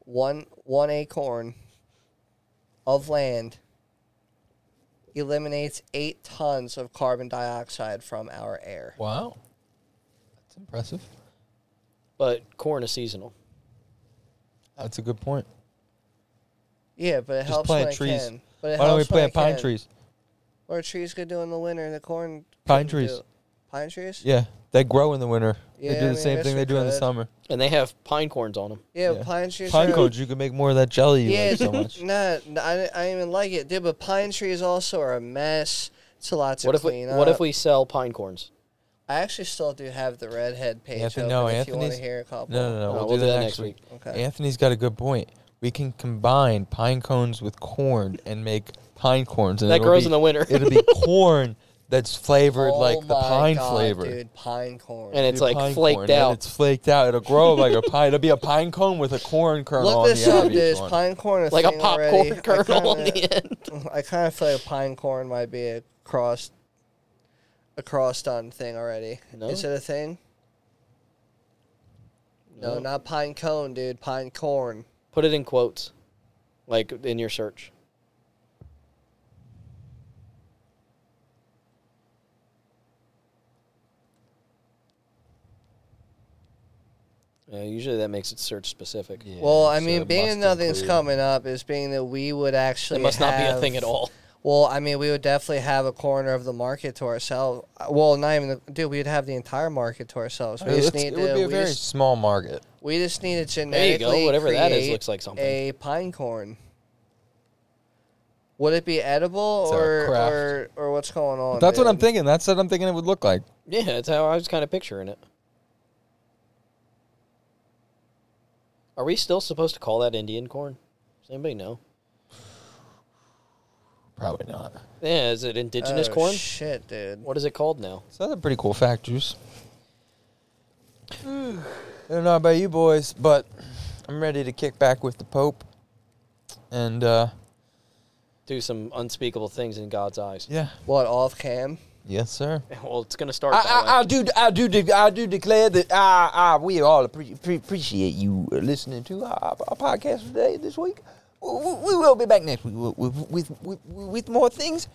One one acorn. of land eliminates eight tons of carbon dioxide from our air.
Wow. That's impressive.
but corn is seasonal.
That's a good point.
Yeah, but it
Just
helps
plant
when
trees.
it can. But it
Why don't we
helps when
plant
it
pine
can.
trees?
What are trees could do in the winter? The corn.
Pine
couldn't
trees.
do? Pine trees.
Yeah. They grow in the winter.
Yeah,
they
I
do the
mean, I
same
guess
thing
we
they do in the
could.
summer.
And they have pine corns on them.
Yeah,
Yeah.
pine trees.
Pine
are-
cones, you can make more of that jelly you
Yeah,
like so much.
nah, nah, I, I didn't even like it, dude. But pine trees also are a mess. It's a lot to
What if we
clean
What
up.
if we sell pine corns?
I actually still do have the redhead page
Anthony,
open
no,
if you want to
Anthony's-
hear a couple.
No, no, no.
No,
we'll, do, that, next week.
Okay.
Anthony's got a good point. We can combine pine cones with corn and make pine corns. And
That
it'll
grows
be-
in the winter.
it'll be corn that's flavored
Oh
like the
my
pine
God,
flavor.
dude. Pine corn.
And it's
Be
like
pine
flaked
corn, and
out.
It's flaked out. It'll grow like a pine. It'll be a pine cone with a corn kernel
Look
on
this
the
up,
obvious
dude. Is
one.
pine corn a
Like a
thing already?
popcorn
I
kernel on
kinda-
the end.
I kind of feel like pine corn might be a cross, a cross done thing already.
No?
Is it a thing? No, not pine cone, dude. Pine corn.
Put it in quotes, like in your search. Yeah, usually that makes it search specific.
Yeah,
well, I
so
mean,
it
being
must
that nothing's
include-
coming up is being that we would
It
actually
must not be a thing
have-
at all.
Well, I mean, we would definitely have a corner of the market to ourselves. Well, not even the, dude. We'd have the entire market to ourselves. We just
It's-
need
it
to.
would be a
we
very
just-
small market.
We just need to
you go.
genetically
Whatever that is
create
looks like something.
A pine corn. Would it be edible
It's a
or,
craft.
or or what's going on?
That's what I'm
dude?
thinking. That's what I'm thinking it would look like.
Yeah, that's how I was kind of picturing it. Are we still supposed to call that Indian corn? Does anybody know?
Probably not.
Yeah, is it indigenous
Oh,
corn?
Shit, dude.
what is it called now?
So that's a pretty cool fact, Juice. I don't know about you boys, but I'm ready to kick back with the Pope. And uh,
Do some unspeakable things in God's eyes.
yeah,
What off cam?
yes, sir.
Well, it's gonna start.
I,
that way.
I, I do, I do, de- I do declare that I, I, we all appre- pre- appreciate you uh, listening to our, our podcast today, this week. We, we we will be back next week with with, with, with more things.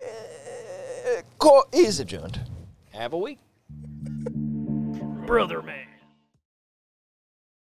Uh, court is adjourned.
Have a week.
Brother Man.